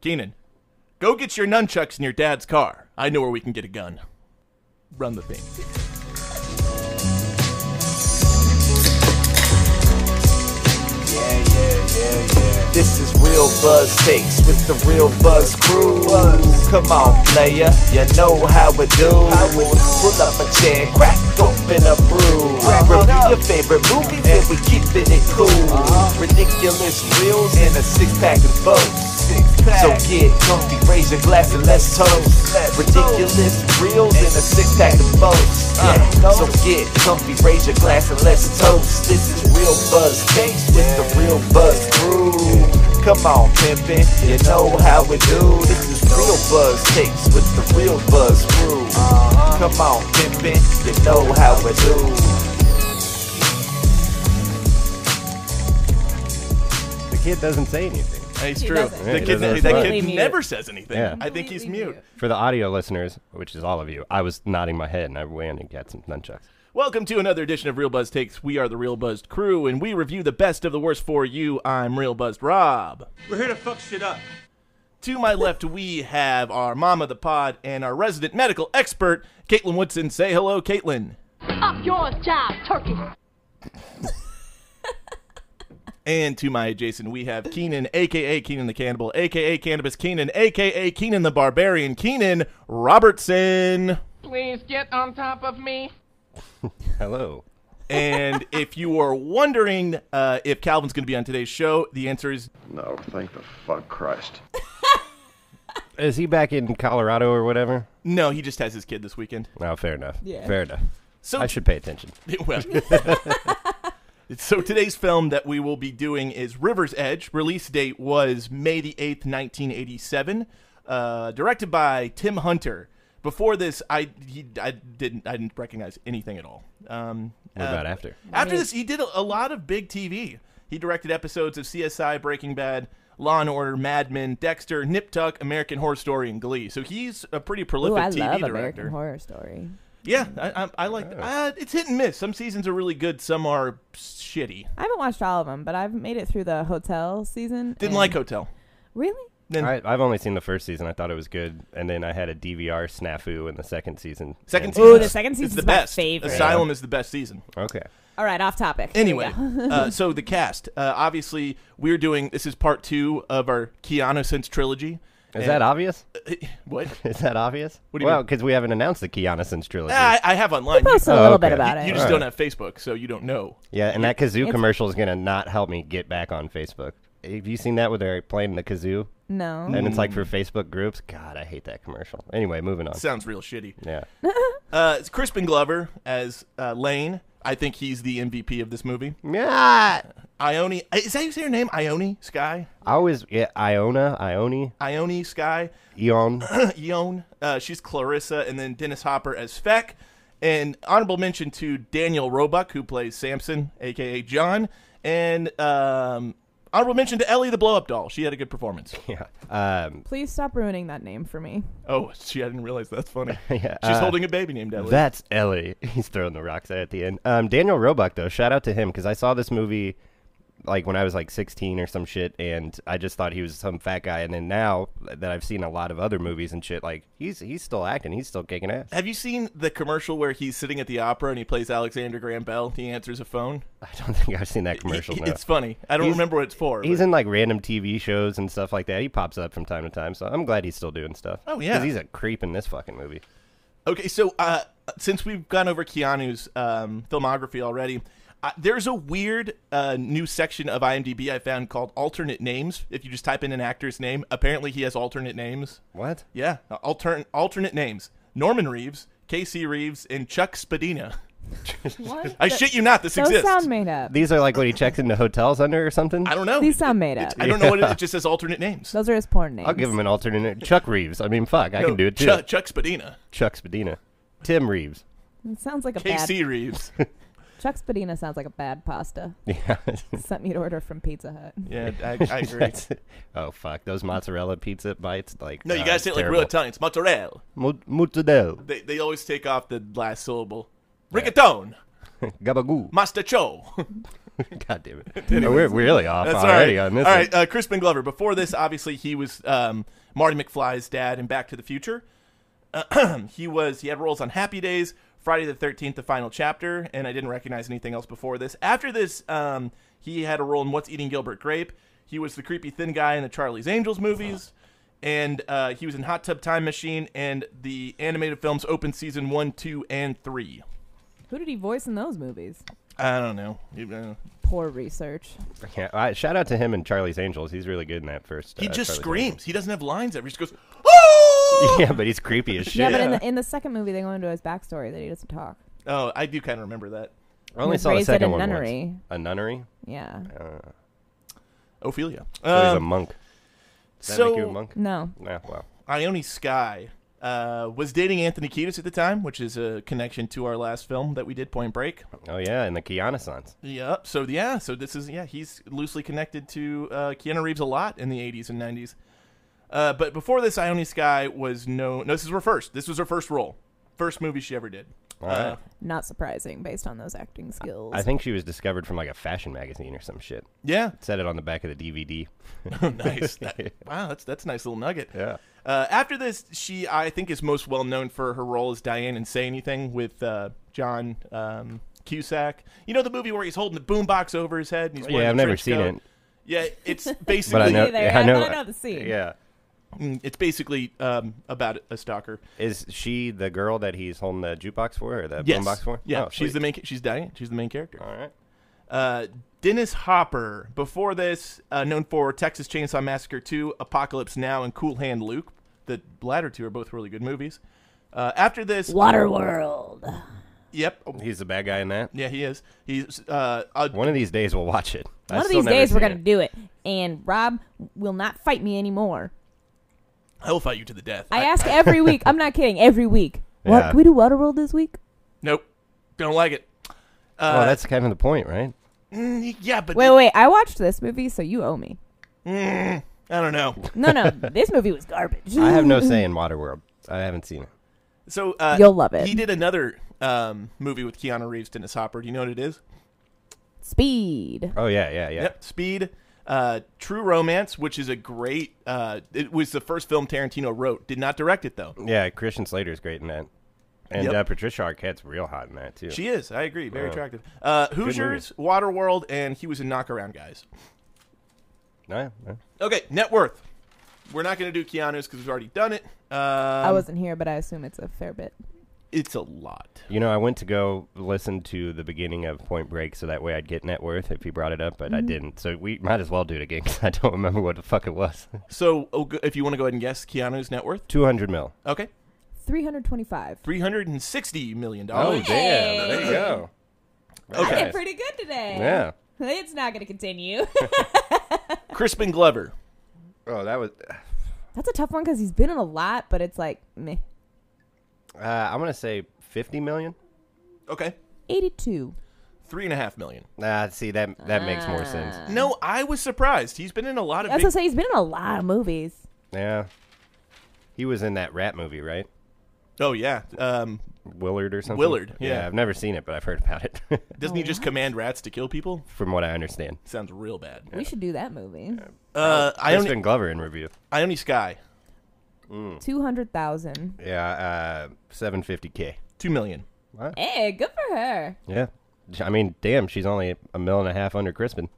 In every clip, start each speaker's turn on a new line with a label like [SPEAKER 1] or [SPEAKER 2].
[SPEAKER 1] Keenan, go get your nunchucks in your dad's car. I know where we can get a gun. Run the thing.
[SPEAKER 2] This is real buzz takes with the real buzz crew. Come on, player, you know how we do. Pull up a chair, crack open a brew. Review your favorite movies, and we keeping it cool. Ridiculous reels and a six pack of boats. So get comfy, raise your glass and let's toast. Ridiculous reels and a six pack of boats. Uh, so get comfy, raise your glass and let's toast. This is real buzz takes with the real buzz crew. Come on, pimpin', you know how we do. This is real buzz takes with the real buzz crew. Come on, pimpin', you know how we do.
[SPEAKER 3] The kid doesn't say anything.
[SPEAKER 1] It's
[SPEAKER 4] He
[SPEAKER 1] true. The
[SPEAKER 4] doesn't.
[SPEAKER 3] Yeah,
[SPEAKER 1] kid,
[SPEAKER 3] he doesn't
[SPEAKER 1] that
[SPEAKER 4] respond.
[SPEAKER 1] kid
[SPEAKER 4] Mute.
[SPEAKER 1] never says anything.
[SPEAKER 3] Yeah.
[SPEAKER 1] I think he's
[SPEAKER 4] Completely
[SPEAKER 1] mute.
[SPEAKER 4] mute.
[SPEAKER 3] For the audio listeners, which is all of you, I was nodding my head and I ran and got some nunchucks.
[SPEAKER 1] Welcome to another edition of Real Buzz Takes. We are the Real Buzzed crew, and we review the best of the worst for you. I'm Real Buzzed Rob.
[SPEAKER 5] We're here to fuck shit up.
[SPEAKER 1] To my left, we have our mom of the pod and our resident medical expert, Caitlin Woodson. Say hello, Caitlin.
[SPEAKER 6] Up yours, job, turkey.
[SPEAKER 1] And to my adjacent, we have Keenan, aka Keenan the Cannibal, aka Cannabis Keenan, aka Keenan the Barbarian, Keenan Robertson.
[SPEAKER 7] Please get on top of me.
[SPEAKER 3] Hello.
[SPEAKER 1] And if you are wondering uh, if Calvin's going to be on today's show, the answer is
[SPEAKER 8] No, Oh, thank the fuck Christ.
[SPEAKER 3] Is he back in Colorado or whatever?
[SPEAKER 1] no. He just has his kid this weekend.
[SPEAKER 3] Oh, fair enough.
[SPEAKER 4] Yeah.
[SPEAKER 3] Fair enough.
[SPEAKER 1] So
[SPEAKER 3] I should pay attention.
[SPEAKER 1] well. so today's film that we will be doing is River's Edge. Release date was May the eighth, nineteen eighty-seven. Uh, directed by Tim Hunter. Before this, I he, I didn't I didn't recognize anything at all. Um,
[SPEAKER 3] What
[SPEAKER 1] uh,
[SPEAKER 3] about after?
[SPEAKER 1] After this, he did a, a lot of big TV. He directed episodes of CSI, Breaking Bad, Law and Order, Mad Men, Dexter, Nip Tuck, American Horror Story, and Glee. So he's a pretty prolific
[SPEAKER 4] Ooh, I
[SPEAKER 1] TV
[SPEAKER 4] love
[SPEAKER 1] director.
[SPEAKER 4] American Horror Story.
[SPEAKER 1] Yeah, I, I, I like.
[SPEAKER 4] Oh.
[SPEAKER 1] Uh, it's hit and miss. Some seasons are really good. Some are shitty.
[SPEAKER 4] I haven't watched all of them, but I've made it through the hotel season.
[SPEAKER 1] Didn't
[SPEAKER 4] and-
[SPEAKER 1] like Hotel.
[SPEAKER 4] Really?
[SPEAKER 1] And-
[SPEAKER 3] I, I've only seen the first season. I thought it was good, and then I had a DVR snafu in the second season.
[SPEAKER 1] Second
[SPEAKER 3] And-
[SPEAKER 1] season.
[SPEAKER 4] Ooh,
[SPEAKER 1] is-
[SPEAKER 4] the second
[SPEAKER 1] is
[SPEAKER 4] season's
[SPEAKER 1] the
[SPEAKER 4] my
[SPEAKER 1] best.
[SPEAKER 4] favorite.
[SPEAKER 1] Asylum is the best season.
[SPEAKER 3] Okay.
[SPEAKER 4] All right, off topic. Here we
[SPEAKER 1] Anyway,
[SPEAKER 4] go.
[SPEAKER 1] uh, so the cast. Uh, obviously, we're doing this is part two of our Keanu Sense trilogy.
[SPEAKER 3] Is
[SPEAKER 1] And- uh,
[SPEAKER 3] that obvious?
[SPEAKER 1] what?
[SPEAKER 3] Is that obvious?
[SPEAKER 1] What do you
[SPEAKER 3] well,
[SPEAKER 1] mean? Ah,
[SPEAKER 3] because we haven't announced the Kiana Sins trilogy.
[SPEAKER 1] I, I have online. You,
[SPEAKER 4] post a
[SPEAKER 3] Oh,
[SPEAKER 4] little
[SPEAKER 3] okay.
[SPEAKER 4] bit about
[SPEAKER 1] you
[SPEAKER 4] it.
[SPEAKER 1] just don't have Facebook, so you don't know.
[SPEAKER 3] yeah, and that kazoo
[SPEAKER 4] It's-
[SPEAKER 3] commercial is going to not help me get back on Facebook. Have you seen that where they're playing the kazoo?
[SPEAKER 4] no.
[SPEAKER 3] And it's like for Facebook groups. God, I hate that commercial. Anyway, moving on.
[SPEAKER 1] Sounds real shitty.
[SPEAKER 3] yeah.
[SPEAKER 1] Uh, it's Crispin Glover as uh, Lane. I think he's the MVP of this movie.
[SPEAKER 3] Yeah.
[SPEAKER 1] Ione, is that you say her name? Ione Sky.
[SPEAKER 3] I always yeah, Iona, Ione,
[SPEAKER 1] Ione Sky.
[SPEAKER 3] Eon.
[SPEAKER 1] Yon. Uh, she's Clarissa, and then Dennis Hopper as Feck. And honorable mention to Daniel Roebuck, who plays Samson, aka John. And um, honorable mention to Ellie the Blow Up Doll. She had a good performance.
[SPEAKER 3] yeah. Um,
[SPEAKER 4] Please stop ruining that name for me.
[SPEAKER 1] Oh, she I didn't realize that's funny.
[SPEAKER 3] Yeah,
[SPEAKER 1] she's
[SPEAKER 3] uh,
[SPEAKER 1] holding a baby named Ellie.
[SPEAKER 3] that's Ellie. He's throwing the rocks at the end. Um, Daniel Roebuck though, shout out to him because I saw this movie like when I was like 16 or some shit, and I just thought he was some fat guy. And then now that I've seen a lot of other movies and shit, like he's he's still acting, he's still kicking ass.
[SPEAKER 1] Have you seen the commercial where he's sitting at the opera and he plays Alexander Graham Bell? He answers a phone.
[SPEAKER 3] I don't think I've seen that commercial. no.
[SPEAKER 1] It's funny. I don't
[SPEAKER 3] He's-
[SPEAKER 1] remember what it's for.
[SPEAKER 3] He's
[SPEAKER 1] but-
[SPEAKER 3] in like random TV shows and stuff like that. He pops up from time to time, so I'm glad he's still doing stuff.
[SPEAKER 1] Oh, yeah.
[SPEAKER 3] 'Cause he's a creep in this fucking movie.
[SPEAKER 1] Okay, so uh, since we've gone over Keanu's um, filmography already, uh, there's a weird uh, new section of IMDb I found called alternate names. If you just type in an actor's name, apparently he has alternate names.
[SPEAKER 3] What?
[SPEAKER 1] Yeah, altern- alternate names: Norman Reeves, Casey Reeves, and Chuck Spadina.
[SPEAKER 4] What?
[SPEAKER 1] I shit you not, this
[SPEAKER 4] Those
[SPEAKER 1] exists.
[SPEAKER 4] sound made up.
[SPEAKER 3] These are like what he checks into hotels under or something.
[SPEAKER 1] I don't know.
[SPEAKER 4] These sound made up.
[SPEAKER 1] I don't know what it is. It just says alternate names.
[SPEAKER 4] Those are his porn names.
[SPEAKER 3] I'll give him an alternate. Chuck Reeves. I mean, fuck, I
[SPEAKER 1] No,
[SPEAKER 3] can do it too.
[SPEAKER 1] Chuck, Chuck Spadina.
[SPEAKER 3] Chuck Spadina, Tim Reeves.
[SPEAKER 4] It sounds like a
[SPEAKER 1] KC Reeves.
[SPEAKER 4] bad. Chuck Spadina sounds like a bad pasta.
[SPEAKER 3] Yeah.
[SPEAKER 4] Something you'd order from Pizza Hut.
[SPEAKER 1] Yeah, I, I agree.
[SPEAKER 3] oh fuck, those mozzarella pizza bites like.
[SPEAKER 1] No, you
[SPEAKER 3] uh,
[SPEAKER 1] guys say it like
[SPEAKER 3] terrible.
[SPEAKER 1] real Italian. It's mozzarella.
[SPEAKER 3] Mo- Mozzarella,
[SPEAKER 1] They, they always take off the last syllable. Rigatone.
[SPEAKER 3] gabagoo.
[SPEAKER 1] Mastacho.
[SPEAKER 3] God damn it. No, we're we're really off already on this.
[SPEAKER 1] All
[SPEAKER 3] one.
[SPEAKER 1] right, uh, Crispin Glover. Before this, obviously, he was um, Marty McFly's dad in Back to the Future. he was he had roles on Happy Days, Friday the Thirteenth, The Final Chapter, and I didn't recognize anything else before this. After this, um, he had a role in What's Eating Gilbert Grape. He was the creepy thin guy in the Charlie's Angels movies, and uh, he was in Hot Tub Time Machine and the animated films Open Season One, Two, and Three.
[SPEAKER 4] Who did he voice in those movies?
[SPEAKER 1] I don't know. You- uh,
[SPEAKER 4] Poor research.
[SPEAKER 3] Yeah, I, shout out to him and Charlie's Angels. He's really good in that first.
[SPEAKER 1] He
[SPEAKER 3] uh,
[SPEAKER 1] just
[SPEAKER 3] Charlie's
[SPEAKER 1] screams. He doesn't have lines ever. He just goes, "Oh!"
[SPEAKER 3] Angels. Yeah, but he's creepy as shit.
[SPEAKER 4] Yeah, but in the in the second movie, they go into his backstory that he doesn't talk.
[SPEAKER 1] Oh, I do kind of remember that.
[SPEAKER 3] I only
[SPEAKER 4] was
[SPEAKER 3] saw the
[SPEAKER 4] raised at
[SPEAKER 3] second
[SPEAKER 4] a
[SPEAKER 3] one
[SPEAKER 4] nunnery.
[SPEAKER 3] once. A nunnery. Uh,
[SPEAKER 4] Yeah.
[SPEAKER 1] Ophelia.
[SPEAKER 3] So he's a
[SPEAKER 1] Um,
[SPEAKER 3] monk. Does that
[SPEAKER 1] so
[SPEAKER 3] make you a monk?
[SPEAKER 4] No.
[SPEAKER 3] Yeah, wow.
[SPEAKER 1] Ione Sky uh, was dating Anthony Kiedis at the time, which is a connection to our last film that we did, Point Break.
[SPEAKER 3] Oh yeah, and the Kiana
[SPEAKER 1] Yep. So yeah, so this is yeah, he's loosely connected to uh, Keanu Reeves a lot in the '80s and '90s. Uh, but before this, Ione Sky was no. No, this is her first. This was her first role, first movie she ever did. Uh,
[SPEAKER 3] right.
[SPEAKER 4] Not surprising based on those acting skills.
[SPEAKER 3] I think she was discovered from like a fashion magazine or some shit.
[SPEAKER 1] yeah.
[SPEAKER 3] It said it on the back of the DVD.
[SPEAKER 1] nice. That- wow, that's that's a nice little nugget.
[SPEAKER 3] Yeah.
[SPEAKER 1] Uh, after this, she I think is most well known for her role as Diane in Say Anything with uh, John um, Cusack. You know the movie where he's holding the boombox over his head and he's wearing
[SPEAKER 3] yeah,
[SPEAKER 1] the
[SPEAKER 3] I've never
[SPEAKER 1] trench
[SPEAKER 3] seen
[SPEAKER 1] coat?
[SPEAKER 3] it,
[SPEAKER 1] Yeah, it's
[SPEAKER 3] but I
[SPEAKER 1] basically
[SPEAKER 3] know.
[SPEAKER 4] either,
[SPEAKER 3] yeah, I
[SPEAKER 4] yeah,
[SPEAKER 3] know.
[SPEAKER 4] but I know the scene.
[SPEAKER 3] Yeah.
[SPEAKER 1] mm, it's basically um, about a stalker.
[SPEAKER 3] Is she the girl that he's holding the jukebox for or the
[SPEAKER 1] Yes,
[SPEAKER 3] boombox for?
[SPEAKER 1] yeah,
[SPEAKER 3] Oh,
[SPEAKER 1] she's
[SPEAKER 3] sweet.
[SPEAKER 1] the main. ca- She's Diane. She's the main character.
[SPEAKER 3] All right.
[SPEAKER 1] Uh, Dennis Hopper, before this, uh, known for Texas Chainsaw Massacre 2, Apocalypse Now, and Cool Hand Luke. The latter two are both really good movies. Uh, after this,
[SPEAKER 4] Waterworld.
[SPEAKER 1] yep,
[SPEAKER 3] He's the bad guy in that.
[SPEAKER 1] yeah, he is. He's uh, uh,
[SPEAKER 3] One of these days we'll watch it.
[SPEAKER 4] One of these days we're gonna do it, and Rob will not fight me anymore.
[SPEAKER 1] I will fight you to the death.
[SPEAKER 4] I ask every week. I'm not kidding. Every week. What?
[SPEAKER 3] Yeah.
[SPEAKER 4] Can we do Waterworld this week?
[SPEAKER 1] nope, don't like it.
[SPEAKER 3] Oh,
[SPEAKER 1] Uh,
[SPEAKER 3] that's kind of the point, right?
[SPEAKER 1] yeah, but
[SPEAKER 4] Wait, wait. I watched this movie, so you owe me.
[SPEAKER 1] I don't know.
[SPEAKER 4] No, no. this movie was garbage.
[SPEAKER 3] I have no say in Waterworld. I haven't seen it.
[SPEAKER 1] So uh,
[SPEAKER 4] You'll love it.
[SPEAKER 1] He did another um, movie with Keanu Reeves, Dennis Hopper. Do you know what it is?
[SPEAKER 4] Speed.
[SPEAKER 3] Oh yeah, yeah, yeah.
[SPEAKER 1] Yep, Speed. Uh, True Romance, which is a great. Uh, it was the first film Tarantino wrote. Did not direct it though.
[SPEAKER 3] Yeah, Christian Slater's great in that, and
[SPEAKER 1] Yep.
[SPEAKER 3] uh, Patricia Arquette's real hot in that too.
[SPEAKER 1] She is. I agree. Very
[SPEAKER 3] Yeah.
[SPEAKER 1] attractive. Uh, Hoosiers, Waterworld, and he was in Knockaround Guys.
[SPEAKER 3] No, no.
[SPEAKER 1] Okay, net worth. We're not going to do Keanu's because we've already done it. Um,
[SPEAKER 4] I wasn't here, but I assume it's a fair bit.
[SPEAKER 1] It's a lot.
[SPEAKER 3] You know, I went to go listen to the beginning of Point Break so that way I'd get net worth if you brought it up, but I didn't. So we might as well do it again because I don't remember what the fuck it was.
[SPEAKER 1] So, oh, go- if you want to go ahead and guess Keanu's net worth,
[SPEAKER 3] Two hundred mil.
[SPEAKER 1] okay,
[SPEAKER 4] 325.
[SPEAKER 1] three hundred and sixty million
[SPEAKER 3] Oh
[SPEAKER 1] dollars.
[SPEAKER 3] damn! There you go.
[SPEAKER 1] Okay.
[SPEAKER 4] I did pretty good today.
[SPEAKER 3] Yeah.
[SPEAKER 4] It's not going to continue.
[SPEAKER 1] Crispin Glover.
[SPEAKER 3] Oh, that was.
[SPEAKER 4] That's a tough one because he's been in a lot, but it's like meh.
[SPEAKER 3] Uh, I'm gonna say fifty million.
[SPEAKER 1] Okay,
[SPEAKER 4] 82.
[SPEAKER 1] three and a half million.
[SPEAKER 3] Ah, see that that makes
[SPEAKER 1] Ah.
[SPEAKER 3] more sense.
[SPEAKER 1] No, I was surprised. He's been in a lot of.
[SPEAKER 4] Uh-huh. That's
[SPEAKER 1] Big-
[SPEAKER 4] what I say. He's been in a lot of movies.
[SPEAKER 3] Yeah. He was in that rat movie, right?
[SPEAKER 1] oh yeah. Um,
[SPEAKER 3] Willard or something.
[SPEAKER 1] Willard, yeah.
[SPEAKER 3] I've never seen it, but I've heard about it.
[SPEAKER 1] doesn't
[SPEAKER 4] Oh,
[SPEAKER 1] he just command rats to kill people?
[SPEAKER 3] From what I understand,
[SPEAKER 1] Sounds real bad.
[SPEAKER 4] We should do that movie.
[SPEAKER 1] Uh,
[SPEAKER 3] Kristen
[SPEAKER 1] Ione,
[SPEAKER 3] Glover in review.
[SPEAKER 1] Ione Sky,
[SPEAKER 4] 200,000.
[SPEAKER 3] Yeah, uh, seven fifty k.
[SPEAKER 1] two million.
[SPEAKER 4] Hey, good for her.
[SPEAKER 3] Yeah. Sh- I mean, damn, she's only a mil and a half under Crispin.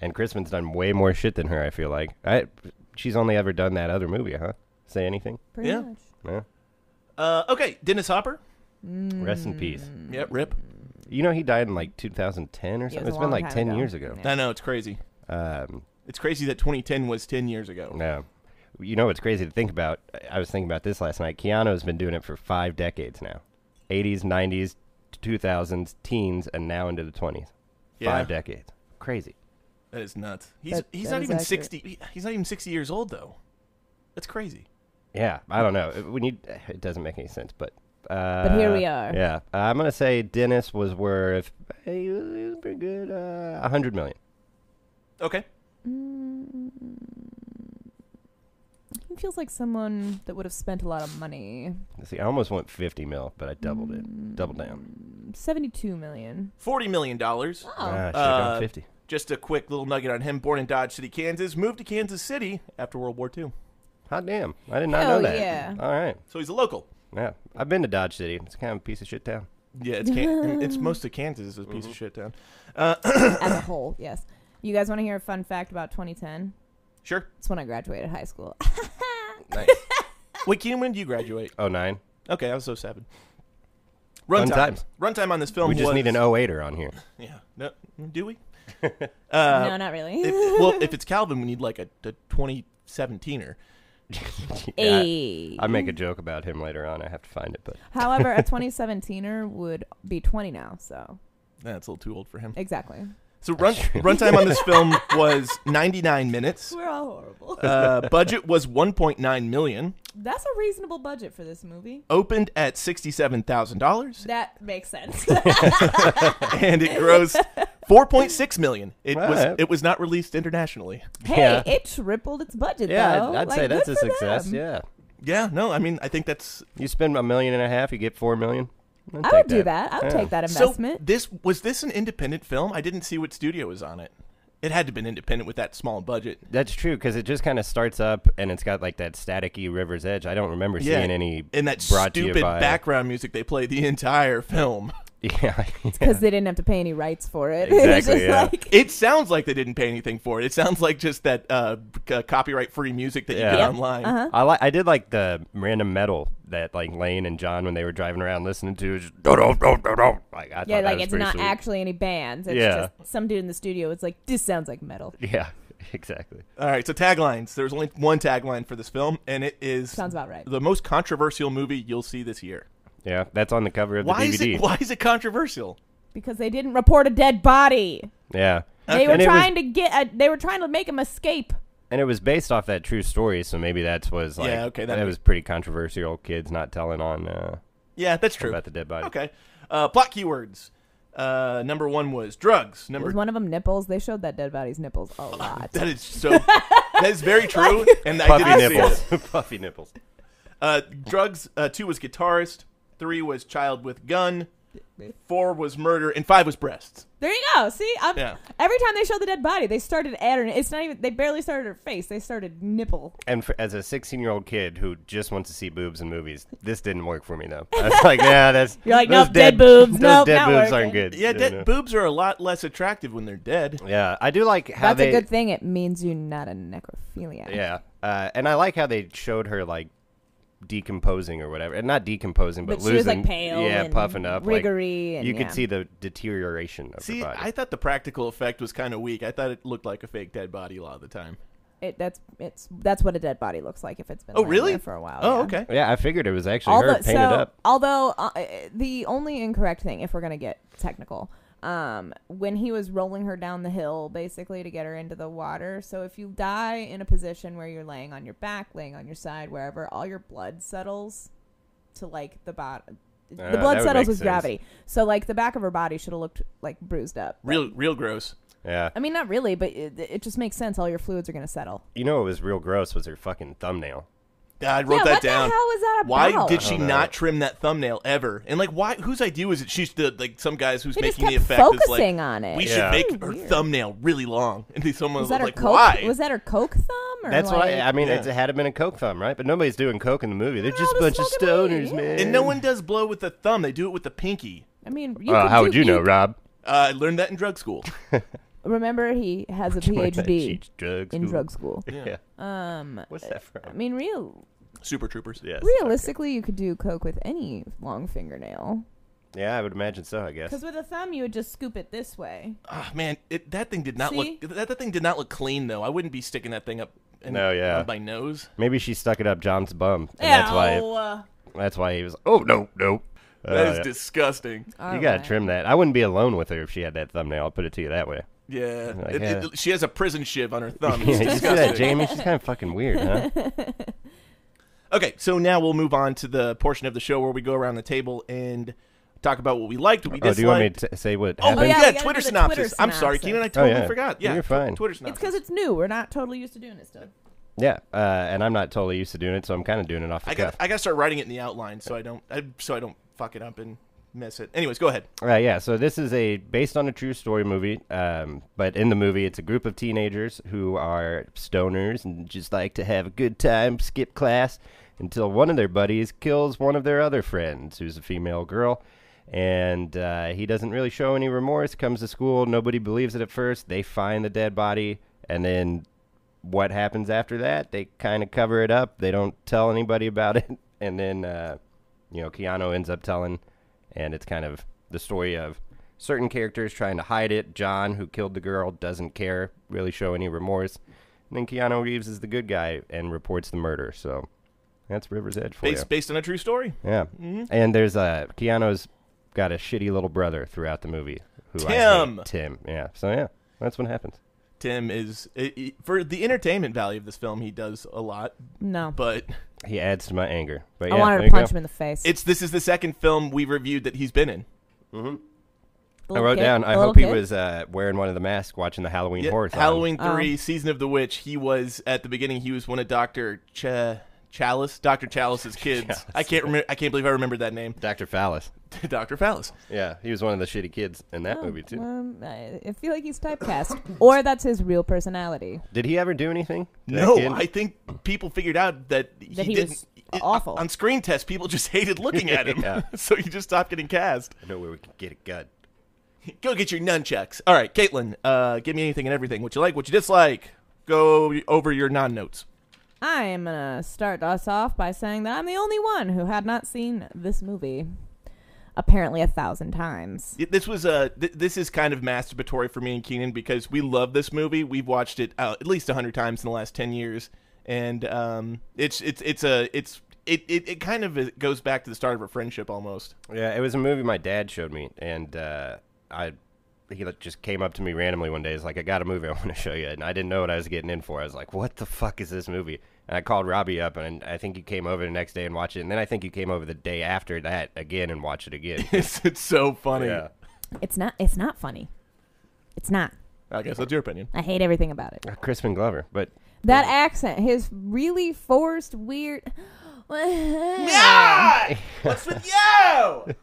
[SPEAKER 3] And Crispin's done way more shit than her. I feel like. I, she's only ever done that other movie, huh? Say anything?
[SPEAKER 4] Pretty
[SPEAKER 1] Yeah.
[SPEAKER 4] much.
[SPEAKER 3] No.
[SPEAKER 1] Uh, okay, Dennis Hopper.
[SPEAKER 4] Mm.
[SPEAKER 3] Rest in peace.
[SPEAKER 4] Hmm.
[SPEAKER 1] Yep, rip.
[SPEAKER 3] You know he died in like 2010 or
[SPEAKER 4] It
[SPEAKER 3] something.
[SPEAKER 4] was
[SPEAKER 3] It's
[SPEAKER 4] a
[SPEAKER 3] been
[SPEAKER 4] long
[SPEAKER 3] like
[SPEAKER 4] time
[SPEAKER 3] 10
[SPEAKER 4] ago.
[SPEAKER 3] years ago.
[SPEAKER 4] Yeah.
[SPEAKER 1] I know it's crazy.
[SPEAKER 3] Um,
[SPEAKER 1] It's crazy that 2010 was 10 years ago.
[SPEAKER 3] No. You know what's crazy to think about? I- I was thinking about this last night. Keanu's been doing it for five decades now 80s, 90s, 2000s, teens, and now into the 20s.
[SPEAKER 1] Yeah.
[SPEAKER 3] Five decades. Crazy.
[SPEAKER 1] That is nuts. He's
[SPEAKER 4] That-
[SPEAKER 1] he's
[SPEAKER 4] that
[SPEAKER 1] not
[SPEAKER 4] is
[SPEAKER 1] even
[SPEAKER 4] accurate.
[SPEAKER 1] sixty. he- He's not even sixty years old though. That's crazy.
[SPEAKER 3] Yeah, I don't know. It- When you, it doesn't make any sense, but. Uh,
[SPEAKER 4] here we are.
[SPEAKER 3] Yeah, I'm gonna say Dennis was worth. He was, he was pretty good. uh, A hundred million.
[SPEAKER 1] Okay.
[SPEAKER 4] Mm. He feels like someone that would have spent a lot of money.
[SPEAKER 3] See, I almost went fifty mil, but I doubled
[SPEAKER 4] Mm.
[SPEAKER 3] it. Doubled down.
[SPEAKER 4] Seventy-two million.
[SPEAKER 1] Forty million dollars.
[SPEAKER 4] Oh.
[SPEAKER 3] Ah, I should've
[SPEAKER 1] Uh,
[SPEAKER 3] gone fifty.
[SPEAKER 1] Just a quick little nugget on him. Born in Dodge City, Kansas, moved to Kansas City after World War II.
[SPEAKER 3] Hot damn! I did not
[SPEAKER 4] Hell
[SPEAKER 3] know that.
[SPEAKER 4] yeah.
[SPEAKER 3] All right.
[SPEAKER 1] So he's a local.
[SPEAKER 3] Yeah, I've been to Dodge City. It's kind of a piece of shit town.
[SPEAKER 1] Yeah, it's can- it's most of Kansas is a
[SPEAKER 3] Mm-hmm.
[SPEAKER 1] piece of shit town. Uh,
[SPEAKER 4] as a whole, yes. You guys want to hear a fun fact about 2010?
[SPEAKER 1] Sure.
[SPEAKER 4] It's when I graduated high school.
[SPEAKER 3] Nice.
[SPEAKER 1] Wait, Keenan, when did you graduate?
[SPEAKER 3] oh nine.
[SPEAKER 1] Okay, I was so savage. Runtime.
[SPEAKER 3] times.
[SPEAKER 1] Runtime on this film.
[SPEAKER 3] We just
[SPEAKER 1] was-
[SPEAKER 3] need an 08er on here.
[SPEAKER 1] Yeah. No, do we? Uh,
[SPEAKER 3] Uh,
[SPEAKER 4] no, not really.
[SPEAKER 1] If- well, if it's Calvin, we need like a, a 2017er.
[SPEAKER 3] Yeah,
[SPEAKER 4] Ayy.
[SPEAKER 3] I make a joke about him later on. I have to find it, but
[SPEAKER 4] However, a 2017er would be 20 now, so
[SPEAKER 1] That's a little too old for him.
[SPEAKER 4] exactly.
[SPEAKER 1] So run, runtime on this film was 99 minutes.
[SPEAKER 4] We're all horrible.
[SPEAKER 1] Uh, budget was 1.9 million.
[SPEAKER 4] That's a reasonable budget for this movie.
[SPEAKER 1] Opened at $67,000
[SPEAKER 4] That makes sense.
[SPEAKER 1] and it grossed 4.6 million. It was
[SPEAKER 3] Right.
[SPEAKER 1] it was not released internationally.
[SPEAKER 4] hey,
[SPEAKER 3] Yeah.
[SPEAKER 4] it tripled its budget.
[SPEAKER 3] yeah, I'd,
[SPEAKER 4] though.
[SPEAKER 3] I'd
[SPEAKER 4] Like,
[SPEAKER 3] say that's a
[SPEAKER 4] good for
[SPEAKER 3] success.
[SPEAKER 4] them.
[SPEAKER 3] Yeah,
[SPEAKER 1] Yeah, no, I mean I think that's
[SPEAKER 3] you spend a million and a half, you get four million. I'd
[SPEAKER 4] I
[SPEAKER 3] take
[SPEAKER 4] would do that. I would
[SPEAKER 3] Yeah.
[SPEAKER 4] take that
[SPEAKER 1] So
[SPEAKER 4] investment.
[SPEAKER 1] this was this an independent film? I didn't see what studio was on it. It had to have been independent with that small budget.
[SPEAKER 3] That's true because it just kind of starts up and it's got like that staticky River's Edge. I don't remember seeing any
[SPEAKER 1] and that
[SPEAKER 3] brought to you
[SPEAKER 1] stupid
[SPEAKER 3] by-
[SPEAKER 1] background music they play the entire film.
[SPEAKER 3] Yeah,
[SPEAKER 4] because they didn't have to pay any rights for it. it's
[SPEAKER 3] Exactly,
[SPEAKER 4] just
[SPEAKER 3] yeah.
[SPEAKER 4] like,
[SPEAKER 1] It sounds like they didn't pay anything for it. It sounds like just that uh, copyright free music that you
[SPEAKER 3] Yeah.
[SPEAKER 1] get
[SPEAKER 3] Yep.
[SPEAKER 1] online.
[SPEAKER 4] Uh-huh.
[SPEAKER 3] I like. I did like the random metal that like Lane and John when they were driving around listening to. Just, "Don't, don't, don't, don't, don't." Like, I thought
[SPEAKER 4] Yeah,
[SPEAKER 3] that
[SPEAKER 4] like
[SPEAKER 3] was
[SPEAKER 4] it's
[SPEAKER 3] pretty
[SPEAKER 4] not
[SPEAKER 3] sweet.
[SPEAKER 4] actually any bands. It's
[SPEAKER 3] Yeah.
[SPEAKER 4] just some dude in the studio It's like, this sounds like metal.
[SPEAKER 3] Yeah, exactly.
[SPEAKER 1] All right, so taglines. There's only one tagline for this film, and it is
[SPEAKER 4] Sounds about right.
[SPEAKER 1] the most controversial movie you'll see this year.
[SPEAKER 3] Yeah, that's on the cover of
[SPEAKER 1] Why
[SPEAKER 3] the
[SPEAKER 1] is
[SPEAKER 3] DVD.
[SPEAKER 1] it? Why is it controversial?
[SPEAKER 4] Because they didn't report a dead body.
[SPEAKER 3] Yeah,
[SPEAKER 4] They were
[SPEAKER 3] And it was-
[SPEAKER 4] trying to get. A, they were trying to make him escape.
[SPEAKER 3] And it was based off that true story, so maybe that's was like
[SPEAKER 1] Yeah, okay, that
[SPEAKER 3] that,
[SPEAKER 1] makes-
[SPEAKER 3] was pretty controversial. Kids not telling on uh,
[SPEAKER 1] Yeah, that's true.
[SPEAKER 3] about the dead body.
[SPEAKER 1] Okay, uh, plot keywords. Uh, number one was drugs. Number
[SPEAKER 4] Was one of them nipples? They showed that dead body's nipples a lot.
[SPEAKER 1] that is so. that is very true, and I
[SPEAKER 3] Puffy
[SPEAKER 1] didn't see it.
[SPEAKER 3] nipples. Puffy nipples.
[SPEAKER 1] Uh, drugs. Uh, two was guitarist. Three was child with gun. Four was murder, and five was breasts.
[SPEAKER 4] there you go. See, I'm,
[SPEAKER 1] Yeah.
[SPEAKER 4] every time they showed the dead body, they started at her. It's not even. They barely started her face. They started nipple.
[SPEAKER 3] And for, as a 16 year old kid who just wants to see boobs in movies, this didn't work for me though. I was like, yeah, that's
[SPEAKER 4] You're like,
[SPEAKER 3] those
[SPEAKER 4] nope, dead boobs,
[SPEAKER 3] Those
[SPEAKER 4] nope,
[SPEAKER 3] dead
[SPEAKER 4] not
[SPEAKER 3] boobs
[SPEAKER 4] working.
[SPEAKER 3] aren't good.
[SPEAKER 1] Yeah, dead,
[SPEAKER 3] no.
[SPEAKER 1] boobs are a lot less attractive when they're dead.
[SPEAKER 3] Yeah, I do like how
[SPEAKER 4] That's
[SPEAKER 3] they.
[SPEAKER 4] a good thing. It means you're not a necrophiliac.
[SPEAKER 3] Yeah, uh, and I like how they showed her like decomposing or whatever, and not decomposing, but,
[SPEAKER 4] But she
[SPEAKER 3] losing.
[SPEAKER 4] was, like, pale
[SPEAKER 3] yeah,
[SPEAKER 4] and
[SPEAKER 3] puffing up, like,
[SPEAKER 4] wriggly and-
[SPEAKER 3] you
[SPEAKER 4] yeah.
[SPEAKER 3] could see the deterioration of
[SPEAKER 1] See,
[SPEAKER 3] the body.
[SPEAKER 1] I thought the practical effect was kind of weak. I thought it looked like a fake dead body a lot of the time.
[SPEAKER 4] It, that's it's that's what a dead body looks like if it's been
[SPEAKER 1] Oh,
[SPEAKER 4] laying
[SPEAKER 1] really?
[SPEAKER 4] there for a while.
[SPEAKER 1] Oh,
[SPEAKER 4] yeah.
[SPEAKER 1] okay.
[SPEAKER 3] yeah, I figured it was actually her
[SPEAKER 4] although,
[SPEAKER 3] painted up.
[SPEAKER 4] although uh, uh, the only incorrect thing, if we're gonna get technical, um, when he was rolling her down the hill, basically to get her into the water. So if you die in a position where you're laying on your back, laying on your side, wherever, all your blood settles to like the bottom.
[SPEAKER 3] Ah,
[SPEAKER 4] the blood
[SPEAKER 3] that would
[SPEAKER 4] settles
[SPEAKER 3] make
[SPEAKER 4] with
[SPEAKER 3] sense.
[SPEAKER 4] gravity, so like the back of her body should have looked like bruised up.
[SPEAKER 1] Real, real gross.
[SPEAKER 3] Yeah.
[SPEAKER 4] I mean, not really, but it, it just makes sense. All your fluids are gonna settle.
[SPEAKER 3] You know what was real gross was her fucking thumbnail.
[SPEAKER 1] I wrote
[SPEAKER 4] Yeah,
[SPEAKER 1] that
[SPEAKER 4] what the
[SPEAKER 1] down.
[SPEAKER 4] hell was that
[SPEAKER 1] Why
[SPEAKER 4] about?
[SPEAKER 1] did she
[SPEAKER 3] don't know.
[SPEAKER 1] not trim that thumbnail ever? And like, why? Whose idea was it? She's the like some guys who's
[SPEAKER 4] They just
[SPEAKER 1] making the
[SPEAKER 4] kept
[SPEAKER 1] effect is like
[SPEAKER 4] focusing on it.
[SPEAKER 1] we should
[SPEAKER 3] Yeah.
[SPEAKER 1] make her thumbnail really long. And then someone
[SPEAKER 4] Was
[SPEAKER 1] was,
[SPEAKER 4] that her
[SPEAKER 1] like,
[SPEAKER 4] coke?
[SPEAKER 1] why?
[SPEAKER 4] Was that her coke thumb? Or
[SPEAKER 3] That's
[SPEAKER 4] like,
[SPEAKER 3] why I mean
[SPEAKER 1] Yeah.
[SPEAKER 3] it's- it had to been a coke thumb, right? But nobody's doing coke in the movie. They're just a
[SPEAKER 4] they're
[SPEAKER 3] bunch of
[SPEAKER 4] smoking weed,
[SPEAKER 3] stoners,
[SPEAKER 4] yeah.
[SPEAKER 3] man.
[SPEAKER 1] and no one does blow with the thumb. They do it with the pinky.
[SPEAKER 4] I mean, you
[SPEAKER 3] Uh,
[SPEAKER 4] could
[SPEAKER 3] how
[SPEAKER 4] do-
[SPEAKER 3] would you know, Rob?
[SPEAKER 1] Uh, I learned that in drug school.
[SPEAKER 4] Remember, he has a PhD
[SPEAKER 3] Teach drug
[SPEAKER 4] in
[SPEAKER 3] school.
[SPEAKER 4] drug school.
[SPEAKER 3] Yeah.
[SPEAKER 4] Um,
[SPEAKER 3] What's that from?
[SPEAKER 4] I mean, real
[SPEAKER 1] Super Troopers.
[SPEAKER 3] yes.
[SPEAKER 4] realistically, you could do coke with any long fingernail.
[SPEAKER 3] Yeah, I would imagine so. I guess.
[SPEAKER 4] Because with a thumb, you would just scoop it this way.
[SPEAKER 1] Ah, man, it, that thing did not
[SPEAKER 4] See?
[SPEAKER 1] look that, that thing did not look clean though. I wouldn't be sticking that thing up. In,
[SPEAKER 3] No, yeah.
[SPEAKER 1] on my nose.
[SPEAKER 3] Maybe she stuck it up John's bum. And that's why. It,
[SPEAKER 4] Ow.
[SPEAKER 3] that's why he was. Oh no, no.
[SPEAKER 9] That is
[SPEAKER 3] yeah.
[SPEAKER 9] disgusting.
[SPEAKER 4] All
[SPEAKER 3] you gotta
[SPEAKER 4] right.
[SPEAKER 3] trim that. I wouldn't be alone with her if she had that thumbnail. I'll put it to you that way.
[SPEAKER 9] Yeah,
[SPEAKER 3] Like,
[SPEAKER 9] It- it-
[SPEAKER 3] uh,
[SPEAKER 9] she has a prison shiv on her thumb. It's
[SPEAKER 3] Yeah, you see that,
[SPEAKER 9] disgusting.
[SPEAKER 3] Jamie? She's kind of fucking weird, huh?
[SPEAKER 1] Okay, so now we'll move on to the portion of the show where we go around the table and talk about what we liked, what we
[SPEAKER 3] Oh,
[SPEAKER 1] disliked.
[SPEAKER 3] do you want me to say what
[SPEAKER 1] Oh,
[SPEAKER 3] happened?
[SPEAKER 4] yeah, we
[SPEAKER 1] yeah,
[SPEAKER 4] gotta
[SPEAKER 1] Twitter
[SPEAKER 4] do the
[SPEAKER 1] synopsis.
[SPEAKER 4] Twitter
[SPEAKER 1] I'm sorry,
[SPEAKER 4] synopsis.
[SPEAKER 1] Keenan. I totally
[SPEAKER 3] yeah.
[SPEAKER 1] forgot. Yeah,
[SPEAKER 3] You're
[SPEAKER 1] tw-
[SPEAKER 3] fine.
[SPEAKER 1] Twitter
[SPEAKER 4] It's
[SPEAKER 1] synopsis.
[SPEAKER 4] because it's new. We're not totally used to doing this stuff.
[SPEAKER 3] Yeah, uh, and I'm not totally used to doing it, so I'm kind of doing it off the
[SPEAKER 1] I
[SPEAKER 3] cuff.
[SPEAKER 1] got I got to start writing it in the outline so I don't I, so I don't fuck it up and miss it. Anyways, go ahead.
[SPEAKER 3] Right, Uh, yeah. So this is a based on a true story movie, um, but in the movie, it's a group of teenagers who are stoners and just like to have a good time, skip class, until one of their buddies kills one of their other friends, who's a female girl, and uh, he doesn't really show any remorse. Comes to school, nobody believes it at first. They find the dead body, and then what happens after that? They kind of cover it up. They don't tell anybody about it, and then uh, you know Keanu ends up telling, and it's kind of the story of certain characters trying to hide it. John, who killed the girl, doesn't care, really show any remorse, and then Keanu Reeves is the good guy and reports the murder. So that's River's Edge for
[SPEAKER 1] Based
[SPEAKER 3] you.
[SPEAKER 1] based on a true story.
[SPEAKER 3] Yeah, and there's uh, Keanu's got a shitty little brother throughout the movie. Who I
[SPEAKER 1] Tim.
[SPEAKER 3] hate. Tim. Yeah. So yeah, that's what happens.
[SPEAKER 1] Tim is i i for the entertainment value of this film. He does a lot,
[SPEAKER 4] No.
[SPEAKER 1] but
[SPEAKER 3] He adds to my anger. But yeah,
[SPEAKER 4] I wanted
[SPEAKER 3] there
[SPEAKER 4] to
[SPEAKER 3] you go.
[SPEAKER 4] punch him in the face.
[SPEAKER 1] it's this is the second film we reviewed that he's been in.
[SPEAKER 4] The
[SPEAKER 3] I
[SPEAKER 4] little
[SPEAKER 3] wrote
[SPEAKER 4] kid-
[SPEAKER 3] down. I
[SPEAKER 4] the little
[SPEAKER 3] hope he
[SPEAKER 4] kid?
[SPEAKER 3] was uh, wearing one of the masks, watching the Halloween
[SPEAKER 1] Yeah,
[SPEAKER 3] horror. song.
[SPEAKER 1] Halloween
[SPEAKER 4] Oh.
[SPEAKER 1] three, season of the witch. He was at the beginning. He was one of Doctor Ch- Chalice, Doctor Chalice's kids. I can't remember. I can't believe I remembered that name,
[SPEAKER 3] Dr. Fallis.
[SPEAKER 1] Doctor Chalice.
[SPEAKER 3] Yeah, he was one of the shitty kids in that movie too.
[SPEAKER 4] Um, I I feel like he's typecast, or that's his real personality.
[SPEAKER 3] Did he ever do anything? to that
[SPEAKER 1] No,
[SPEAKER 3] kid?
[SPEAKER 1] I think people figured out that he,
[SPEAKER 4] That he
[SPEAKER 1] didn't.
[SPEAKER 4] was
[SPEAKER 1] it-
[SPEAKER 4] awful.
[SPEAKER 1] on screen test, people just hated looking at him,
[SPEAKER 3] Yeah.
[SPEAKER 1] so he just stopped getting cast.
[SPEAKER 3] I know where we can get a gun.
[SPEAKER 1] Go get your nunchucks. All right, Caitlin, uh, give me anything and everything. What you like, what you dislike. Go over your non-notes.
[SPEAKER 4] I am gonna start us off by saying that I'm the only one who had not seen this movie, apparently a thousand times.
[SPEAKER 1] Y- This was uh, th- this is kind of masturbatory for me and Keenan because we love this movie. We've watched it uh, at least hundred times in the last ten years, and um, it's it's it's a it's it, it, it kind of uh, goes back to the start of our friendship almost.
[SPEAKER 3] Yeah, it was a movie my dad showed me, and uh, I he like, just came up to me randomly one day. He's like, "I got a movie I want to show you," and I didn't know what I was getting in for. I was like, "What the fuck is this movie?" And I called Robbie up, and I think you came over the next day and watched it, and then I think you came over the day after that again and watched it again.
[SPEAKER 1] It's it's so funny.
[SPEAKER 3] yeah.
[SPEAKER 4] It's not. It's not funny. It's not.
[SPEAKER 1] I guess that's your opinion.
[SPEAKER 4] I hate everything about it.
[SPEAKER 3] Crispin Glover, but
[SPEAKER 4] That accent, his really forced, weird.
[SPEAKER 1] What's with you?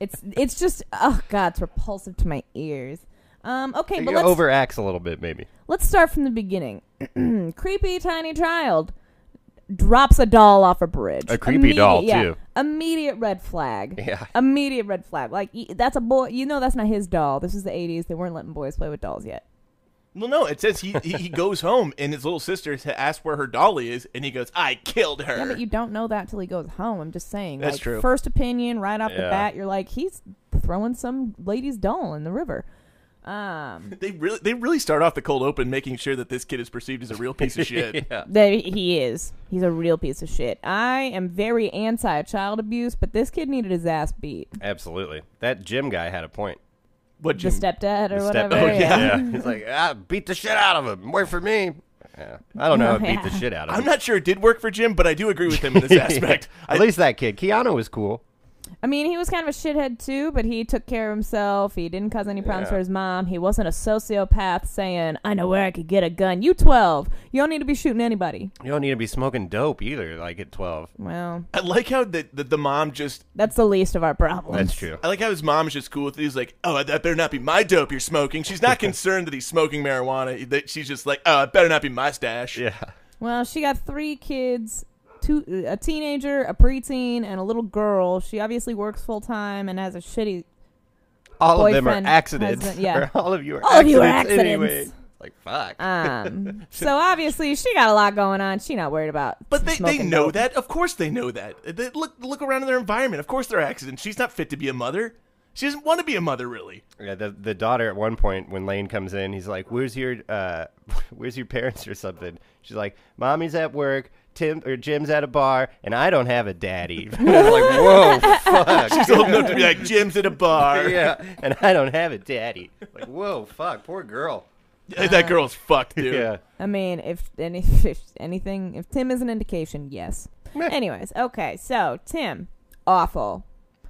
[SPEAKER 4] It's it's just oh god, it's repulsive to my ears. Um, okay, but
[SPEAKER 3] he
[SPEAKER 4] let's
[SPEAKER 3] overacts a little bit, maybe.
[SPEAKER 4] let's start from the beginning. Creepy tiny child drops a doll off a bridge.
[SPEAKER 3] A creepy doll, too.
[SPEAKER 4] Immediate red flag.
[SPEAKER 3] Yeah.
[SPEAKER 4] Immediate red flag. Like y- that's a boy. You know that's not his doll. This is the '80s. They weren't letting boys play with dolls yet.
[SPEAKER 1] Well, no, it says he, he he goes home and his little sister ha- asks where her dolly is, and he goes, "I killed her."
[SPEAKER 4] Yeah, but you don't know that till he goes home. I'm just saying.
[SPEAKER 1] That's
[SPEAKER 4] like,
[SPEAKER 1] true.
[SPEAKER 4] First opinion, right off the
[SPEAKER 3] Yeah.
[SPEAKER 4] bat, you're like, he's throwing some lady's doll in the river. Um,
[SPEAKER 1] they really they really start off the cold open, making sure that this kid is perceived as a real piece of shit.
[SPEAKER 4] that he is. He's a real piece of shit. I am very anti child abuse, but this kid needed his ass beat.
[SPEAKER 3] Absolutely. That gym guy had a point.
[SPEAKER 1] What
[SPEAKER 4] The
[SPEAKER 1] Jim?
[SPEAKER 4] stepdad or
[SPEAKER 3] The step-
[SPEAKER 4] whatever.
[SPEAKER 3] Oh, yeah. He's like, ah, beat the shit out of him. Work for me. Yeah. I don't know. if Beat the
[SPEAKER 4] Oh, Yeah.
[SPEAKER 3] shit out of
[SPEAKER 1] I'm
[SPEAKER 3] him.
[SPEAKER 1] not sure it did work for Jim, but I do agree with him in this aspect.
[SPEAKER 3] At
[SPEAKER 1] I-
[SPEAKER 3] least that kid. Keanu was cool.
[SPEAKER 4] I mean, he was kind of a shithead too, but he took care of himself. He didn't cause any problems for his mom. He wasn't a sociopath saying, I know where I could get a gun. You 12. You don't need to be shooting anybody.
[SPEAKER 3] You don't need to be smoking dope either, like at 12.
[SPEAKER 4] Well,
[SPEAKER 1] I like how the, the the mom just
[SPEAKER 4] that's the least of our problems.
[SPEAKER 3] That's true.
[SPEAKER 1] I like how his mom's just cool with it. He's like, "Oh, that better not be my dope you're smoking." She's not concerned that he's smoking marijuana. That she's just like, "Oh, it better not be my stash."
[SPEAKER 3] Yeah.
[SPEAKER 4] Well, she got three kids, two a teenager, a preteen, and a little girl. She obviously works full time and has a shitty.
[SPEAKER 3] All of them
[SPEAKER 4] Boyfriend,
[SPEAKER 3] are accidents.
[SPEAKER 4] husband, yeah.
[SPEAKER 3] Or all of you are
[SPEAKER 4] All of
[SPEAKER 3] accidents.
[SPEAKER 4] you are
[SPEAKER 3] Anyway.
[SPEAKER 4] accidents.
[SPEAKER 3] It's Like, fuck.
[SPEAKER 4] Um, so obviously she got a lot going on. She not worried about.
[SPEAKER 1] But they, they
[SPEAKER 4] smoking
[SPEAKER 1] know
[SPEAKER 4] dope.
[SPEAKER 1] that. Of course they know that. They look look around in their environment. Of course they're accidents. She's not fit to be a mother. She doesn't want to be a mother, really.
[SPEAKER 3] Yeah, the the daughter at one point when Lane comes in, he's like, "Where's your uh, where's your parents or something?" She's like, "Mommy's at work. Tim or Jim's at a bar and I don't have a daddy. And I'm like, whoa, fuck.
[SPEAKER 1] She's old enough to be like, Jim's at a bar.
[SPEAKER 3] yeah, and I don't have a daddy. Like, whoa, fuck, poor girl.
[SPEAKER 1] that girl's fucked, dude.
[SPEAKER 3] Yeah.
[SPEAKER 4] I mean, if any if anything, if Tim is an indication, yes. Anyways, okay, so Tim, awful.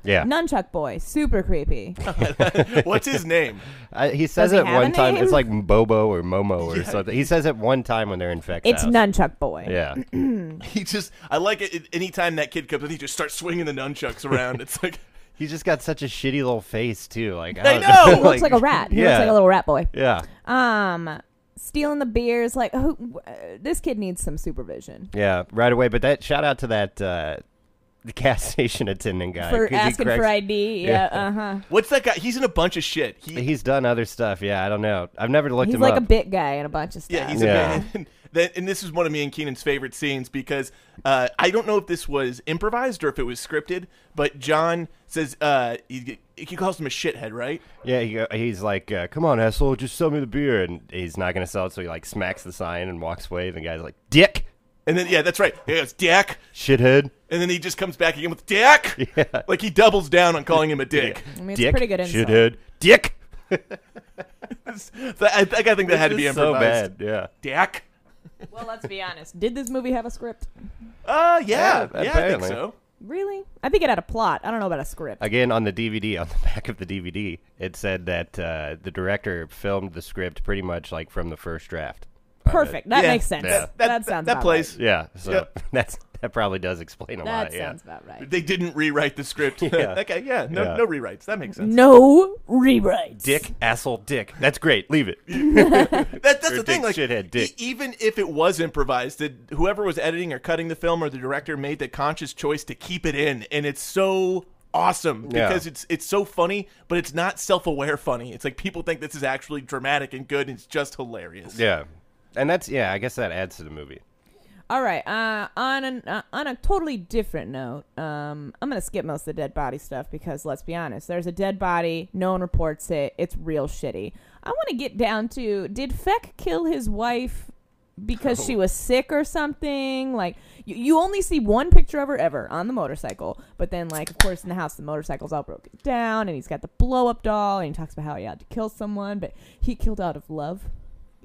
[SPEAKER 3] Yeah.
[SPEAKER 4] Nunchuck boy, super creepy.
[SPEAKER 1] What's his name?
[SPEAKER 3] I, he says
[SPEAKER 4] Does he
[SPEAKER 3] it
[SPEAKER 4] have a
[SPEAKER 3] one time.
[SPEAKER 4] name?
[SPEAKER 3] It's like Bobo or Momo or something. He says it one time when they're in Feck's
[SPEAKER 4] It's
[SPEAKER 3] house.
[SPEAKER 4] nunchuck boy.
[SPEAKER 3] Yeah.
[SPEAKER 1] He just, I like it- it. Anytime that kid comes in, he just starts swinging the nunchucks around. It's like,
[SPEAKER 3] He's just got such a shitty little face, too. Like,
[SPEAKER 1] I
[SPEAKER 3] I, don't
[SPEAKER 1] know!
[SPEAKER 4] He looks like a rat. He looks
[SPEAKER 3] yeah.
[SPEAKER 4] like a little rat boy.
[SPEAKER 3] Yeah.
[SPEAKER 4] Um, stealing the beers. Like, who, uh, this kid needs some supervision.
[SPEAKER 3] Yeah. Right away. But that shout out to that uh, the gas station attendant guy.
[SPEAKER 4] for
[SPEAKER 3] 'cause he
[SPEAKER 4] asking
[SPEAKER 3] corrects-
[SPEAKER 4] for ID. Yeah,
[SPEAKER 3] Yeah.
[SPEAKER 4] uh huh.
[SPEAKER 1] what's that guy? He's in a bunch of shit. He,
[SPEAKER 3] He's done other stuff. Yeah. I don't know. I've never looked
[SPEAKER 4] He's
[SPEAKER 3] him
[SPEAKER 4] like
[SPEAKER 3] up.
[SPEAKER 4] a bit guy and a bunch of stuff.
[SPEAKER 1] Yeah, he's
[SPEAKER 3] Yeah.
[SPEAKER 1] a man. And, then- and this is one of me and Keenan's favorite scenes because uh, I don't know if this was improvised or if it was scripted, but John says uh, he, he calls him a shithead, right?
[SPEAKER 3] Yeah, he, go- he's like, uh, "Come on, asshole, just sell me the beer," and he's not gonna sell it, so he like smacks the sign and walks away. And the guy's like, "Dick,
[SPEAKER 1] And then yeah, that's right. He goes dick,
[SPEAKER 3] shithead."
[SPEAKER 1] and then he just comes back again with dick. Like he doubles down on calling him a dick.
[SPEAKER 4] I mean, it's
[SPEAKER 3] Dick,
[SPEAKER 4] a pretty good insult.
[SPEAKER 3] shithead, dick.
[SPEAKER 1] So I, I think I think that had to
[SPEAKER 3] It's
[SPEAKER 1] be
[SPEAKER 3] just so
[SPEAKER 1] improvised.
[SPEAKER 3] bad. Yeah,
[SPEAKER 1] Dick.
[SPEAKER 4] Well, let's be honest. Did this movie have a script?
[SPEAKER 1] Uh, yeah,
[SPEAKER 3] Yeah,
[SPEAKER 1] yeah, I think
[SPEAKER 3] apparently.
[SPEAKER 1] so.
[SPEAKER 4] Really? I think it had a plot. I don't know about a script.
[SPEAKER 3] again on the DVD, on the back of the DVD, it said that uh, the director filmed the script pretty much like from the first draft.
[SPEAKER 4] Perfect. That
[SPEAKER 1] Yeah.
[SPEAKER 4] makes sense.
[SPEAKER 3] Yeah.
[SPEAKER 4] That,
[SPEAKER 1] That
[SPEAKER 4] sounds
[SPEAKER 1] that
[SPEAKER 4] about
[SPEAKER 1] plays.
[SPEAKER 3] Yeah, so
[SPEAKER 1] Yep.
[SPEAKER 3] that's that probably does explain a
[SPEAKER 4] Right. That
[SPEAKER 3] lot. Oh, Yeah,
[SPEAKER 4] sounds about right.
[SPEAKER 1] They didn't rewrite the script. okay, yeah, no,
[SPEAKER 3] Yeah.
[SPEAKER 1] no rewrites. That makes sense.
[SPEAKER 4] No rewrites.
[SPEAKER 3] dick, asshole, dick. That's great. Leave it.
[SPEAKER 1] That, that's
[SPEAKER 3] Or
[SPEAKER 1] the thing. Like,
[SPEAKER 3] dick, shithead, dick.
[SPEAKER 1] e- even if it was improvised, did whoever was editing or cutting the film or the director made the conscious choice to keep it in, and it's so awesome
[SPEAKER 3] Yeah.
[SPEAKER 1] because it's it's so funny, but it's not self-aware funny. It's like people think this is actually dramatic and good, and it's just hilarious.
[SPEAKER 3] yeah, and that's yeah. I guess that adds to the movie.
[SPEAKER 4] All right. Uh, on an, uh, on a totally different note, um, I'm gonna skip most of the dead body stuff because let's be honest, there's a dead body. No one reports it. It's real shitty. I want to get down to did Feck kill his wife because she was sick or something? Like you, you only see one picture of her ever on the motorcycle, but then like of course in the house the motorcycle's all broken down and he's got the blow up doll and he talks about how he had to kill someone, but he killed out of love.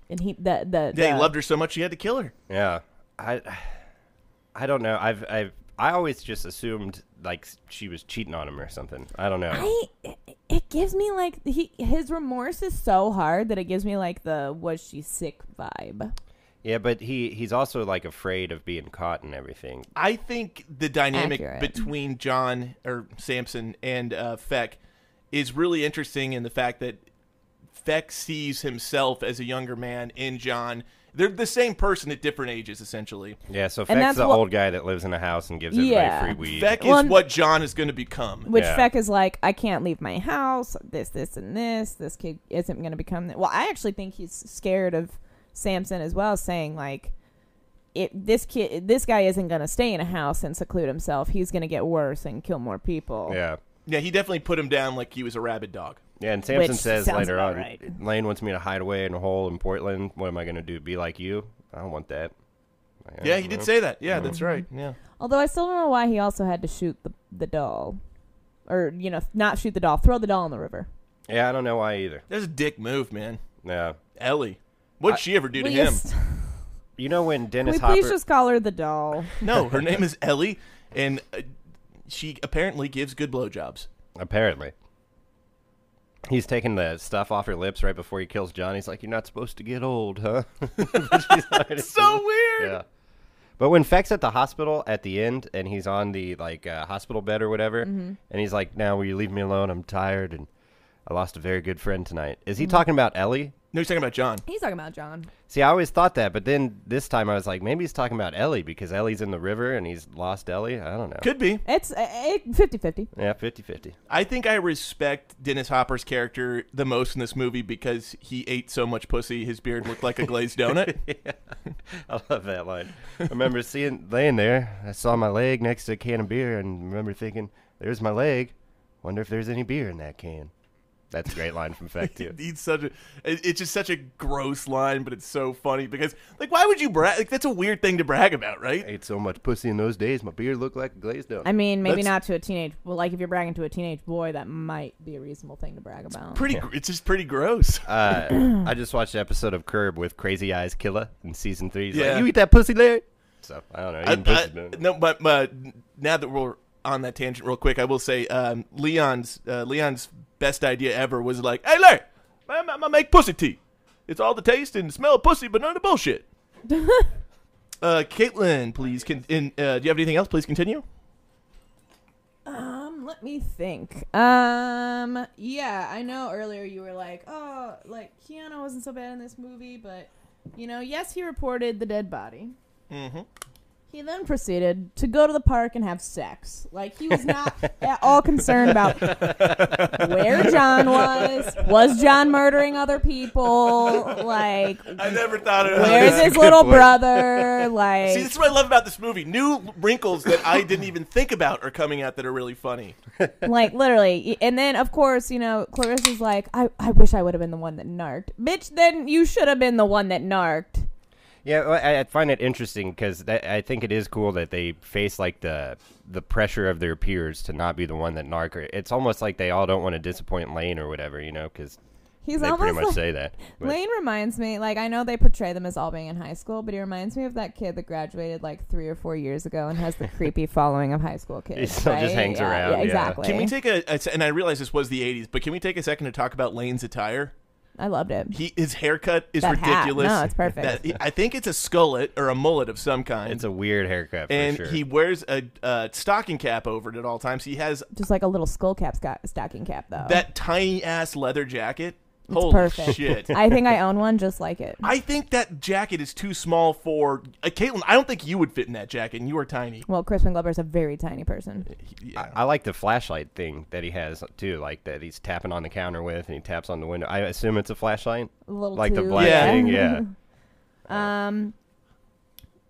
[SPEAKER 4] And he the the,
[SPEAKER 1] They
[SPEAKER 4] the-
[SPEAKER 1] loved her so much he had to kill her.
[SPEAKER 3] Yeah, I, I don't know. I've, I've, I always just assumed like she was cheating on him or something. I don't know.
[SPEAKER 4] I it- it gives me like he his remorse is so hard that it gives me like the was she sick vibe.
[SPEAKER 3] yeah, but he, he's also like afraid of being caught and everything.
[SPEAKER 1] I think the dynamic
[SPEAKER 4] Accurate.
[SPEAKER 1] between John or Samson and uh, Feck is really interesting in the fact that Feck sees himself as a younger man in John. They're the same person at different ages, essentially.
[SPEAKER 3] Yeah, so
[SPEAKER 4] And that's
[SPEAKER 3] Feck's the
[SPEAKER 4] what-
[SPEAKER 3] old guy that lives in a house and gives everybody
[SPEAKER 4] Yeah.
[SPEAKER 3] free weed.
[SPEAKER 1] Feck
[SPEAKER 4] Well,
[SPEAKER 1] is
[SPEAKER 4] and-
[SPEAKER 1] what John is going to become.
[SPEAKER 4] Which
[SPEAKER 3] Yeah.
[SPEAKER 4] Feck is like, I can't leave my house. This, this, and this. This kid isn't going to become. That. Well, I actually think he's scared of Samson as well, saying like, it this kid, this guy isn't going to stay in a house and seclude himself. He's going to get worse and kill more people.
[SPEAKER 3] yeah.
[SPEAKER 1] Yeah, he definitely put him down like he was a rabid dog.
[SPEAKER 3] Yeah, and Samson
[SPEAKER 4] Which
[SPEAKER 3] says
[SPEAKER 4] sounds
[SPEAKER 3] later
[SPEAKER 4] about
[SPEAKER 3] on,
[SPEAKER 4] right.
[SPEAKER 3] Lane wants me to hide away in a hole in Portland. What am I going to do? Be like you? I don't want that. Like, I
[SPEAKER 1] Yeah,
[SPEAKER 3] don't
[SPEAKER 1] he did
[SPEAKER 3] know.
[SPEAKER 1] say that. Yeah, that's right. Yeah.
[SPEAKER 4] Although I still don't know why he also had to shoot the the doll, or you know, not shoot the doll, throw the doll in the river.
[SPEAKER 3] Yeah, I don't know why either.
[SPEAKER 1] That's a dick move, man.
[SPEAKER 3] Yeah.
[SPEAKER 1] Ellie. What'd she ever do to
[SPEAKER 4] Will you
[SPEAKER 1] him?
[SPEAKER 4] s-
[SPEAKER 3] You know when
[SPEAKER 4] Can
[SPEAKER 3] Dennis
[SPEAKER 4] we
[SPEAKER 3] Hopper.
[SPEAKER 4] please just call her the doll?
[SPEAKER 1] No, her name is Ellie, and uh, she apparently gives good blowjobs.
[SPEAKER 3] Apparently. He's taking the stuff off her lips right before he kills John. He's like, You're not supposed to get old, huh? But she's already-
[SPEAKER 1] So weird.
[SPEAKER 3] yeah. But when Feck's at the hospital at the end and he's on the like uh, hospital bed or whatever, and he's like, Now will you leave me alone? I'm tired and I lost a very good friend tonight. Is he talking about Ellie?
[SPEAKER 1] No, he's talking about John.
[SPEAKER 4] He's talking about John.
[SPEAKER 3] See, I always thought that, but then this time I was like, maybe he's talking about Ellie because Ellie's in the river and he's lost Ellie. I don't know.
[SPEAKER 1] Could be.
[SPEAKER 4] It's uh, it, 50-50.
[SPEAKER 3] yeah, 50 50.
[SPEAKER 1] I think I respect Dennis Hopper's character the most in this movie because he ate so much pussy, his beard looked like a glazed donut.
[SPEAKER 3] I love that line. I remember seeing laying there. I saw my leg next to a can of beer and remember thinking, "There's my leg. Wonder if there's any beer in that can." That's a great line from Feck too.
[SPEAKER 1] He's such a. it- It's just such a gross line, but it's so funny because, like, why would you brag? Like, that's a weird thing to brag about, right?
[SPEAKER 3] ate so much pussy in those days, my beard looked like a glazed donut.
[SPEAKER 4] I mean, maybe
[SPEAKER 1] That's-
[SPEAKER 4] not to a teenage. Well, like if you're bragging to a teenage boy, that might be a reasonable thing to brag about.
[SPEAKER 1] Pretty. gr It's just pretty gross.
[SPEAKER 3] uh, I just watched an episode of Curb with Crazy Eyes Killer in season three. He's
[SPEAKER 1] Yeah.
[SPEAKER 3] like, you eat that pussy, Larry? So I don't know.
[SPEAKER 1] I-
[SPEAKER 3] Eating pussy's
[SPEAKER 1] I-
[SPEAKER 3] been-
[SPEAKER 1] no, but, but now that we're on that tangent, real quick, I will say um, Leon's uh, Leon's best idea ever was like, "Hey, Larry, I'm, I'm gonna make pussy tea. It's all the taste and smell of pussy, but none of the bullshit." uh, Caitlin, please. Con- in, uh, do you have anything else? Please continue.
[SPEAKER 4] Um, let me think. Um, yeah, I know earlier you were like, oh, like Keanu wasn't so bad in this movie, but you know, yes, he reported the dead body.
[SPEAKER 1] Mhm.
[SPEAKER 4] He then proceeded to go to the park and have sex. Like he was not at all concerned about where John was. Was John murdering other people? Like,
[SPEAKER 1] I never thought of
[SPEAKER 4] where's
[SPEAKER 1] that.
[SPEAKER 4] his little
[SPEAKER 3] point.
[SPEAKER 4] brother? Like,
[SPEAKER 1] See, this is what I love about this movie. New wrinkles that I didn't even think about are coming out that are really funny.
[SPEAKER 4] like literally and then of course you know clarissa's like i, I wish i would have been the one that narked bitch then you should have been the one that narked
[SPEAKER 3] Yeah, well, I I find it interesting because I think it is cool that they face like the the pressure of their peers to not be the one that narc. Or it's almost like they all don't want to disappoint Lane or whatever, you know, because
[SPEAKER 4] he's
[SPEAKER 3] they pretty
[SPEAKER 4] almost
[SPEAKER 3] much
[SPEAKER 4] like,
[SPEAKER 3] say that. But
[SPEAKER 4] lane reminds me like i know they portray them as all being in high school but he reminds me of that kid that graduated like three or four years ago and has the creepy following of high school kids
[SPEAKER 3] He still just
[SPEAKER 4] right?
[SPEAKER 3] hangs
[SPEAKER 4] Yeah,
[SPEAKER 3] around,
[SPEAKER 4] yeah,
[SPEAKER 3] yeah.
[SPEAKER 4] exactly
[SPEAKER 1] Can we take a, a se- and I realize this was the '80s, but can we take a second to talk about Lane's attire?
[SPEAKER 4] i loved it
[SPEAKER 1] He his haircut is
[SPEAKER 4] That hat.
[SPEAKER 1] ridiculous.
[SPEAKER 4] No, it's perfect.
[SPEAKER 1] That- I think it's a skullet or a mullet of some kind.
[SPEAKER 3] It's a weird haircut for
[SPEAKER 1] and
[SPEAKER 3] sure.
[SPEAKER 1] he wears a, a stocking cap over it at all times. He has
[SPEAKER 4] just like a little skull cap sc- stocking cap though
[SPEAKER 1] that tiny ass leather jacket. Holy
[SPEAKER 4] Oh. perfect.
[SPEAKER 1] shit!
[SPEAKER 4] i think i own one just like it
[SPEAKER 1] I think that jacket is too small for uh, Caitlin. I don't think you would fit in that jacket, and you are tiny.
[SPEAKER 4] well crispin glover's a very tiny person
[SPEAKER 1] Yeah.
[SPEAKER 3] I like the flashlight thing that he has too, like that he's tapping on the counter with, and he taps on the window. I assume it's a flashlight,
[SPEAKER 4] a little
[SPEAKER 3] like the
[SPEAKER 4] too-
[SPEAKER 3] black
[SPEAKER 1] Yeah.
[SPEAKER 3] thing. Yeah,
[SPEAKER 4] Um,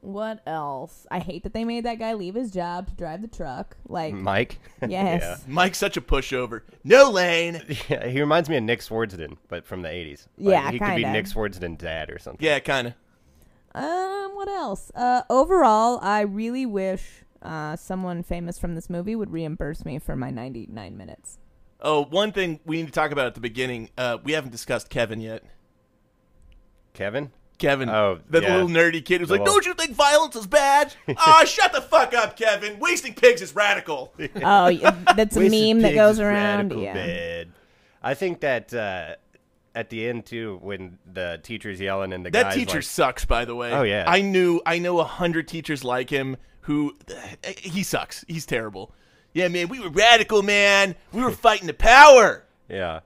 [SPEAKER 4] what else? I hate that they made that guy leave his job to drive the truck. Like,
[SPEAKER 3] Mike.
[SPEAKER 4] yes,
[SPEAKER 1] Mike's such a pushover. No lane.
[SPEAKER 3] Yeah, he reminds me of Nick Swordsden, but from the '80s.
[SPEAKER 4] Yeah,
[SPEAKER 3] he could be
[SPEAKER 4] kinda.
[SPEAKER 3] Nick Swordsden's dad or something.
[SPEAKER 1] Yeah, kind of.
[SPEAKER 4] Um, what else? Uh, overall, I really wish uh someone famous from this movie would reimburse me for my ninety-nine minutes.
[SPEAKER 1] Oh, one thing we need to talk about at the beginning. Uh, we haven't discussed Kevin yet.
[SPEAKER 3] Kevin.
[SPEAKER 1] Kevin,
[SPEAKER 3] Oh,
[SPEAKER 1] that
[SPEAKER 3] yeah.
[SPEAKER 1] little nerdy kid who's
[SPEAKER 3] The
[SPEAKER 1] like,
[SPEAKER 3] little-
[SPEAKER 1] "Don't you think violence is bad?" Ah, shut the fuck up, Kevin. Wasting pigs is radical.
[SPEAKER 4] oh, y- that's a
[SPEAKER 3] Wasted
[SPEAKER 4] meme that
[SPEAKER 3] Pigs
[SPEAKER 4] goes
[SPEAKER 3] is
[SPEAKER 4] around.
[SPEAKER 3] radical
[SPEAKER 4] Yeah,
[SPEAKER 3] bad. I think that uh, at the end too, when the teacher's yelling and the
[SPEAKER 1] That
[SPEAKER 3] guy's
[SPEAKER 1] teacher
[SPEAKER 3] like,
[SPEAKER 1] sucks, by the way.
[SPEAKER 3] Oh, yeah.
[SPEAKER 1] I knew. I know a hundred teachers like him who eh, he sucks. He's terrible. Yeah, man, we were radical, man. We were fighting the power.
[SPEAKER 3] "Yeah,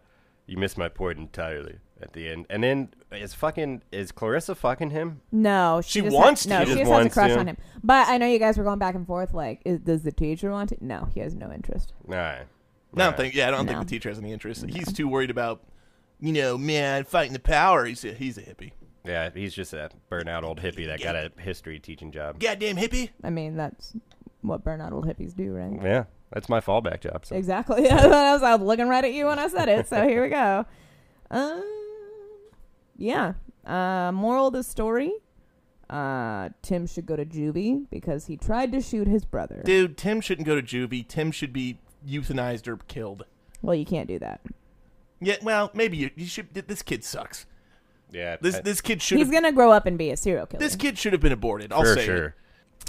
[SPEAKER 3] you missed my point entirely." At the end, and then is fucking is Clarissa fucking him?
[SPEAKER 4] no, she,
[SPEAKER 1] She
[SPEAKER 4] just
[SPEAKER 1] wants
[SPEAKER 4] has, no,
[SPEAKER 1] to.
[SPEAKER 4] she
[SPEAKER 1] She
[SPEAKER 3] just
[SPEAKER 4] just, has a
[SPEAKER 3] wants
[SPEAKER 4] crush
[SPEAKER 3] to.
[SPEAKER 4] on him. But I know you guys were going back and forth. Like, is, does the teacher want it? No, he has no interest.
[SPEAKER 3] All right.
[SPEAKER 1] No, I don't think. Yeah, I don't
[SPEAKER 4] No.
[SPEAKER 1] think the teacher has any interest. He's too worried about, you know, man, fighting the power. He's a, he's a hippie.
[SPEAKER 3] Yeah, he's just a burnout old hippie that got a history teaching job.
[SPEAKER 1] Goddamn hippie.
[SPEAKER 4] I mean, that's what burnout old hippies do, right?
[SPEAKER 3] Yeah, that's my fallback job. So.
[SPEAKER 4] Exactly. Yeah, I was, I was looking right at you when I said it. So here we go. Um, yeah. Uh, moral of the story: uh, Tim should go to juvie because he tried to shoot his brother.
[SPEAKER 1] Dude, Tim shouldn't go to juvie. Tim should be euthanized or killed.
[SPEAKER 4] Well, you can't do that.
[SPEAKER 1] Yeah, well, maybe you, you should. th- This kid sucks.
[SPEAKER 3] Yeah,
[SPEAKER 1] This
[SPEAKER 3] I-
[SPEAKER 1] this kid should.
[SPEAKER 4] He's
[SPEAKER 1] have
[SPEAKER 4] gonna grow up and be a serial killer.
[SPEAKER 1] This kid should have been aborted. I'll
[SPEAKER 3] for
[SPEAKER 1] say
[SPEAKER 3] sure.
[SPEAKER 1] it.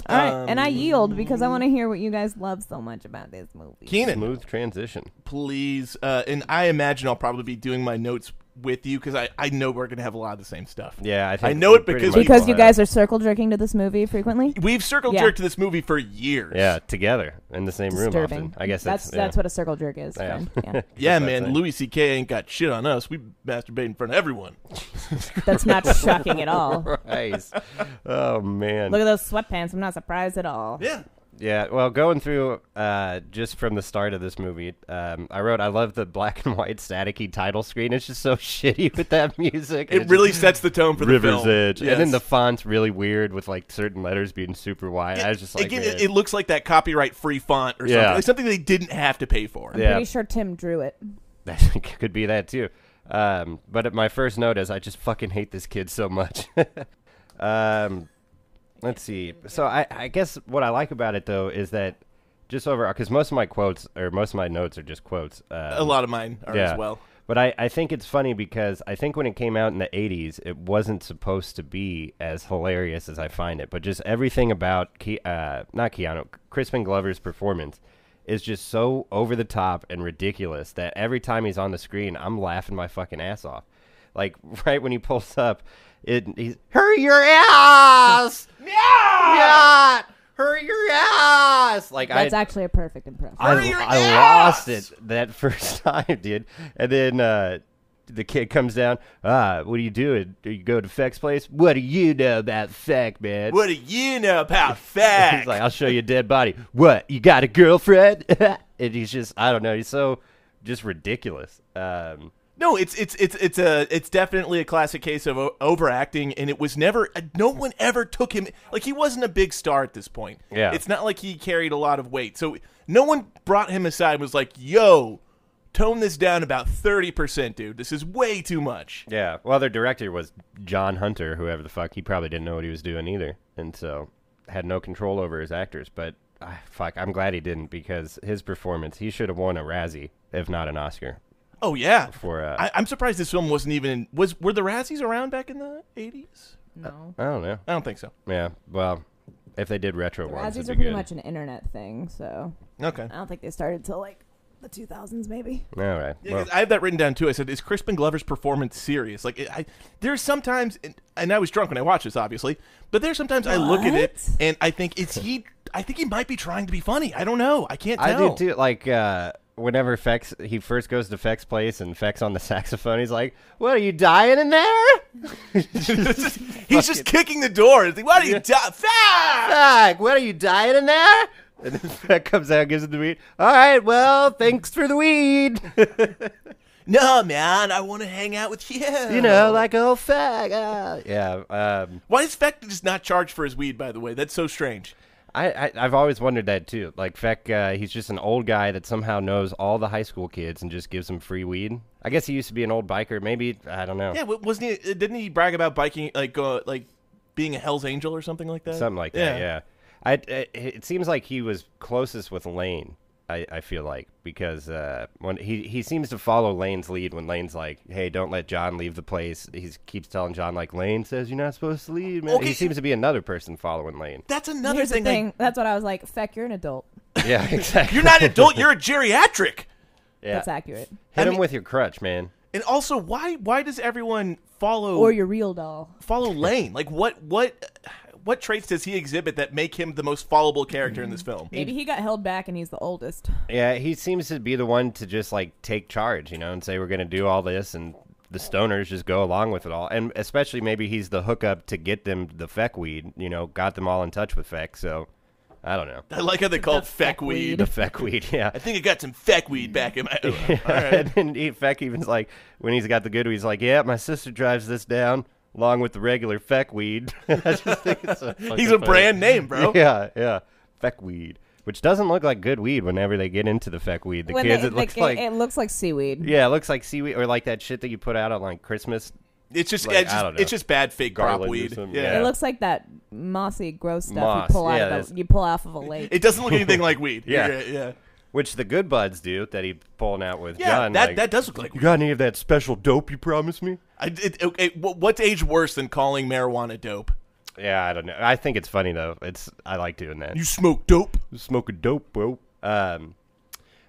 [SPEAKER 4] All right, and
[SPEAKER 3] Um,
[SPEAKER 4] I yield because I want to hear what you guys love so much about this movie.
[SPEAKER 1] Keenan,
[SPEAKER 3] Smooth transition.
[SPEAKER 1] please. Uh, and I imagine I'll probably be doing my notes with you because I, I know we're gonna have a lot of the same stuff.
[SPEAKER 3] Yeah, I think
[SPEAKER 1] I know
[SPEAKER 3] we
[SPEAKER 1] it
[SPEAKER 3] pretty
[SPEAKER 1] because
[SPEAKER 3] much
[SPEAKER 1] Because
[SPEAKER 4] because you
[SPEAKER 3] all
[SPEAKER 4] guys are circle jerking to this movie frequently.
[SPEAKER 1] We've circle
[SPEAKER 4] Yeah.
[SPEAKER 1] jerked to this movie for years.
[SPEAKER 3] have- yeah together in the same room
[SPEAKER 4] Disturbing.
[SPEAKER 3] often. I guess that's
[SPEAKER 4] that's what a circle jerk is.
[SPEAKER 3] Yeah.
[SPEAKER 4] friend. Yeah.
[SPEAKER 1] Yeah,
[SPEAKER 3] That's
[SPEAKER 1] man.
[SPEAKER 3] it.
[SPEAKER 1] Louis C.K. ain't got shit on us. We masturbate in front of everyone.
[SPEAKER 4] that's not shocking at all.
[SPEAKER 3] what. Nice. oh man.
[SPEAKER 4] Look at those sweatpants. I'm not surprised at all.
[SPEAKER 1] Yeah.
[SPEAKER 3] Yeah, well, going through uh, just from the start of this movie, um, I wrote, I love the black and white staticky title screen. It's just so shitty with that music.
[SPEAKER 1] It
[SPEAKER 3] It's
[SPEAKER 1] really
[SPEAKER 3] just
[SPEAKER 1] sets the tone for the
[SPEAKER 3] River's
[SPEAKER 1] film.
[SPEAKER 3] Edge. And then
[SPEAKER 1] Yes.
[SPEAKER 3] the font's really weird with like certain letters being super wide. I was just like,
[SPEAKER 1] Again, it,
[SPEAKER 3] man.
[SPEAKER 1] it looks like that copyright free font or
[SPEAKER 3] Yeah.
[SPEAKER 1] something. Like something they didn't have to pay for.
[SPEAKER 3] Yeah.
[SPEAKER 4] Pretty sure Tim drew it.
[SPEAKER 3] That could be that too. Um, but at my first note is I just fucking hate this kid so much. um, let's see. So I, I guess what I like about it though is that just overall, because most of my quotes or most of my notes are just quotes. uh,
[SPEAKER 1] A lot of mine are
[SPEAKER 3] yeah.
[SPEAKER 1] as well.
[SPEAKER 3] But I, I think it's funny because I think when it came out in the 80s, it wasn't supposed to be as hilarious as I find it. But just everything about, Ke- uh, not Keanu, Crispin Glover's performance is just so over the top and ridiculous that every time he's on the screen, I'm laughing my fucking ass off. Like right when he pulls up, it he's hurry your ass, yeah, yeah, hurry your ass. Like
[SPEAKER 4] That's
[SPEAKER 3] I,
[SPEAKER 4] actually a perfect impression.
[SPEAKER 3] I, I lost it that first time, dude. And then uh, the kid comes down. Ah, what do you do? Do you go to Feck's place? What do you know about Feck, man?
[SPEAKER 1] What do you know about
[SPEAKER 3] He's
[SPEAKER 1] facts?
[SPEAKER 3] like, I'll show you a dead body. What? You got a girlfriend? and he's just, I don't know. He's so just ridiculous. Um,
[SPEAKER 1] No, it's it's it's it's a it's definitely a classic case of o- overacting, and it was never uh, no one ever took him like he wasn't a big star at this point.
[SPEAKER 3] Yeah.
[SPEAKER 1] it's not like he carried a lot of weight, so no one brought him aside. and Was like, yo, tone this down about thirty percent, dude. This is way too much.
[SPEAKER 3] yeah. Well, their director was John Hunter, whoever the fuck. He probably didn't know what he was doing either, and so had no control over his actors. But ah, fuck, I'm glad he didn't because his performance, he should have won a Razzie, if not an Oscar.
[SPEAKER 1] Oh yeah,
[SPEAKER 3] For, uh,
[SPEAKER 1] I, I'm surprised this film wasn't even was were the Razzies around back in the eighties?
[SPEAKER 4] no.
[SPEAKER 3] I don't know.
[SPEAKER 1] I don't think so.
[SPEAKER 3] Yeah. Well, if they did retro ones,
[SPEAKER 4] Razzies
[SPEAKER 3] it'd
[SPEAKER 4] are
[SPEAKER 3] be
[SPEAKER 4] pretty
[SPEAKER 3] good.
[SPEAKER 4] much an internet thing, so
[SPEAKER 1] Okay.
[SPEAKER 4] I don't think they started till like the 2000s, maybe.
[SPEAKER 3] All right.
[SPEAKER 1] Yeah,
[SPEAKER 3] well,
[SPEAKER 1] 'cause I have that written down too. I said, "Is Crispin Glover's performance serious?" Like, it, I there's sometimes, and, and I was drunk when I watched this, obviously, but there's sometimes I look at it
[SPEAKER 4] What?
[SPEAKER 1] and I think, "Is he?" I think he might be trying to be funny. I don't know. I can't
[SPEAKER 3] I
[SPEAKER 1] tell.
[SPEAKER 3] do too. Like uh, whenever Fex he first goes to Fex place and Fex on the saxophone, he's like, "What are you dying in there?"
[SPEAKER 1] It's just- he's just kicking the door. It's like, what are you doing?
[SPEAKER 3] Fuck! What are you dying in there? And then Fex comes out, and gives him the weed. All right, well, thanks for the weed.
[SPEAKER 1] No, man, I want to hang out with you.
[SPEAKER 3] you know, like oh fuck. ah." Yeah. Um,
[SPEAKER 1] why does Feck just not charge for his weed? By the way, that's so strange.
[SPEAKER 3] I, I I've always wondered that too. Like Feck, uh, he's just an old guy that somehow knows all the high school kids and just gives them free weed. I guess he used to be an old biker. Maybe I don't know.
[SPEAKER 1] Yeah, wa- wasn't he? uh, Didn't he brag about biking, like, uh, like being a Hell's Angel or something like that?
[SPEAKER 3] something like that. Yeah, I, I- it seems like he was closest with Lane. I, I feel like because uh, when he he seems to follow Lane's lead when Lane's like, "Hey, don't let John leave the place." He keeps telling John like, "Lane says you're not supposed to leave." Man,
[SPEAKER 1] Okay.
[SPEAKER 3] he seems to be another person following Lane.
[SPEAKER 1] That's another
[SPEAKER 4] Here's
[SPEAKER 1] thing.
[SPEAKER 4] the
[SPEAKER 1] like,
[SPEAKER 4] thing. That's what I was like. Feck, you're an adult.
[SPEAKER 3] yeah, exactly.
[SPEAKER 1] You're not an adult. You're a geriatric.
[SPEAKER 3] Yeah.
[SPEAKER 4] That's accurate.
[SPEAKER 3] Hit
[SPEAKER 1] I
[SPEAKER 3] him
[SPEAKER 1] mean-
[SPEAKER 3] with your crutch, man.
[SPEAKER 1] And also, why why does everyone follow
[SPEAKER 4] Or your real doll.
[SPEAKER 1] follow Lane? Like, what what what traits does he exhibit that make him the most followable character in this film?
[SPEAKER 4] Maybe he got held back and he's the oldest.
[SPEAKER 3] Yeah, he seems to be the one to just like take charge, you know, and say we're going to do all this, and the stoners just go along with it all. And especially maybe he's the hookup to get them the feck weed, you know, got them all in touch with feck. So I don't know
[SPEAKER 1] I like how they call it
[SPEAKER 4] feck
[SPEAKER 1] feckweed.
[SPEAKER 4] weed.
[SPEAKER 3] the feck weed, yeah.
[SPEAKER 1] I think I got some feckweed back in my. All right.
[SPEAKER 3] and then he, feck even's like when he's got the good, he's like, yeah, my sister drives this down along with the regular feck weed. I just think it's so
[SPEAKER 1] He's
[SPEAKER 3] fucking
[SPEAKER 1] a
[SPEAKER 3] funny.
[SPEAKER 1] brand name, bro.
[SPEAKER 3] Yeah, yeah, feck weed. Which doesn't look like good weed whenever they get into the feck weed. The
[SPEAKER 4] When
[SPEAKER 3] kids,
[SPEAKER 4] they-
[SPEAKER 3] it looks like
[SPEAKER 4] it, it looks like seaweed.
[SPEAKER 3] Yeah, it looks like seaweed or like that shit that you put out on like Christmas.
[SPEAKER 1] It's just,
[SPEAKER 3] Like,
[SPEAKER 1] it's,
[SPEAKER 3] I
[SPEAKER 1] just
[SPEAKER 3] don't know.
[SPEAKER 1] it's just bad fake crop
[SPEAKER 3] Garlic or
[SPEAKER 1] weed.
[SPEAKER 3] something,
[SPEAKER 1] Yeah.
[SPEAKER 3] yeah.
[SPEAKER 4] It looks like that mossy, gross stuff
[SPEAKER 3] Moss,
[SPEAKER 4] you pull out
[SPEAKER 3] yeah,
[SPEAKER 4] of
[SPEAKER 3] that's-
[SPEAKER 4] a, you pull off of a lake.
[SPEAKER 1] It doesn't look anything like weed.
[SPEAKER 3] Yeah.
[SPEAKER 1] yeah, yeah.
[SPEAKER 3] Which the good buds do that he pulling out with
[SPEAKER 1] Yeah,
[SPEAKER 3] John.
[SPEAKER 1] that
[SPEAKER 3] like,
[SPEAKER 1] that does look like
[SPEAKER 3] You
[SPEAKER 1] weed.
[SPEAKER 3] got any of that special dope you promised me?
[SPEAKER 1] I, it, okay, wh- what's age worse than calling marijuana dope?
[SPEAKER 3] Yeah, I don't know. I think it's funny though. It's I like doing that.
[SPEAKER 1] You smoke dope.
[SPEAKER 3] smoking dope, bro. Um,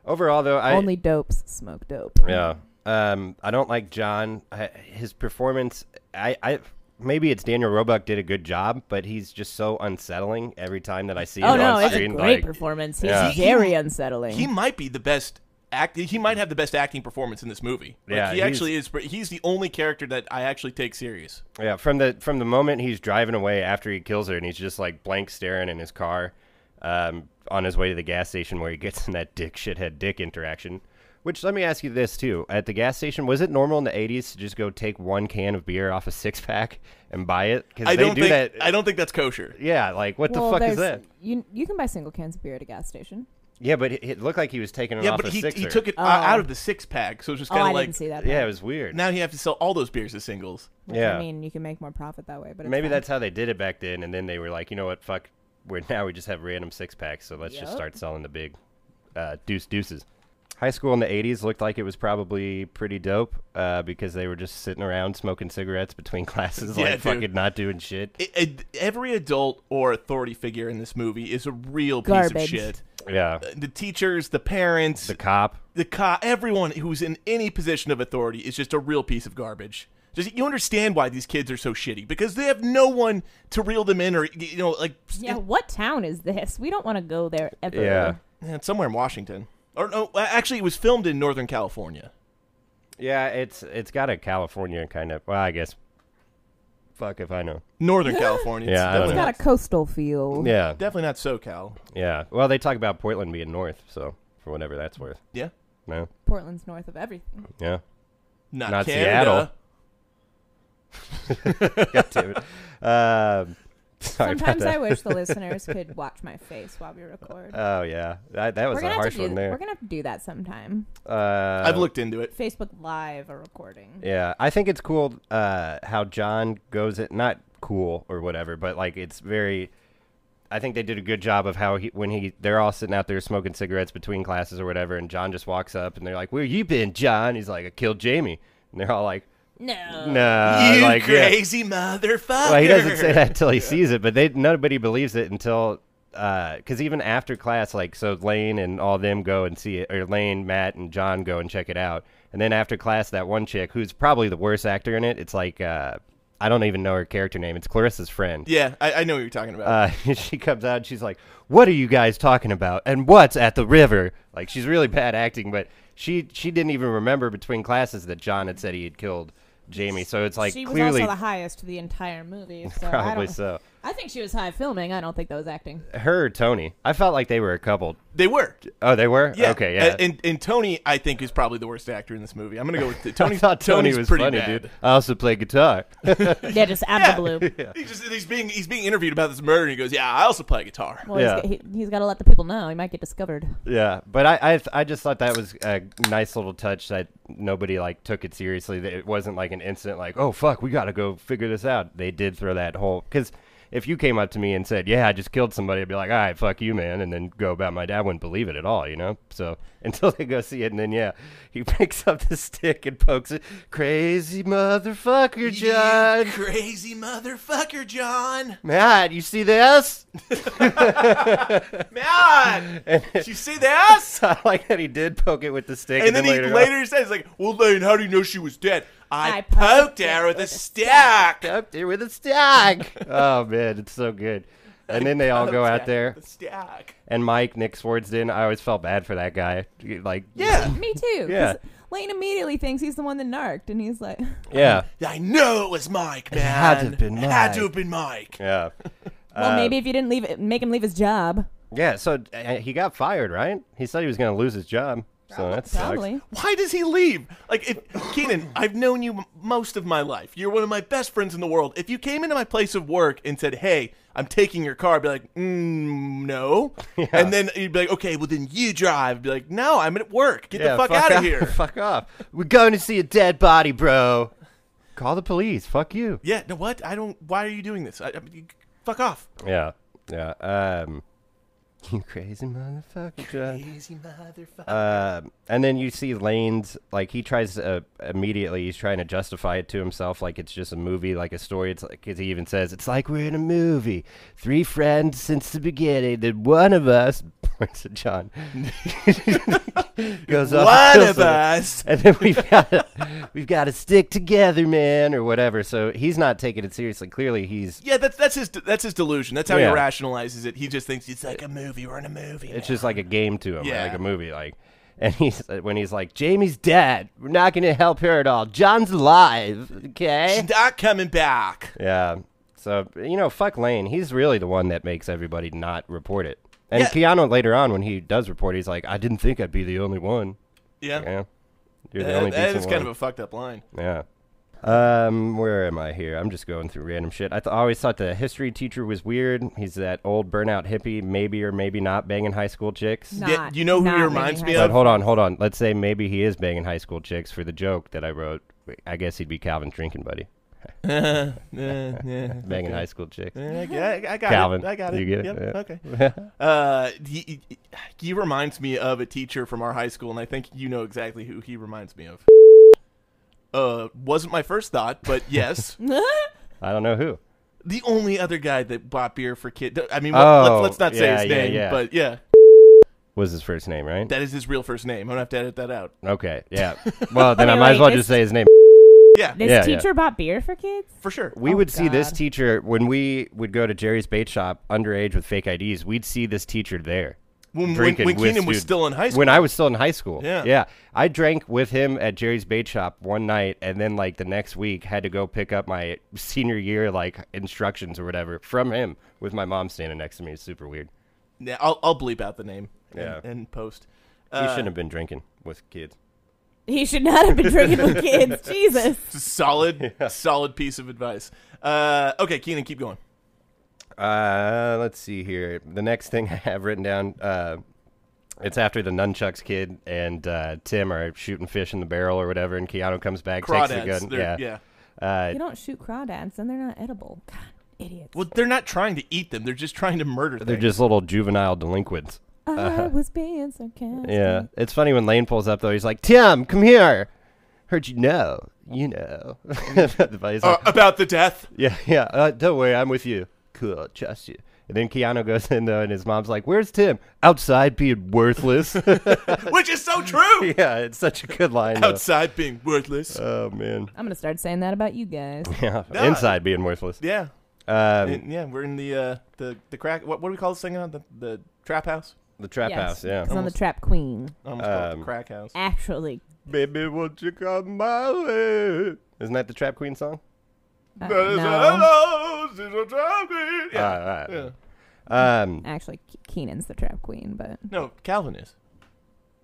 [SPEAKER 3] overall though, I
[SPEAKER 4] Only dopes smoke dope.
[SPEAKER 3] yeah. Um, I don't like John. I, his performance, I, I maybe it's Daniel Roebuck did a good job, but he's just so unsettling every time that I see him
[SPEAKER 4] Oh no,
[SPEAKER 3] on
[SPEAKER 4] it's a
[SPEAKER 3] screen.
[SPEAKER 4] great
[SPEAKER 3] like,
[SPEAKER 4] performance. He's
[SPEAKER 3] Yeah.
[SPEAKER 4] very unsettling.
[SPEAKER 1] he might be the best act. He might have the best acting performance in this movie. Like,
[SPEAKER 3] Yeah,
[SPEAKER 1] he
[SPEAKER 3] he's-
[SPEAKER 1] actually is. He's the only character that I actually take serious.
[SPEAKER 3] Yeah, from the from the moment he's driving away after he kills her, and he's just like blank staring in his car, um, on his way to the gas station where he gets in that dick shithead dick interaction. Which let me ask you this too: at the gas station, was it normal in the '80s to just go take one can of beer off a six pack and buy it? Because
[SPEAKER 1] I
[SPEAKER 3] they
[SPEAKER 1] don't
[SPEAKER 3] do
[SPEAKER 1] think.
[SPEAKER 3] that.
[SPEAKER 1] I don't think that's kosher.
[SPEAKER 3] yeah, like what the
[SPEAKER 4] well,
[SPEAKER 3] fuck is
[SPEAKER 4] there's-
[SPEAKER 3] that?
[SPEAKER 4] You you can buy single cans of beer at a gas station.
[SPEAKER 3] Yeah, but it, it looked like he was taking it
[SPEAKER 1] Yeah,
[SPEAKER 3] off
[SPEAKER 1] but
[SPEAKER 3] a
[SPEAKER 1] he,
[SPEAKER 3] sixer.
[SPEAKER 1] he took it uh,
[SPEAKER 4] Oh.
[SPEAKER 1] out of the six pack, so it was just
[SPEAKER 4] Oh,
[SPEAKER 1] kind of
[SPEAKER 4] I
[SPEAKER 1] like
[SPEAKER 4] didn't see that.
[SPEAKER 3] Yeah, it
[SPEAKER 4] part.
[SPEAKER 3] was weird.
[SPEAKER 1] now you have to sell all those beers as singles.
[SPEAKER 4] Which,
[SPEAKER 3] yeah.
[SPEAKER 4] I mean, you can make more profit that way, but it's
[SPEAKER 3] Maybe
[SPEAKER 4] fine.
[SPEAKER 3] that's how they did it back then, and then they were like, you know what, fuck, we're now we just have random six packs, so let's just
[SPEAKER 4] Yup.
[SPEAKER 3] start selling the big uh, deuce deuces. High school in the '80s looked like it was probably pretty dope uh, because they were just sitting around smoking cigarettes between classes,
[SPEAKER 1] Yeah,
[SPEAKER 3] like
[SPEAKER 1] dude.
[SPEAKER 3] fucking not doing shit.
[SPEAKER 1] I I- every adult or authority figure in this movie is a real piece of
[SPEAKER 4] Garbage.
[SPEAKER 1] shit.
[SPEAKER 3] Yeah,
[SPEAKER 1] The teachers, the parents,
[SPEAKER 3] the cop.
[SPEAKER 1] the cop, everyone who's in any position of authority is just a real piece of garbage. Just you understand why these kids are so shitty because they have no one to reel them in, or you know, like
[SPEAKER 4] Yeah, what town is this? We don't want to go there ever.
[SPEAKER 3] Yeah,
[SPEAKER 1] Yeah, it's somewhere in Washington, or no, actually, it was filmed in Northern California.
[SPEAKER 3] yeah, it's it's got a California kind of. Well, I guess. Fuck if I know.
[SPEAKER 1] Northern California. It's
[SPEAKER 3] Yeah, I don't
[SPEAKER 1] definitely
[SPEAKER 3] know.
[SPEAKER 4] Got a
[SPEAKER 1] not,
[SPEAKER 4] coastal feel.
[SPEAKER 3] Yeah,
[SPEAKER 1] definitely not SoCal.
[SPEAKER 3] yeah. Well, they talk about Portland being north, so for whatever that's worth.
[SPEAKER 1] Yeah,
[SPEAKER 3] No,
[SPEAKER 4] Portland's north of everything.
[SPEAKER 3] yeah.
[SPEAKER 1] not,
[SPEAKER 3] Not
[SPEAKER 1] Canada.
[SPEAKER 3] God damn it. Um, sorry about
[SPEAKER 4] Sometimes
[SPEAKER 3] that.
[SPEAKER 4] I wish the listeners could watch my face while we record.
[SPEAKER 3] Oh yeah, that, that was
[SPEAKER 4] we're
[SPEAKER 3] a
[SPEAKER 4] gonna have
[SPEAKER 3] harsh
[SPEAKER 4] to do.
[SPEAKER 3] one there.
[SPEAKER 4] We're gonna have to do that sometime.
[SPEAKER 3] uh,
[SPEAKER 1] I've looked into it.
[SPEAKER 4] Facebook Live a recording.
[SPEAKER 3] Yeah, I think it's cool uh, how John goes it. Not cool or whatever, but like it's very. I think they did a good job of how he when he they're all sitting out there smoking cigarettes between classes or whatever, and John just walks up and they're like, "Where you been, John?" He's like, "I killed Jamie," and they're all like,
[SPEAKER 4] No.
[SPEAKER 3] "Nah,
[SPEAKER 1] Uh, you
[SPEAKER 3] Uh, like yeah.
[SPEAKER 1] crazy motherfucker.
[SPEAKER 3] Well, he doesn't say that until he sees it, but they nobody believes it until because even after class, like so Lane and all them go and see it, or Lane, Matt, and John go and check it out, and then after class, that one chick who's probably the worst actor in it, it's like uh, I don't even know her character name. It's Clarissa's friend.
[SPEAKER 1] Yeah, I, I know what you're talking about.
[SPEAKER 3] Uh, she comes out and she's like, "What are you guys talking about? And what's at the river?" Like she's really bad acting, but she she didn't even remember between classes that John had said he had killed Jamie. So it's like
[SPEAKER 4] she was
[SPEAKER 3] clearly
[SPEAKER 4] also the highest the entire movie. So I
[SPEAKER 3] probably
[SPEAKER 4] don't,
[SPEAKER 3] so.
[SPEAKER 4] I think she was high filming. I don't think that was acting.
[SPEAKER 3] her Tony. I felt like they were a couple.
[SPEAKER 1] they were.
[SPEAKER 3] Oh, they were.
[SPEAKER 1] Yeah.
[SPEAKER 3] Okay. Yeah.
[SPEAKER 1] Uh, And, and Tony, I think, is probably the worst actor in this movie. I'm gonna go with the,
[SPEAKER 3] Tony
[SPEAKER 1] Tony.
[SPEAKER 3] thought Tony
[SPEAKER 1] Tony's
[SPEAKER 3] was
[SPEAKER 1] pretty
[SPEAKER 3] funny,
[SPEAKER 1] bad.
[SPEAKER 3] dude. I also play guitar.
[SPEAKER 4] Yeah, just out of the blue.
[SPEAKER 1] He's, just, he's being he's being interviewed about this murder, and he goes, "Yeah, I also play guitar."
[SPEAKER 4] Well,
[SPEAKER 3] Yeah.
[SPEAKER 4] he's, got- he, he's got to let the people know. He might get discovered.
[SPEAKER 3] yeah, but I, I I just thought that was a nice little touch that nobody like took it seriously. That it wasn't like an instant like, oh fuck, we gotta go figure this out. They did throw that whole because. If you came up to me and said, "Yeah, I just killed somebody," I'd be like, "All right, fuck you, man," and then go about my dad wouldn't believe it at all, you know. So until they go see it, and then yeah, he picks up the stick and pokes it. Crazy motherfucker, John.
[SPEAKER 1] You crazy motherfucker, John.
[SPEAKER 3] Matt, you see this?
[SPEAKER 1] Man, did you see this?
[SPEAKER 3] So I like that he did poke it with the stick,
[SPEAKER 1] And, then, he
[SPEAKER 3] later,
[SPEAKER 1] later, says, "Like, well, Lane, how do you know she was dead? I,
[SPEAKER 4] I
[SPEAKER 1] poked, her with a stack."
[SPEAKER 3] "Oh, up there with a stag. oh man, it's so good. And then they all go out there,
[SPEAKER 1] The stack.
[SPEAKER 3] and Mike Nick Swardsden. I always felt bad for that guy. Like,
[SPEAKER 1] Yeah,
[SPEAKER 4] Me too. 'cause
[SPEAKER 3] Yeah. Uh,
[SPEAKER 4] Lane immediately thinks he's the one that narked, and he's like,
[SPEAKER 3] yeah,
[SPEAKER 1] I know it was Mike, man.
[SPEAKER 3] had to have been
[SPEAKER 1] It had to
[SPEAKER 3] Mike.
[SPEAKER 1] have been Mike.
[SPEAKER 3] yeah,
[SPEAKER 4] "Well, maybe if you didn't leave, it, make him leave his job."
[SPEAKER 3] yeah. So uh, he got fired, right? He said he was going to lose his job. So that sucks.
[SPEAKER 4] Probably.
[SPEAKER 1] Why does he leave? Like, if, Keenan, I've known you m- most of my life. You're one of my best friends in the world. If you came into my place of work and said, "Hey, I'm taking your car," I'd be like, mm, "No," and then you'd be like, "Okay, well then you drive." I'd be like, "No, I'm at work. Get
[SPEAKER 3] Yeah,
[SPEAKER 1] the fuck, out of here."
[SPEAKER 3] fuck off. We're going to see a dead body, bro. Call the police. Fuck you.
[SPEAKER 1] Yeah, no, what? I don't. Why are you doing this? I, I mean, you- fuck off.
[SPEAKER 3] Yeah, yeah. Um, you crazy motherfucker, John.
[SPEAKER 1] Easy motherfucker.
[SPEAKER 3] Um, and then you see Lane's like he tries to, uh, immediately he's trying to justify it to himself like it's just a movie like a story it's like cause he even says it's like we're in a movie three friends since the beginning then one of us points at John goes off and
[SPEAKER 1] One
[SPEAKER 3] kills
[SPEAKER 1] of
[SPEAKER 3] someone.
[SPEAKER 1] us.
[SPEAKER 3] and then we've got we've got to stick together man or whatever so he's not taking it seriously clearly he's
[SPEAKER 1] Yeah, that's that's his that's his delusion. That's how
[SPEAKER 3] Yeah.
[SPEAKER 1] he rationalizes it. He just thinks it's like a movie. We're in a movie.
[SPEAKER 3] It's
[SPEAKER 1] now.
[SPEAKER 3] just like a game to him,
[SPEAKER 1] Yeah.
[SPEAKER 3] like a movie. Like, and he's when he's like, "Jamie's dead. We're not going to help her at all. John's alive. Okay."
[SPEAKER 1] She's not coming back.
[SPEAKER 3] yeah. So you know, fuck Lane. He's really the one that makes everybody not report it. And
[SPEAKER 1] Yeah.
[SPEAKER 3] Keanu later on, when he does report, he's like, "I didn't think I'd be the only one."
[SPEAKER 1] Yeah,
[SPEAKER 3] Yeah. You're the
[SPEAKER 1] Uh,
[SPEAKER 3] only
[SPEAKER 1] that
[SPEAKER 3] decent
[SPEAKER 1] is kind
[SPEAKER 3] one.
[SPEAKER 1] of a fucked up line.
[SPEAKER 3] yeah. Um, where am I here? I'm just going through random shit. I, th- I always thought the history teacher was weird. He's that old burnout hippie, maybe or maybe not banging high school chicks.
[SPEAKER 4] Not,
[SPEAKER 1] Yeah, you know who
[SPEAKER 4] not
[SPEAKER 1] he reminds
[SPEAKER 4] really
[SPEAKER 1] me
[SPEAKER 4] high
[SPEAKER 3] But
[SPEAKER 1] of?
[SPEAKER 3] hold on, hold on. Let's say maybe he is banging high school chicks for the joke that I wrote. Wait, I guess he'd be Calvin's drinking buddy,
[SPEAKER 1] Yeah, yeah.
[SPEAKER 3] banging high school chicks.
[SPEAKER 1] I, I- I got
[SPEAKER 3] Calvin,
[SPEAKER 1] it. I got it.
[SPEAKER 3] you get it?
[SPEAKER 1] Yep,
[SPEAKER 3] Yeah.
[SPEAKER 1] Okay. Uh, he, he- he reminds me of a teacher from our high school, and I think you know exactly who he reminds me of. Uh, wasn't my first thought, but yes,
[SPEAKER 4] school.
[SPEAKER 3] I don't know who.
[SPEAKER 1] the only other guy that bought beer for kid. I mean,
[SPEAKER 3] Oh,
[SPEAKER 1] let's, let's not
[SPEAKER 3] yeah,
[SPEAKER 1] say his
[SPEAKER 3] yeah,
[SPEAKER 1] name,
[SPEAKER 3] yeah.
[SPEAKER 1] but yeah,
[SPEAKER 3] Was his first name right?
[SPEAKER 1] that is his real first name. I'm gonna have to edit that out.
[SPEAKER 3] Okay, yeah. Well, then I
[SPEAKER 4] Wait,
[SPEAKER 3] might as
[SPEAKER 4] wait,
[SPEAKER 3] well
[SPEAKER 4] this-
[SPEAKER 3] just say his name.
[SPEAKER 1] Yeah,
[SPEAKER 4] This
[SPEAKER 3] Yeah, yeah.
[SPEAKER 4] teacher bought beer for kids?
[SPEAKER 1] for sure.
[SPEAKER 3] We
[SPEAKER 4] Oh,
[SPEAKER 3] would see this
[SPEAKER 4] God.
[SPEAKER 3] teacher when we would go to Jerry's Bait Shop underage with fake IDs. We'd see this teacher there.
[SPEAKER 1] When, when,
[SPEAKER 3] drinking
[SPEAKER 1] when
[SPEAKER 3] with
[SPEAKER 1] Keenan was
[SPEAKER 3] students.
[SPEAKER 1] still in high school,
[SPEAKER 3] When I was still in high school.
[SPEAKER 1] Yeah.
[SPEAKER 3] Yeah. I drank with him at Jerry's Bait Shop one night and then like the next week had to go pick up my senior year like instructions or whatever from him with my mom standing next to me. It's super weird.
[SPEAKER 1] yeah, I'll, I'll bleep out the name. and-
[SPEAKER 3] Yeah.
[SPEAKER 1] and, post.
[SPEAKER 3] He
[SPEAKER 1] Uh,
[SPEAKER 3] shouldn't have been drinking with kids.
[SPEAKER 4] He should not have been drinking with kids. Jesus.
[SPEAKER 1] It's a solid, solid piece of advice. Uh, okay, Keenan, keep going.
[SPEAKER 3] Uh, let's see here. The next thing I have written down, uh, it's after the nunchucks kid and uh, Tim are shooting fish in the barrel or whatever, and Keanu comes back, takes the
[SPEAKER 1] Crawdads.
[SPEAKER 3] gun.
[SPEAKER 1] They're-
[SPEAKER 3] Yeah.
[SPEAKER 1] yeah.
[SPEAKER 3] Uh,
[SPEAKER 4] You don't shoot crawdads, and they're not edible. God, idiots.
[SPEAKER 1] Well, they're not trying to eat them. They're just trying to murder them.
[SPEAKER 3] they're just little juvenile delinquents.
[SPEAKER 4] I was being sarcastic.
[SPEAKER 3] Uh-huh. Yeah. It's funny when Lane pulls up, though. He's like, Tim, come here. Heard you know. You know. But he's
[SPEAKER 1] Uh,
[SPEAKER 3] like,
[SPEAKER 1] about the death.
[SPEAKER 3] yeah, yeah. Uh, don't worry. I'm with you. Cool. Trust you. And then Keanu goes in, though, and his mom's like, Where's Tim? Outside being worthless.
[SPEAKER 1] Which is so true.
[SPEAKER 3] yeah, it's such a good line. though.
[SPEAKER 1] Outside being worthless.
[SPEAKER 3] Oh, man.
[SPEAKER 4] I'm going to start saying that about you guys.
[SPEAKER 3] Yeah.
[SPEAKER 1] No,
[SPEAKER 3] Inside being worthless.
[SPEAKER 1] yeah.
[SPEAKER 3] Um,
[SPEAKER 1] And- yeah, we're in the uh, the the crack. What, what do we call this thing on the the trap house?
[SPEAKER 3] the Trap House, yeah.
[SPEAKER 4] It's on the Trap Queen.
[SPEAKER 1] I Almost called it the
[SPEAKER 3] Um,
[SPEAKER 1] crack house.
[SPEAKER 4] Actually.
[SPEAKER 3] Baby, won't you come my way? Isn't that the Trap Queen song?
[SPEAKER 4] Uh,
[SPEAKER 1] That is a
[SPEAKER 4] no.
[SPEAKER 1] house, it's a trap queen. Yeah.
[SPEAKER 3] Uh,
[SPEAKER 1] yeah.
[SPEAKER 3] Um,
[SPEAKER 4] Actually, Ke- Keenan's the Trap Queen, but.
[SPEAKER 1] No, Calvin is.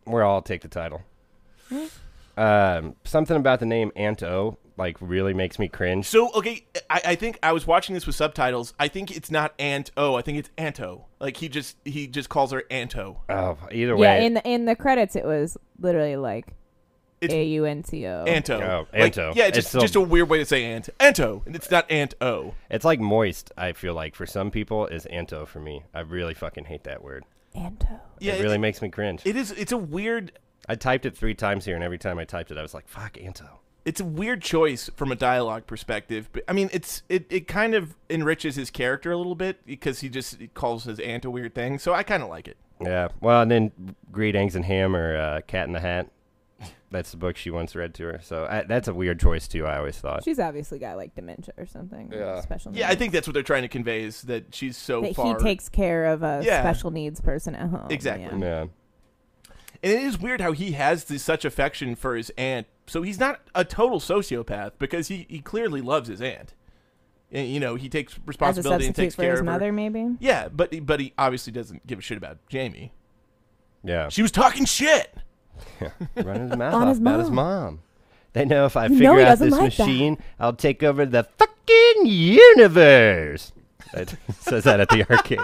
[SPEAKER 3] We're all take the title. um, something about the name Aunt O like really makes me cringe.
[SPEAKER 1] So okay, I, I think I was watching this with subtitles. I think it's not Aunt O. I think it's Anto. Like he just he just calls her Anto.
[SPEAKER 3] oh, either
[SPEAKER 4] Yeah,
[SPEAKER 3] way,
[SPEAKER 4] in the, in the credits, it was literally like
[SPEAKER 1] It's-
[SPEAKER 4] A U N T O.
[SPEAKER 1] Anto.
[SPEAKER 3] Oh,
[SPEAKER 1] Like,
[SPEAKER 3] Anto.
[SPEAKER 1] yeah,
[SPEAKER 3] It's
[SPEAKER 1] just
[SPEAKER 3] still-
[SPEAKER 1] just a weird way to say Ant. Anto, and it's not Ant O.
[SPEAKER 3] it's like moist. I feel like for some people is Aunt O for me. I really fucking hate that word.
[SPEAKER 4] Anto.
[SPEAKER 1] Yeah,
[SPEAKER 3] it really makes me cringe.
[SPEAKER 1] it is. It's a weird.
[SPEAKER 3] I typed it three times here, and every time I typed it, I was like, "Fuck Aunt O."
[SPEAKER 1] It's a weird choice from a dialogue perspective. But I mean, it's it, it kind of enriches his character a little bit because he just calls his aunt a weird thing. So I kind of like it.
[SPEAKER 3] Yeah. Well, and then Greetings and Ham or uh, Cat in the Hat. That's the book she once read to her. So I, that's a weird choice too. I always thought.
[SPEAKER 4] She's obviously got like dementia or something. or
[SPEAKER 3] Yeah.
[SPEAKER 4] Special
[SPEAKER 1] Yeah, I
[SPEAKER 4] needs.
[SPEAKER 1] think that's what they're trying to convey is that she's so
[SPEAKER 4] that
[SPEAKER 1] far.
[SPEAKER 4] he takes care of a
[SPEAKER 1] Yeah.
[SPEAKER 4] special needs person at home.
[SPEAKER 1] Exactly.
[SPEAKER 4] yeah.
[SPEAKER 3] yeah.
[SPEAKER 1] And it is weird how he has this, such affection for his aunt. So he's not a total sociopath because he, he clearly loves his aunt. And, you know, he takes
[SPEAKER 4] As a
[SPEAKER 1] responsibility and
[SPEAKER 4] substitute
[SPEAKER 1] takes
[SPEAKER 4] for
[SPEAKER 1] care
[SPEAKER 4] his
[SPEAKER 1] of her.
[SPEAKER 4] mother, maybe.
[SPEAKER 1] Yeah, but but he obviously doesn't give a shit about Jamie.
[SPEAKER 3] Yeah.
[SPEAKER 1] She was talking shit.
[SPEAKER 3] running his mouth
[SPEAKER 4] On
[SPEAKER 3] off
[SPEAKER 4] his
[SPEAKER 3] about his
[SPEAKER 4] mom.
[SPEAKER 3] mom. They know if I
[SPEAKER 4] You know
[SPEAKER 3] figure
[SPEAKER 4] he
[SPEAKER 3] out
[SPEAKER 4] doesn't
[SPEAKER 3] this
[SPEAKER 4] like that.
[SPEAKER 3] machine, I'll take over the fucking universe. That says that at the arcade.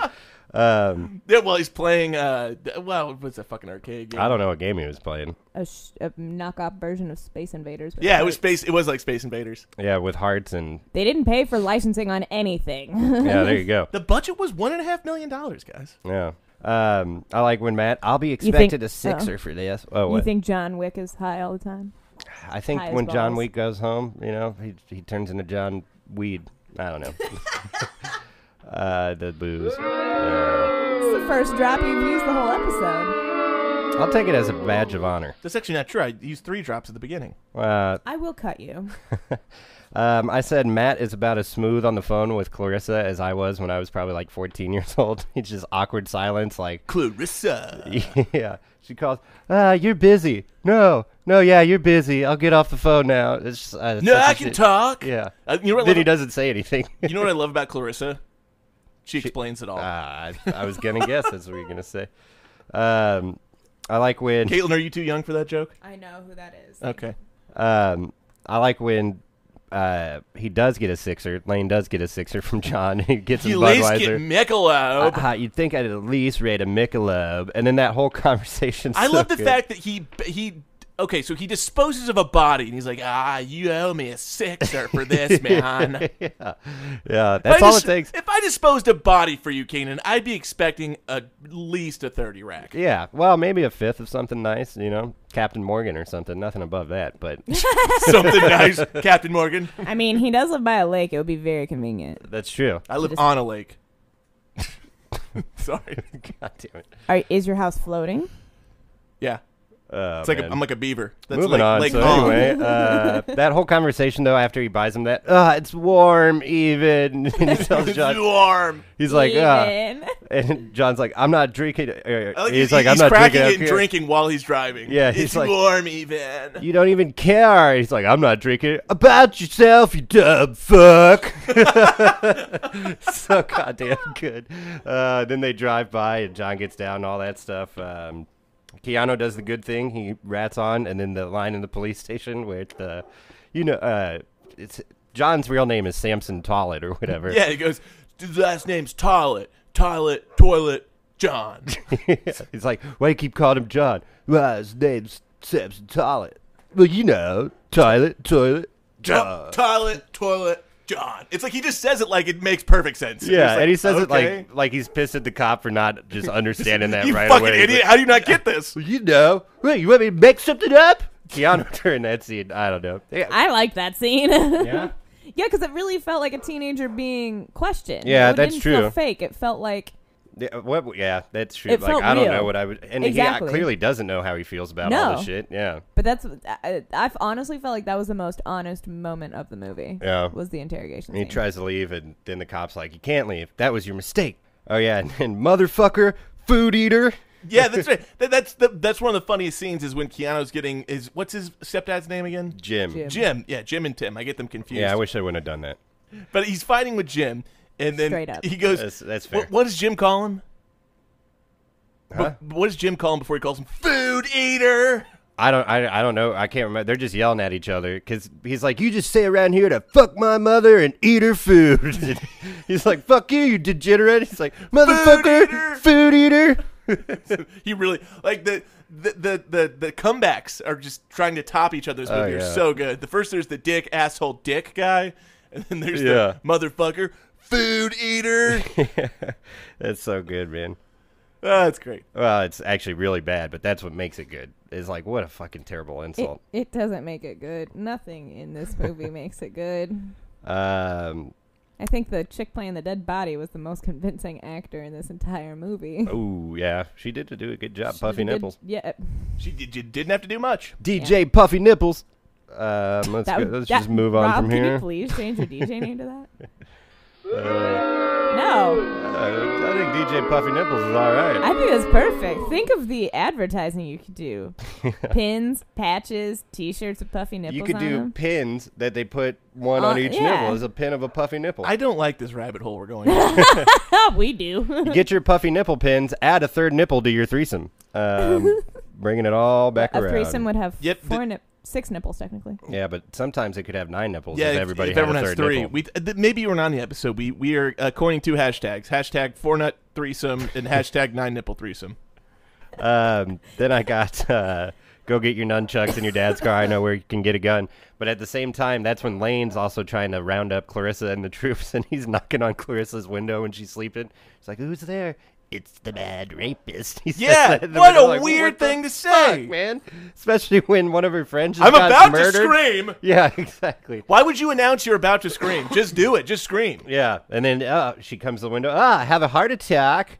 [SPEAKER 3] Um,
[SPEAKER 1] Yeah, well, he's playing. Uh, th- well, what's that fucking arcade game?
[SPEAKER 3] I don't know what game he was playing.
[SPEAKER 4] A, sh- a knockoff version of Space Invaders. but
[SPEAKER 1] Yeah, it
[SPEAKER 4] they-
[SPEAKER 1] was space. It was like Space Invaders.
[SPEAKER 3] Yeah, with hearts and
[SPEAKER 4] They didn't pay for licensing on anything.
[SPEAKER 3] yeah, there you go.
[SPEAKER 1] The budget was one and a half million dollars, guys.
[SPEAKER 3] Yeah. Um, I like when Matt. I'll be
[SPEAKER 4] think-
[SPEAKER 3] expected a
[SPEAKER 4] oh.
[SPEAKER 3] sixer for this. Oh,
[SPEAKER 4] you
[SPEAKER 3] what?
[SPEAKER 4] think John Wick is high all the time?
[SPEAKER 3] I think
[SPEAKER 4] high as
[SPEAKER 3] when John
[SPEAKER 4] balls?
[SPEAKER 3] Wick goes home, you know, he he turns into John Weed. I don't know. uh, the booze. Yeah.
[SPEAKER 4] This is the first drop you've used the whole episode.
[SPEAKER 3] I'll take it as a badge of honor.
[SPEAKER 1] That's actually not true. I used three drops at the beginning.
[SPEAKER 3] Uh,
[SPEAKER 4] I will cut you.
[SPEAKER 3] Um, I said Matt is about as smooth on the phone with Clarissa as I was when I was probably like 14 years old. It's just awkward silence. Like,
[SPEAKER 1] Clarissa.
[SPEAKER 3] yeah, she calls. Ah, you're busy. No, no, yeah, you're busy. I'll get off the phone now. It's just, uh,
[SPEAKER 1] No,
[SPEAKER 3] such a
[SPEAKER 1] I can
[SPEAKER 3] shit-
[SPEAKER 1] talk.
[SPEAKER 3] Yeah.
[SPEAKER 1] Uh, you know what? I
[SPEAKER 3] then he
[SPEAKER 1] love-
[SPEAKER 3] doesn't say anything.
[SPEAKER 1] You know what I love about Clarissa? She explains it all.
[SPEAKER 3] Ah, I, I was gonna guess that's what you're gonna say. Um, I like when
[SPEAKER 1] Caitlin, are you too young for that joke?
[SPEAKER 4] I know who that is.
[SPEAKER 1] Okay.
[SPEAKER 3] um, I like when uh, he does get a sixer. Lane does get a sixer from John. he gets his
[SPEAKER 1] You lace get
[SPEAKER 3] Budweiser.
[SPEAKER 1] Michelob.
[SPEAKER 3] Uh, you'd think I'd at least rate a Michelob, and then that whole conversation.
[SPEAKER 1] I
[SPEAKER 3] so
[SPEAKER 1] love the
[SPEAKER 3] good.
[SPEAKER 1] fact that he he okay, so he disposes of a body and he's like, ah, you owe me a sixer for this, man.
[SPEAKER 3] yeah, yeah,
[SPEAKER 1] If
[SPEAKER 3] that's
[SPEAKER 1] I
[SPEAKER 3] all
[SPEAKER 1] dis-
[SPEAKER 3] it takes.
[SPEAKER 1] If I disposed a body for you, Keenan, I'd be expecting at least a thirty rack.
[SPEAKER 3] Yeah, well, maybe a fifth of something nice, you know, Captain Morgan or something. Nothing above that, but
[SPEAKER 1] Something nice, Captain Morgan.
[SPEAKER 4] I mean, he does live by a lake. It would be very convenient.
[SPEAKER 3] that's true.
[SPEAKER 1] I live on a lake. Sorry.
[SPEAKER 3] God damn it.
[SPEAKER 4] Are, is your house floating?
[SPEAKER 1] Yeah.
[SPEAKER 3] Oh,
[SPEAKER 1] It's like
[SPEAKER 3] man.
[SPEAKER 1] a, I'm like a beaver. That's
[SPEAKER 3] Moving
[SPEAKER 1] like,
[SPEAKER 3] on.
[SPEAKER 1] like
[SPEAKER 3] so
[SPEAKER 1] Kong.
[SPEAKER 3] anyway, uh, that whole conversation though, after he buys him that, ah, it's warm even. and he tells John,
[SPEAKER 1] warm.
[SPEAKER 3] he's like, ah,
[SPEAKER 4] Even.
[SPEAKER 3] and John's like, I'm not drinking. Uh,
[SPEAKER 1] I like
[SPEAKER 3] he's
[SPEAKER 1] he-
[SPEAKER 3] like, I'm
[SPEAKER 1] he's
[SPEAKER 3] not
[SPEAKER 1] cracking
[SPEAKER 3] drinking.
[SPEAKER 1] it and
[SPEAKER 3] alcohol.
[SPEAKER 1] drinking while he's driving.
[SPEAKER 3] Yeah, he's
[SPEAKER 1] it's
[SPEAKER 3] like-
[SPEAKER 1] warm even.
[SPEAKER 3] You don't even care. He's like, I'm not drinking. About yourself, you dumb fuck. so goddamn good. Uh, then they drive by, and John gets down, all that stuff. Um, Keanu does the good thing. He rats on, and then the line in the police station where the, you know, uh, it's John's real name is Samson Tollett or whatever.
[SPEAKER 1] Yeah, he goes, his last name's Toilet. Toilet, toilet, John.
[SPEAKER 3] He's like, why do you keep calling him John? Well, his name's Samson Tollett. Well, you know, toilet, toilet, John.
[SPEAKER 1] Oh, toilet, toilet, John. It's like he just says it like it makes perfect sense.
[SPEAKER 3] Yeah,
[SPEAKER 1] It's
[SPEAKER 3] and he says it
[SPEAKER 1] okay.
[SPEAKER 3] like like he's pissed at the cop for not just understanding that
[SPEAKER 1] you
[SPEAKER 3] right
[SPEAKER 1] fucking
[SPEAKER 3] away. He's
[SPEAKER 1] idiot.
[SPEAKER 3] like,
[SPEAKER 1] How do you not get this?
[SPEAKER 3] "Well, you know, wait, you want me to make something up? Keanu during that scene, I don't know. Yeah,
[SPEAKER 4] I like that scene.
[SPEAKER 3] yeah,
[SPEAKER 4] Yeah, because it really felt like a teenager being questioned.
[SPEAKER 3] Yeah,
[SPEAKER 4] it
[SPEAKER 3] that's
[SPEAKER 4] didn't feel
[SPEAKER 3] true.
[SPEAKER 4] fake. It felt like
[SPEAKER 3] Yeah, what, yeah that's true.
[SPEAKER 4] It
[SPEAKER 3] like
[SPEAKER 4] felt
[SPEAKER 3] I don't
[SPEAKER 4] real.
[SPEAKER 3] know what I would, and he
[SPEAKER 4] Exactly.
[SPEAKER 3] uh, clearly doesn't know how he feels about all
[SPEAKER 4] No.
[SPEAKER 3] this shit. Yeah,
[SPEAKER 4] But that's I, I've honestly felt like that was the most honest moment of the movie.
[SPEAKER 3] Yeah.
[SPEAKER 4] was the interrogation.
[SPEAKER 3] and he
[SPEAKER 4] scene.
[SPEAKER 3] tries to leave, and then the cops like, "You can't leave. That was your mistake." Oh yeah, and, and motherfucker, food eater.
[SPEAKER 1] Yeah, that's right. That, that's the, that's one of the funniest scenes is when Keanu's getting his what's his stepdad's name again?
[SPEAKER 3] Jim.
[SPEAKER 4] Jim.
[SPEAKER 1] Jim. Yeah, Jim and Tim. I get them confused.
[SPEAKER 3] Yeah, I wish I wouldn't have done that.
[SPEAKER 1] but he's fighting with Jim, and then
[SPEAKER 4] Straight up.
[SPEAKER 1] he goes.
[SPEAKER 3] That's- that's
[SPEAKER 1] "What-
[SPEAKER 3] fair.
[SPEAKER 1] what does Jim call him?
[SPEAKER 3] Huh?
[SPEAKER 1] What, what does Jim call him before he calls him food eater?
[SPEAKER 3] I don't, I, I don't know. I can't remember. They're just yelling at each other because he's like, "You just stay around here to fuck my mother and eat her food." And he's like, "Fuck you, you degenerate." He's like, "Motherfucker, food eater."
[SPEAKER 1] He really like the the, the the the comebacks are just trying to top each other's movie. are
[SPEAKER 3] Oh, yeah.
[SPEAKER 1] so good. The first there's the dick asshole dick guy, and then there's
[SPEAKER 3] Yeah.
[SPEAKER 1] the motherfucker food eater.
[SPEAKER 3] That's so good, man.
[SPEAKER 1] Ah, that's great.
[SPEAKER 3] Well, it's actually really bad, but that's what makes it good. It's like, what a fucking terrible
[SPEAKER 4] It,
[SPEAKER 3] insult.
[SPEAKER 4] it doesn't make it good. Nothing in this movie makes it good.
[SPEAKER 3] Um,
[SPEAKER 4] I think the chick playing the dead body was the most convincing actor in this entire movie.
[SPEAKER 3] oh yeah, she did to do a good job,
[SPEAKER 4] She
[SPEAKER 3] puffy
[SPEAKER 4] did-
[SPEAKER 3] nipples.
[SPEAKER 4] Yeah,
[SPEAKER 1] She did, you didn't have to do much.
[SPEAKER 3] DJ Puffy Nipples. Um, let's go,
[SPEAKER 4] that, would-
[SPEAKER 3] let's
[SPEAKER 4] that-
[SPEAKER 3] just move on
[SPEAKER 4] Rob,
[SPEAKER 3] from
[SPEAKER 4] Can
[SPEAKER 3] here.
[SPEAKER 4] you please change your DJ name to that? no,
[SPEAKER 3] Uh, I think DJ Puffy Nipples is all right.
[SPEAKER 4] I think that's perfect. Think of the advertising you could do: pins, patches, T-shirts with puffy nipples
[SPEAKER 3] You could
[SPEAKER 4] on
[SPEAKER 3] do
[SPEAKER 4] them.
[SPEAKER 3] pins that they put one
[SPEAKER 4] Uh,
[SPEAKER 3] on each
[SPEAKER 4] yeah.
[SPEAKER 3] nipple as a pin of a puffy nipple.
[SPEAKER 1] I don't like this rabbit hole we're going. down.
[SPEAKER 4] Oh, we do.
[SPEAKER 3] Get your puffy nipple pins, add a third nipple to your threesome. Um, bringing it all back
[SPEAKER 4] a
[SPEAKER 3] around.
[SPEAKER 4] threesome would have
[SPEAKER 1] Yep,
[SPEAKER 4] four
[SPEAKER 1] the-
[SPEAKER 4] nip- six nipples technically.
[SPEAKER 3] yeah, but sometimes it could have nine nipples
[SPEAKER 1] yeah,
[SPEAKER 3] if everybody
[SPEAKER 1] if
[SPEAKER 3] had
[SPEAKER 1] everyone
[SPEAKER 3] a
[SPEAKER 1] has
[SPEAKER 3] third
[SPEAKER 1] three,
[SPEAKER 3] nipple.
[SPEAKER 1] we th- maybe you weren't on the episode. We we are uh, coining two hashtags: hashtag four nut threesome and hashtag nine nipple threesome.
[SPEAKER 3] um, then I got uh, go get your nunchucks in your dad's car. I know where you can get a gun. But at the same time, that's when Lane's also trying to round up Clarissa and the troops, and he's knocking on Clarissa's window when she's sleeping. He's like, "Who's there?" It's the bad rapist. He says
[SPEAKER 1] Yeah,
[SPEAKER 3] that in the
[SPEAKER 1] what a
[SPEAKER 3] middle, like,
[SPEAKER 1] weird
[SPEAKER 3] the
[SPEAKER 1] thing to say."
[SPEAKER 3] fuck, man. Especially when one of her friends. Just
[SPEAKER 1] I'm
[SPEAKER 3] got
[SPEAKER 1] about
[SPEAKER 3] murdered.
[SPEAKER 1] to scream.
[SPEAKER 3] Yeah, exactly.
[SPEAKER 1] Why would you announce you're about to scream? Just do it. Just scream.
[SPEAKER 3] Yeah, and then uh, she comes to the window. Ah, have a heart attack.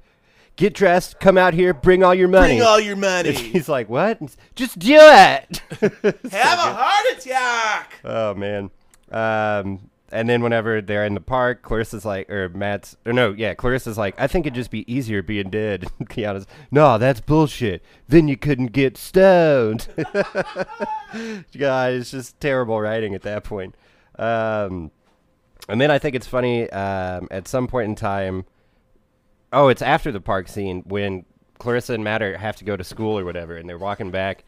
[SPEAKER 3] Get dressed. Come out here. Bring all your money.
[SPEAKER 1] Bring all your
[SPEAKER 3] And
[SPEAKER 1] money.
[SPEAKER 3] He's like, what? He's, Just do it.
[SPEAKER 1] Have a heart attack.
[SPEAKER 3] oh man. Um, and then whenever they're in the park, Clarissa's like, or Matt's, or no, yeah, Clarissa's like, I think it'd just be easier being dead. Keanu's, no, that's bullshit. Then you couldn't get stoned. God, it's just terrible writing at that point. Um, and then I think it's funny um, at some point in time. Oh, it's after the park scene when Clarissa and Matt are, have to go to school or whatever, and they're walking back,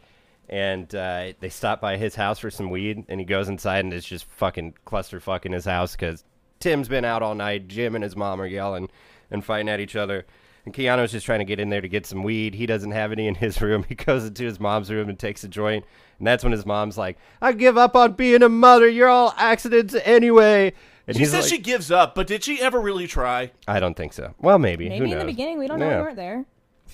[SPEAKER 3] and uh, they stop by his house for some weed, and he goes inside and it's just fucking clusterfuck in his house because Tim's been out all night. Jim and his mom are yelling and fighting at each other. And Keanu's just trying to get in there to get some weed. He doesn't have any in his room. He goes into his mom's room and takes a joint. And that's when his mom's like, I give up on being a mother. You're all accidents anyway. And
[SPEAKER 1] She
[SPEAKER 3] he's
[SPEAKER 1] says
[SPEAKER 3] like,
[SPEAKER 1] she gives up, but did she ever really try?
[SPEAKER 3] I don't think so. Well, maybe. Who
[SPEAKER 4] Maybe in the
[SPEAKER 3] knows?
[SPEAKER 4] beginning, we don't know
[SPEAKER 3] Yeah.
[SPEAKER 4] we weren't there.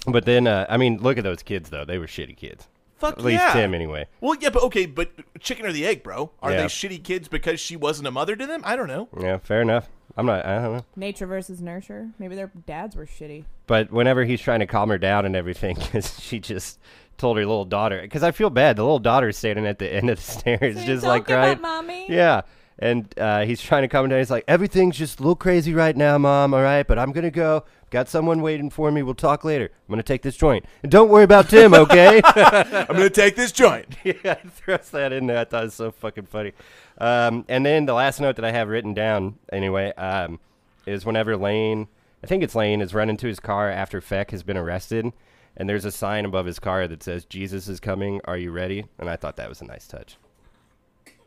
[SPEAKER 3] But then, uh, I mean, look at those kids, though. They were shitty kids.
[SPEAKER 1] Fuck
[SPEAKER 3] At least
[SPEAKER 1] yeah.
[SPEAKER 3] Tim, anyway.
[SPEAKER 1] Well, yeah, but okay, but chicken or the egg, bro? Are
[SPEAKER 3] Yeah.
[SPEAKER 1] they shitty kids because she wasn't a mother to them? I don't know.
[SPEAKER 3] Yeah, fair enough. I'm not, I don't know.
[SPEAKER 4] Nature versus nurture. Maybe their dads were shitty.
[SPEAKER 3] But whenever he's trying to calm her down and everything, 'cause she just told her little daughter, because I feel bad. The little daughter's standing at the end of the stairs,
[SPEAKER 4] Say,
[SPEAKER 3] just
[SPEAKER 4] "Don't
[SPEAKER 3] like
[SPEAKER 4] give up,
[SPEAKER 3] right.
[SPEAKER 4] Mommy."
[SPEAKER 3] Yeah. And uh, he's trying to calm her down. He's like, everything's just a little crazy right now, mom. All right, but I'm gonna go. Got someone waiting for me. We'll talk later. I'm gonna take this joint, and don't worry about Tim, okay?
[SPEAKER 1] I'm gonna take this joint.
[SPEAKER 3] yeah, I thrust that in there. I thought it was so fucking funny. Um, and then the last note that I have written down, anyway, um, is whenever Lane, I think it's Lane, is running to his car after Feck has been arrested, and there's a sign above his car that says "Jesus is coming. Are you ready?" And I thought that was a nice touch.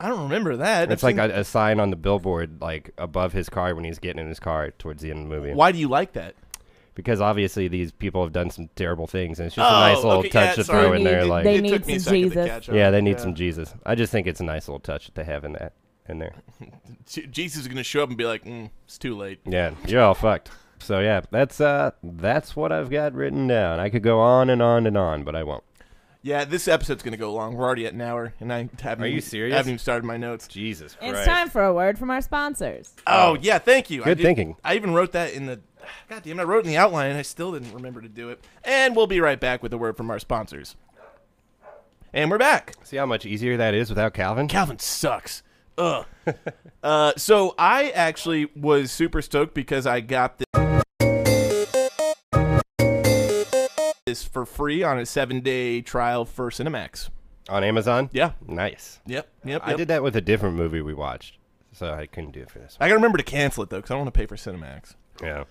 [SPEAKER 1] I don't remember that.
[SPEAKER 3] It's
[SPEAKER 1] I've
[SPEAKER 3] like a, a sign on the billboard, like above his car when he's getting in his car towards the end of the movie.
[SPEAKER 1] seen- why do you like that?
[SPEAKER 3] Because obviously these people have done some terrible things, and it's just a
[SPEAKER 1] Oh,
[SPEAKER 3] nice little
[SPEAKER 1] okay,
[SPEAKER 3] touch
[SPEAKER 1] yeah,
[SPEAKER 3] to
[SPEAKER 1] sorry.
[SPEAKER 3] throw in
[SPEAKER 4] They
[SPEAKER 3] there.
[SPEAKER 4] need-
[SPEAKER 3] Like,
[SPEAKER 4] they
[SPEAKER 1] it took
[SPEAKER 4] need
[SPEAKER 1] me a
[SPEAKER 4] some
[SPEAKER 1] second to
[SPEAKER 4] Jesus.
[SPEAKER 1] catch up.
[SPEAKER 3] yeah, they need some Jesus. I just think it's a nice little touch that they have in that in there.
[SPEAKER 1] Je- Jesus is gonna show up and be like, mm, "It's too late."
[SPEAKER 3] Yeah, you're all fucked. So yeah, that's uh, that's what I've got written down. I could go on and on and on, but I won't.
[SPEAKER 1] Yeah, this episode's gonna go long. We're already at an hour, and I haven't.
[SPEAKER 3] Are you
[SPEAKER 1] even-
[SPEAKER 3] serious?
[SPEAKER 1] I haven't even started my notes.
[SPEAKER 3] Jesus
[SPEAKER 4] It's time for a word from our sponsors.
[SPEAKER 1] Oh yeah, thank you. I
[SPEAKER 3] Good
[SPEAKER 1] did-
[SPEAKER 3] thinking.
[SPEAKER 1] I even wrote that in the. God damn it! I wrote it in the outline, and I still didn't remember to do it. And we'll be right back with a word from our sponsors. And we're back.
[SPEAKER 3] See how much easier that is without Calvin.
[SPEAKER 1] Calvin sucks. Ugh. uh, so I actually was super stoked because I got this. This for free on a seven day trial for Cinemax.
[SPEAKER 3] on Amazon.
[SPEAKER 1] Yeah.
[SPEAKER 3] nice.
[SPEAKER 1] Yep. Yep.
[SPEAKER 3] I did that with a different movie we watched, so I couldn't do it for this.
[SPEAKER 1] I gotta remember to cancel it though, because I don't want to pay for Cinemax.
[SPEAKER 3] One. Yeah,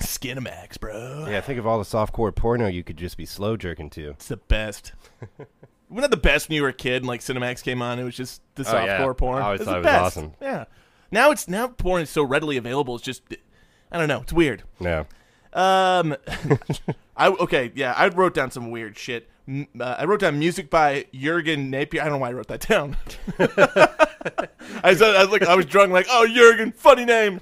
[SPEAKER 1] Skinemax, bro.
[SPEAKER 3] yeah. Think of all the softcore porno you could just be slow jerking to.
[SPEAKER 1] It's the best. Wasn't that the best when you were a kid and like Cinemax came on? It was just the
[SPEAKER 3] Oh,
[SPEAKER 1] softcore
[SPEAKER 3] yeah.
[SPEAKER 1] porn.
[SPEAKER 3] I always
[SPEAKER 1] the
[SPEAKER 3] thought it was
[SPEAKER 1] best.
[SPEAKER 3] awesome.
[SPEAKER 1] Yeah. Now it's now porn is so readily available. It's just I don't know. It's weird.
[SPEAKER 3] Yeah,
[SPEAKER 1] Um, I okay, yeah, I wrote down some weird shit. M- Uh, I wrote down music by Jurgen Napier. I don't know why I wrote that down. I was, I was like, I was drunk, like, oh, Jurgen, funny name.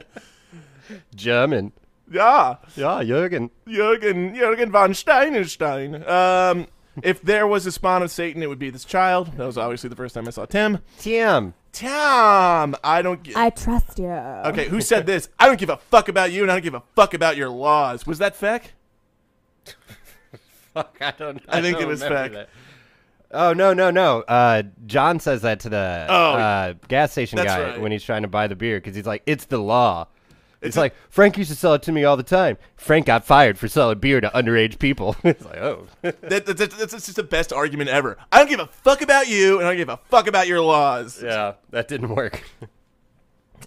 [SPEAKER 3] German.
[SPEAKER 1] yeah,
[SPEAKER 3] Yeah, Jürgen.
[SPEAKER 1] Jurgen, Jurgen von Steinenstein. Um, if there was a spawn of Satan, it would be this child. That was obviously the first time I saw Tim.
[SPEAKER 3] Tim.
[SPEAKER 1] Tom, I don't. gi-
[SPEAKER 4] I trust you.
[SPEAKER 1] okay, who said this? I don't give a fuck about you, and I don't give a fuck about your laws. Was that Feck?
[SPEAKER 3] Fuck, I don't.
[SPEAKER 1] I think it was
[SPEAKER 3] remember
[SPEAKER 1] Feck.
[SPEAKER 3] that. Oh no no no! Uh, John says that to the
[SPEAKER 1] Oh,
[SPEAKER 3] uh, gas station
[SPEAKER 1] that's
[SPEAKER 3] guy
[SPEAKER 1] right.
[SPEAKER 3] when he's trying to buy the beer because he's like, "It's the law." It's,
[SPEAKER 1] a-
[SPEAKER 3] like Frank used to sell it to me all the time. Frank got fired for selling beer to underage people. it's like, oh,
[SPEAKER 1] That, that, that, that's that's just the best argument ever. I don't give a fuck about you, and I don't give a fuck about your laws.
[SPEAKER 3] yeah, that didn't work.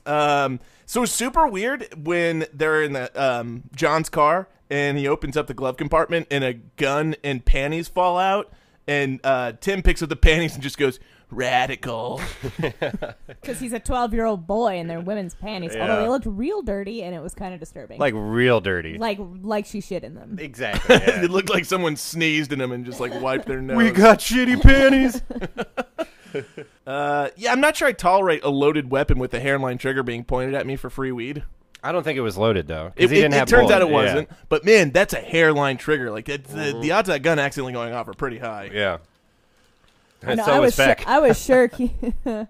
[SPEAKER 1] Um, so it's super weird when they're in the um, John's car, and he opens up the glove compartment, and a gun and panties fall out, and uh, Tim picks up the panties and just goes radical.
[SPEAKER 4] Because he's a 12 year old boy in their women's panties.
[SPEAKER 3] Yeah.
[SPEAKER 4] Although they looked real dirty and it was kind of disturbing.
[SPEAKER 3] like real dirty.
[SPEAKER 4] like, like she shit in them.
[SPEAKER 3] exactly. yeah.
[SPEAKER 1] it looked like someone sneezed in him and just like wiped their nose.
[SPEAKER 3] we got shitty panties.
[SPEAKER 1] uh, yeah, I'm not sure I tolerate a loaded weapon with the hairline trigger being pointed at me for free weed.
[SPEAKER 3] I don't think it was loaded though. 'cause
[SPEAKER 1] It,
[SPEAKER 3] he
[SPEAKER 1] it-
[SPEAKER 3] didn't
[SPEAKER 1] it
[SPEAKER 3] have
[SPEAKER 1] turns out it
[SPEAKER 3] bullet- yeah. Mm-hmm.
[SPEAKER 1] wasn't. But man, that's a hairline trigger. Like it's, the, the odds of that gun accidentally going off are pretty high.
[SPEAKER 3] Yeah. And
[SPEAKER 4] No,
[SPEAKER 3] so
[SPEAKER 4] I
[SPEAKER 3] was
[SPEAKER 4] was
[SPEAKER 3] Feck.
[SPEAKER 4] Sure, I was sure. Ke-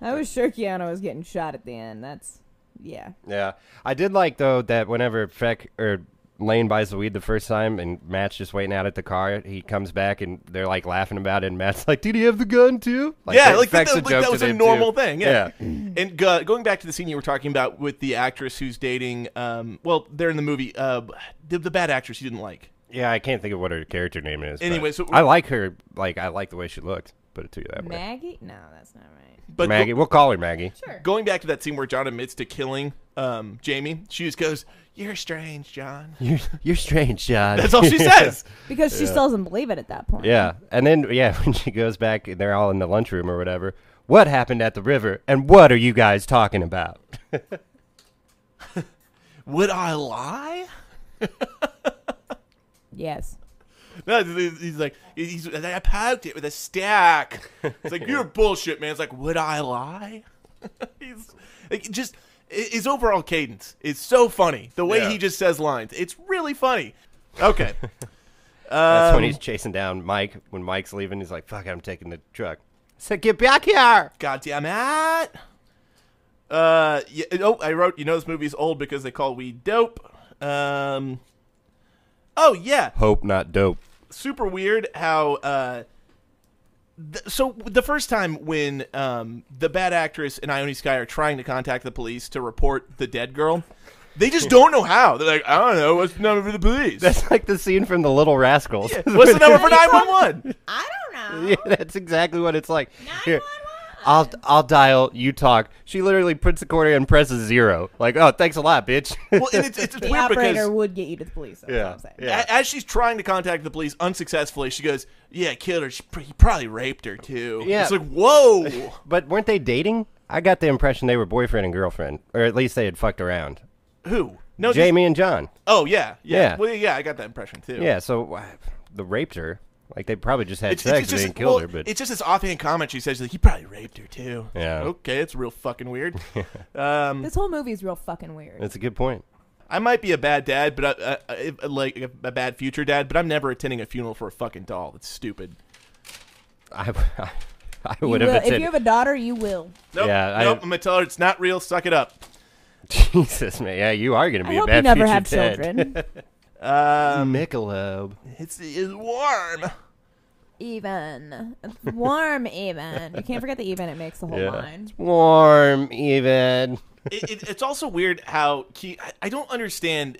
[SPEAKER 4] I was sure Keanu was getting shot at the end. That's yeah.
[SPEAKER 3] Yeah, I did like though that whenever Feck or Lane buys the weed the first time, and Matt's just waiting out at the car. He comes back and they're like laughing about it, and Matt's like, "Did he have the gun too?" Like,
[SPEAKER 1] yeah,
[SPEAKER 3] that-
[SPEAKER 1] like, that,
[SPEAKER 3] Feck's
[SPEAKER 1] like, that
[SPEAKER 3] to
[SPEAKER 1] was a
[SPEAKER 3] them,
[SPEAKER 1] normal
[SPEAKER 3] too.
[SPEAKER 1] thing. Yeah. and uh, going back to the scene you were talking about with the actress who's dating, um, well, they're in the movie, uh, the, the bad actress you didn't like.
[SPEAKER 3] yeah, I can't think of what her character name is. but
[SPEAKER 1] Anyway, so-
[SPEAKER 3] I like her. Like I like the way she looked, put it to you that way.
[SPEAKER 4] Maggie? No, that's not right.
[SPEAKER 1] But
[SPEAKER 3] Maggie, we'll call her Maggie.
[SPEAKER 4] Sure.
[SPEAKER 1] going back to that scene where John admits to killing um, Jamie, she just goes, "You're strange, John."
[SPEAKER 3] You're, you're strange, John.
[SPEAKER 1] That's all she says.
[SPEAKER 4] Because she still doesn't believe it at that point.
[SPEAKER 3] Yeah, and then yeah, when she goes back, and they're all in the lunchroom or whatever. What happened at the river, and what are you guys talking about?
[SPEAKER 1] Would I lie?
[SPEAKER 4] Yes.
[SPEAKER 1] No, he's he's like, he's, I poked it with a stack. It's like you're bullshit, man. It's like, would I lie? he's like, just i- his overall cadence is so funny. The way
[SPEAKER 3] Yeah.
[SPEAKER 1] he just says lines, it's really funny. Okay, Um,
[SPEAKER 3] That's when he's chasing down Mike. When Mike's leaving, he's like, "Fuck, I'm taking the truck." I said, "Get back here!"
[SPEAKER 1] goddamn it. Uh, yeah, oh, I wrote. You know, this movie's old because they call weed dope. Um, oh yeah,
[SPEAKER 3] Hope not dope.
[SPEAKER 1] super weird how uh th- so the first time when um the bad actress and Ione Sky are trying to contact the police to report the dead girl, they just don't know how. They're like, I don't know, what's the number for the police?
[SPEAKER 3] That's like the scene from The Little Rascals.
[SPEAKER 1] what's the number for nine one one?
[SPEAKER 4] I don't know.
[SPEAKER 3] yeah, that's exactly what it's like. Here, I'll I'll dial. You talk. She literally puts the quarter and presses zero. Like, oh, thanks a lot, bitch.
[SPEAKER 1] Well, and it's, it's
[SPEAKER 4] The
[SPEAKER 1] weird
[SPEAKER 4] operator
[SPEAKER 1] because
[SPEAKER 4] would get you to the police. That's
[SPEAKER 3] yeah,
[SPEAKER 4] what I'm saying.
[SPEAKER 3] yeah.
[SPEAKER 1] a- as she's trying to contact the police unsuccessfully, she goes, "Yeah, I killed her. She, pr- he probably raped her too."
[SPEAKER 3] Yeah.
[SPEAKER 1] it's like, whoa.
[SPEAKER 3] But weren't they dating? I got the impression they were boyfriend and girlfriend, or at least they had fucked around.
[SPEAKER 1] Who? No, these-
[SPEAKER 3] Jamie and John.
[SPEAKER 1] Oh yeah, yeah.
[SPEAKER 3] Yeah.
[SPEAKER 1] Well, yeah, I got that impression too.
[SPEAKER 3] Yeah, so wha- the raped her. Like they probably just had sex and didn't kill
[SPEAKER 1] well,
[SPEAKER 3] her, but
[SPEAKER 1] it's just this offhand comment she says like, he probably raped her too.
[SPEAKER 3] Yeah.
[SPEAKER 1] Okay, it's real fucking weird.
[SPEAKER 4] This whole movie's real fucking weird.
[SPEAKER 3] that's a good point.
[SPEAKER 1] I might be a bad dad, but I, I, I, like a bad future dad, but I'm never attending a funeral for a fucking doll. That's stupid.
[SPEAKER 3] I, I,
[SPEAKER 4] You
[SPEAKER 3] would
[SPEAKER 4] will-
[SPEAKER 3] have
[SPEAKER 4] if you
[SPEAKER 3] attended.
[SPEAKER 4] have a daughter, you will.
[SPEAKER 1] Nope.
[SPEAKER 3] Yeah, I-
[SPEAKER 1] nope. I, am gonna tell her it's not real. Suck it up.
[SPEAKER 3] Jesus, man. Yeah, you are going to
[SPEAKER 4] I
[SPEAKER 3] be a
[SPEAKER 4] hope
[SPEAKER 3] bad
[SPEAKER 4] you never
[SPEAKER 3] future
[SPEAKER 4] have
[SPEAKER 3] dad.
[SPEAKER 4] children.
[SPEAKER 1] Um,
[SPEAKER 3] Michelob.
[SPEAKER 1] it's, it's warm.
[SPEAKER 4] even. It's warm, even. You can't forget the even. It makes the whole
[SPEAKER 3] Yeah.
[SPEAKER 4] line.
[SPEAKER 3] Warm, even.
[SPEAKER 1] it, it, it's also weird how Ke- I, I don't understand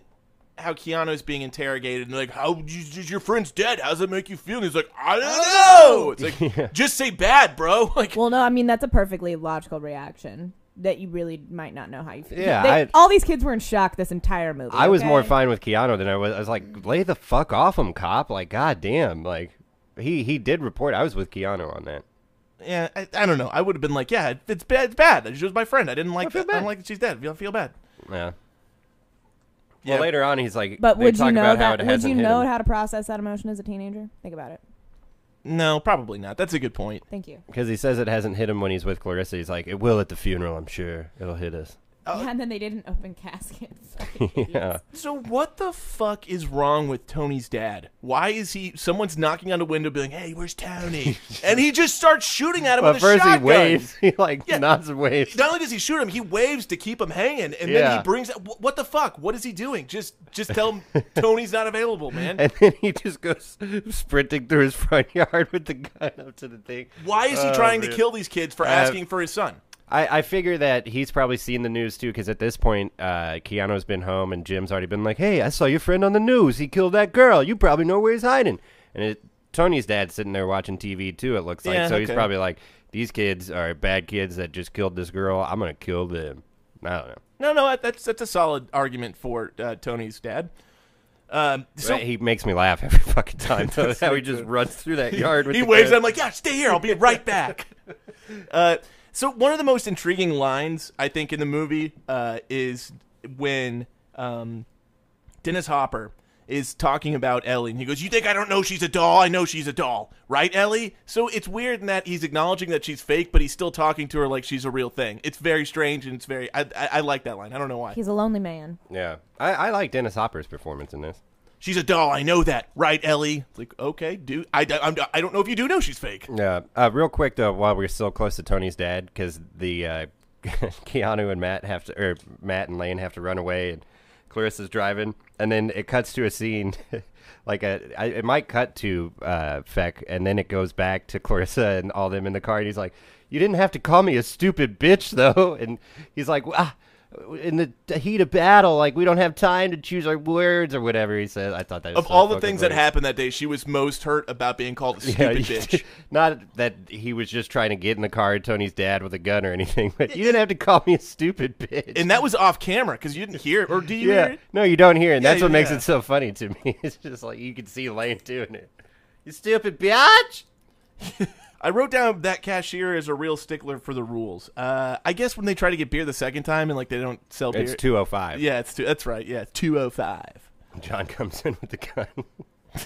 [SPEAKER 1] how Keanu's being interrogated and like how you, you- your friend's dead. How does that make you feel? And he's like, I don't know. It's like just say bad, bro. Like
[SPEAKER 4] Well, no, I mean, that's a perfectly logical reaction that you really might not know how you feel.
[SPEAKER 3] Yeah,
[SPEAKER 4] They-
[SPEAKER 3] I-
[SPEAKER 4] all these kids were in shock this entire movie.
[SPEAKER 3] I was more
[SPEAKER 4] okay?
[SPEAKER 3] fine with Keanu than I was. I was like, lay the fuck off him, cop. Like, goddamn. Like, he, he did report. I was with Keanu on that.
[SPEAKER 1] yeah, I, I don't know. I would have been like, yeah, it's bad. It's bad. She was my friend. I didn't like.
[SPEAKER 3] feel
[SPEAKER 1] that. I don't
[SPEAKER 3] bad.
[SPEAKER 1] like that she's dead. I feel- feel bad.
[SPEAKER 3] Yeah.
[SPEAKER 1] Yeah.
[SPEAKER 3] Well, later on, he's like,
[SPEAKER 4] But
[SPEAKER 3] they
[SPEAKER 4] would
[SPEAKER 3] talk
[SPEAKER 4] you know
[SPEAKER 3] about how
[SPEAKER 4] that?
[SPEAKER 3] it
[SPEAKER 4] Would
[SPEAKER 3] hasn't
[SPEAKER 4] you
[SPEAKER 3] hit
[SPEAKER 4] know
[SPEAKER 3] him.
[SPEAKER 4] how to process that emotion as a teenager? Think about it.
[SPEAKER 1] No, probably not. That's a good point.
[SPEAKER 4] Thank you.
[SPEAKER 3] Because he says it hasn't hit him when he's with Clarissa. He's like, it will at the funeral, I'm sure. It'll hit us.
[SPEAKER 4] Yeah, and then they didn't open caskets.
[SPEAKER 3] Oh. Yeah.
[SPEAKER 1] So what the fuck is wrong with Tony's dad? Why is he? Someone's knocking on a window, being, "Hey, where's Tony?" and he just starts shooting at him
[SPEAKER 3] But
[SPEAKER 1] with a
[SPEAKER 3] first
[SPEAKER 1] shotgun.
[SPEAKER 3] he waves. He like
[SPEAKER 1] Yeah.
[SPEAKER 3] nods and waves.
[SPEAKER 1] not only does he shoot him, he waves to keep him hanging, and then
[SPEAKER 3] Yeah.
[SPEAKER 1] he brings. wh- What the fuck? What is he doing? Just, just tell him Tony's not available, man.
[SPEAKER 3] And then he just goes sprinting through his front yard with the gun up to the thing.
[SPEAKER 1] Why is he
[SPEAKER 3] Oh,
[SPEAKER 1] trying to
[SPEAKER 3] man. Uh,
[SPEAKER 1] kill these kids for asking for his son?
[SPEAKER 3] I, I figure that he's probably seen the news too, because at this point, uh, Keanu's been home and Jim's already been like, "Hey, I saw your friend on the news. He killed that girl. You probably know where he's hiding." And it, Tony's dad's sitting there watching TV too. It looks like
[SPEAKER 1] Yeah,
[SPEAKER 3] so he's
[SPEAKER 1] okay.
[SPEAKER 3] probably like, "These kids are bad kids that just killed this girl. I'm gonna kill them." I don't know.
[SPEAKER 1] No, no, that- that's that's a solid argument for uh, Tony's dad. Um, so
[SPEAKER 3] Right, he makes me laugh every fucking time. So that's how he just runs through that yard. With
[SPEAKER 1] he
[SPEAKER 3] the
[SPEAKER 1] waves. and
[SPEAKER 3] gun.
[SPEAKER 1] I'm like, yeah, stay here. I'll be right back. uh, so one of the most intriguing lines I think in the movie uh, is when um, Dennis Hopper is talking about Ellie, and he goes, "You think I don't know she's a doll? I know she's a doll, right, Ellie?" So it's weird in that he's acknowledging that she's fake, but he's still talking to her like she's a real thing. It's very strange, and it's very. I, I, I like that line. I don't know why.
[SPEAKER 4] He's a lonely man.
[SPEAKER 3] Yeah, I, I like Dennis Hopper's performance in this.
[SPEAKER 1] she's a doll. I know that, right, Ellie? It's like, okay, dude. I, I'm, I don't know if you do know she's fake.
[SPEAKER 3] Yeah. Uh, real quick though, while we're still close to Tony's dad, because the uh, Keanu and Matt have to, or Matt and Lane have to run away, and Clarissa's driving, and then it cuts to a scene, like a I, it might cut to uh, Feck, and then it goes back to Clarissa and all them in the car, and he's like, "You didn't have to call me a stupid bitch though," and he's like, "Ah." in the t- heat of battle, like we don't have time to choose our words or whatever he said. I thought that was
[SPEAKER 1] Of
[SPEAKER 3] so
[SPEAKER 1] all the
[SPEAKER 3] fucking
[SPEAKER 1] things that
[SPEAKER 3] hilarious.
[SPEAKER 1] happened that day, she was most hurt about being called a
[SPEAKER 3] Yeah,
[SPEAKER 1] stupid
[SPEAKER 3] you-
[SPEAKER 1] bitch.
[SPEAKER 3] Not that he was just trying to get in the car at Tony's dad with a gun or anything, but you didn't have to call me a stupid bitch.
[SPEAKER 1] And that was off camera because you didn't hear it, or do you
[SPEAKER 3] yeah,
[SPEAKER 1] hear it?
[SPEAKER 3] no, you don't hear, it, and
[SPEAKER 1] Yeah,
[SPEAKER 3] that's what makes
[SPEAKER 1] yeah.
[SPEAKER 3] it so funny to me. It's just like you can see Lane doing it. You stupid bitch.
[SPEAKER 1] I wrote down that cashier is a real stickler for the rules. Uh, I guess when they try to get beer the second time and like they don't sell beer.
[SPEAKER 3] It's two oh five.
[SPEAKER 1] Yeah, it's two. That's right. Yeah, two oh five.
[SPEAKER 3] John comes in with the gun.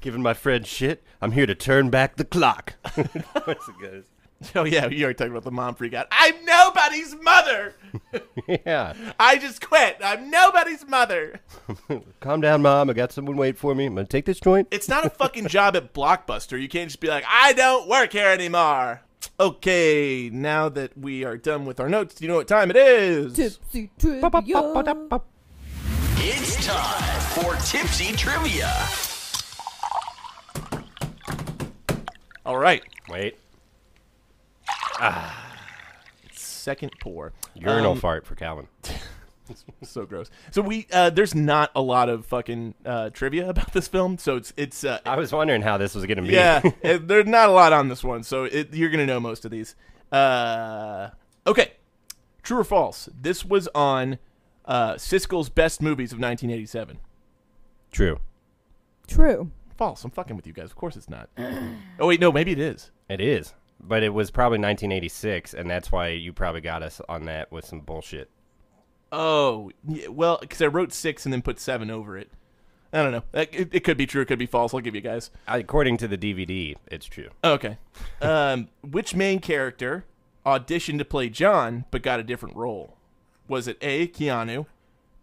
[SPEAKER 3] Giving my friend shit. I'm here to turn back the clock. What's it goes?
[SPEAKER 1] Oh yeah, you already talked about the mom freak out. I'm nobody's mother.
[SPEAKER 3] Yeah.
[SPEAKER 1] I just quit. I'm nobody's mother.
[SPEAKER 3] Calm down, mom. I got someone waiting for me. I'm gonna take this joint.
[SPEAKER 1] It's not a fucking job at Blockbuster. You can't just be like, I don't work here anymore. Okay, now that we are done with our notes, do you know what time it is?
[SPEAKER 4] Tipsy trivia.
[SPEAKER 10] It's time for Tipsy Trivia.
[SPEAKER 1] All right,
[SPEAKER 3] Wait.
[SPEAKER 1] second pour. Um,
[SPEAKER 3] Urinal fart for Calvin.
[SPEAKER 1] So gross. So we uh, there's not a lot of fucking uh, trivia about this film, so it's it's uh,
[SPEAKER 3] I was wondering how this was gonna be.
[SPEAKER 1] yeah, eh, there's not a lot on this one, so it, you're gonna know most of these. Uh, okay, true or false? This was on uh, Siskel's best movies of 1987.
[SPEAKER 3] True.
[SPEAKER 4] True.
[SPEAKER 1] False. I'm fucking with you guys. Of course it's not. oh wait, no, maybe it is.
[SPEAKER 3] It is. But it was probably 1986, and that's why you probably got us on that with some bullshit.
[SPEAKER 1] Oh, yeah, well, because I wrote six and then put seven over it. I don't know. Like, It, it could be true. It could be false. I'll give you guys.
[SPEAKER 3] According to the DVD, it's true.
[SPEAKER 1] Okay. Um, which main character auditioned to play John but got a different role? Was it A. Keanu,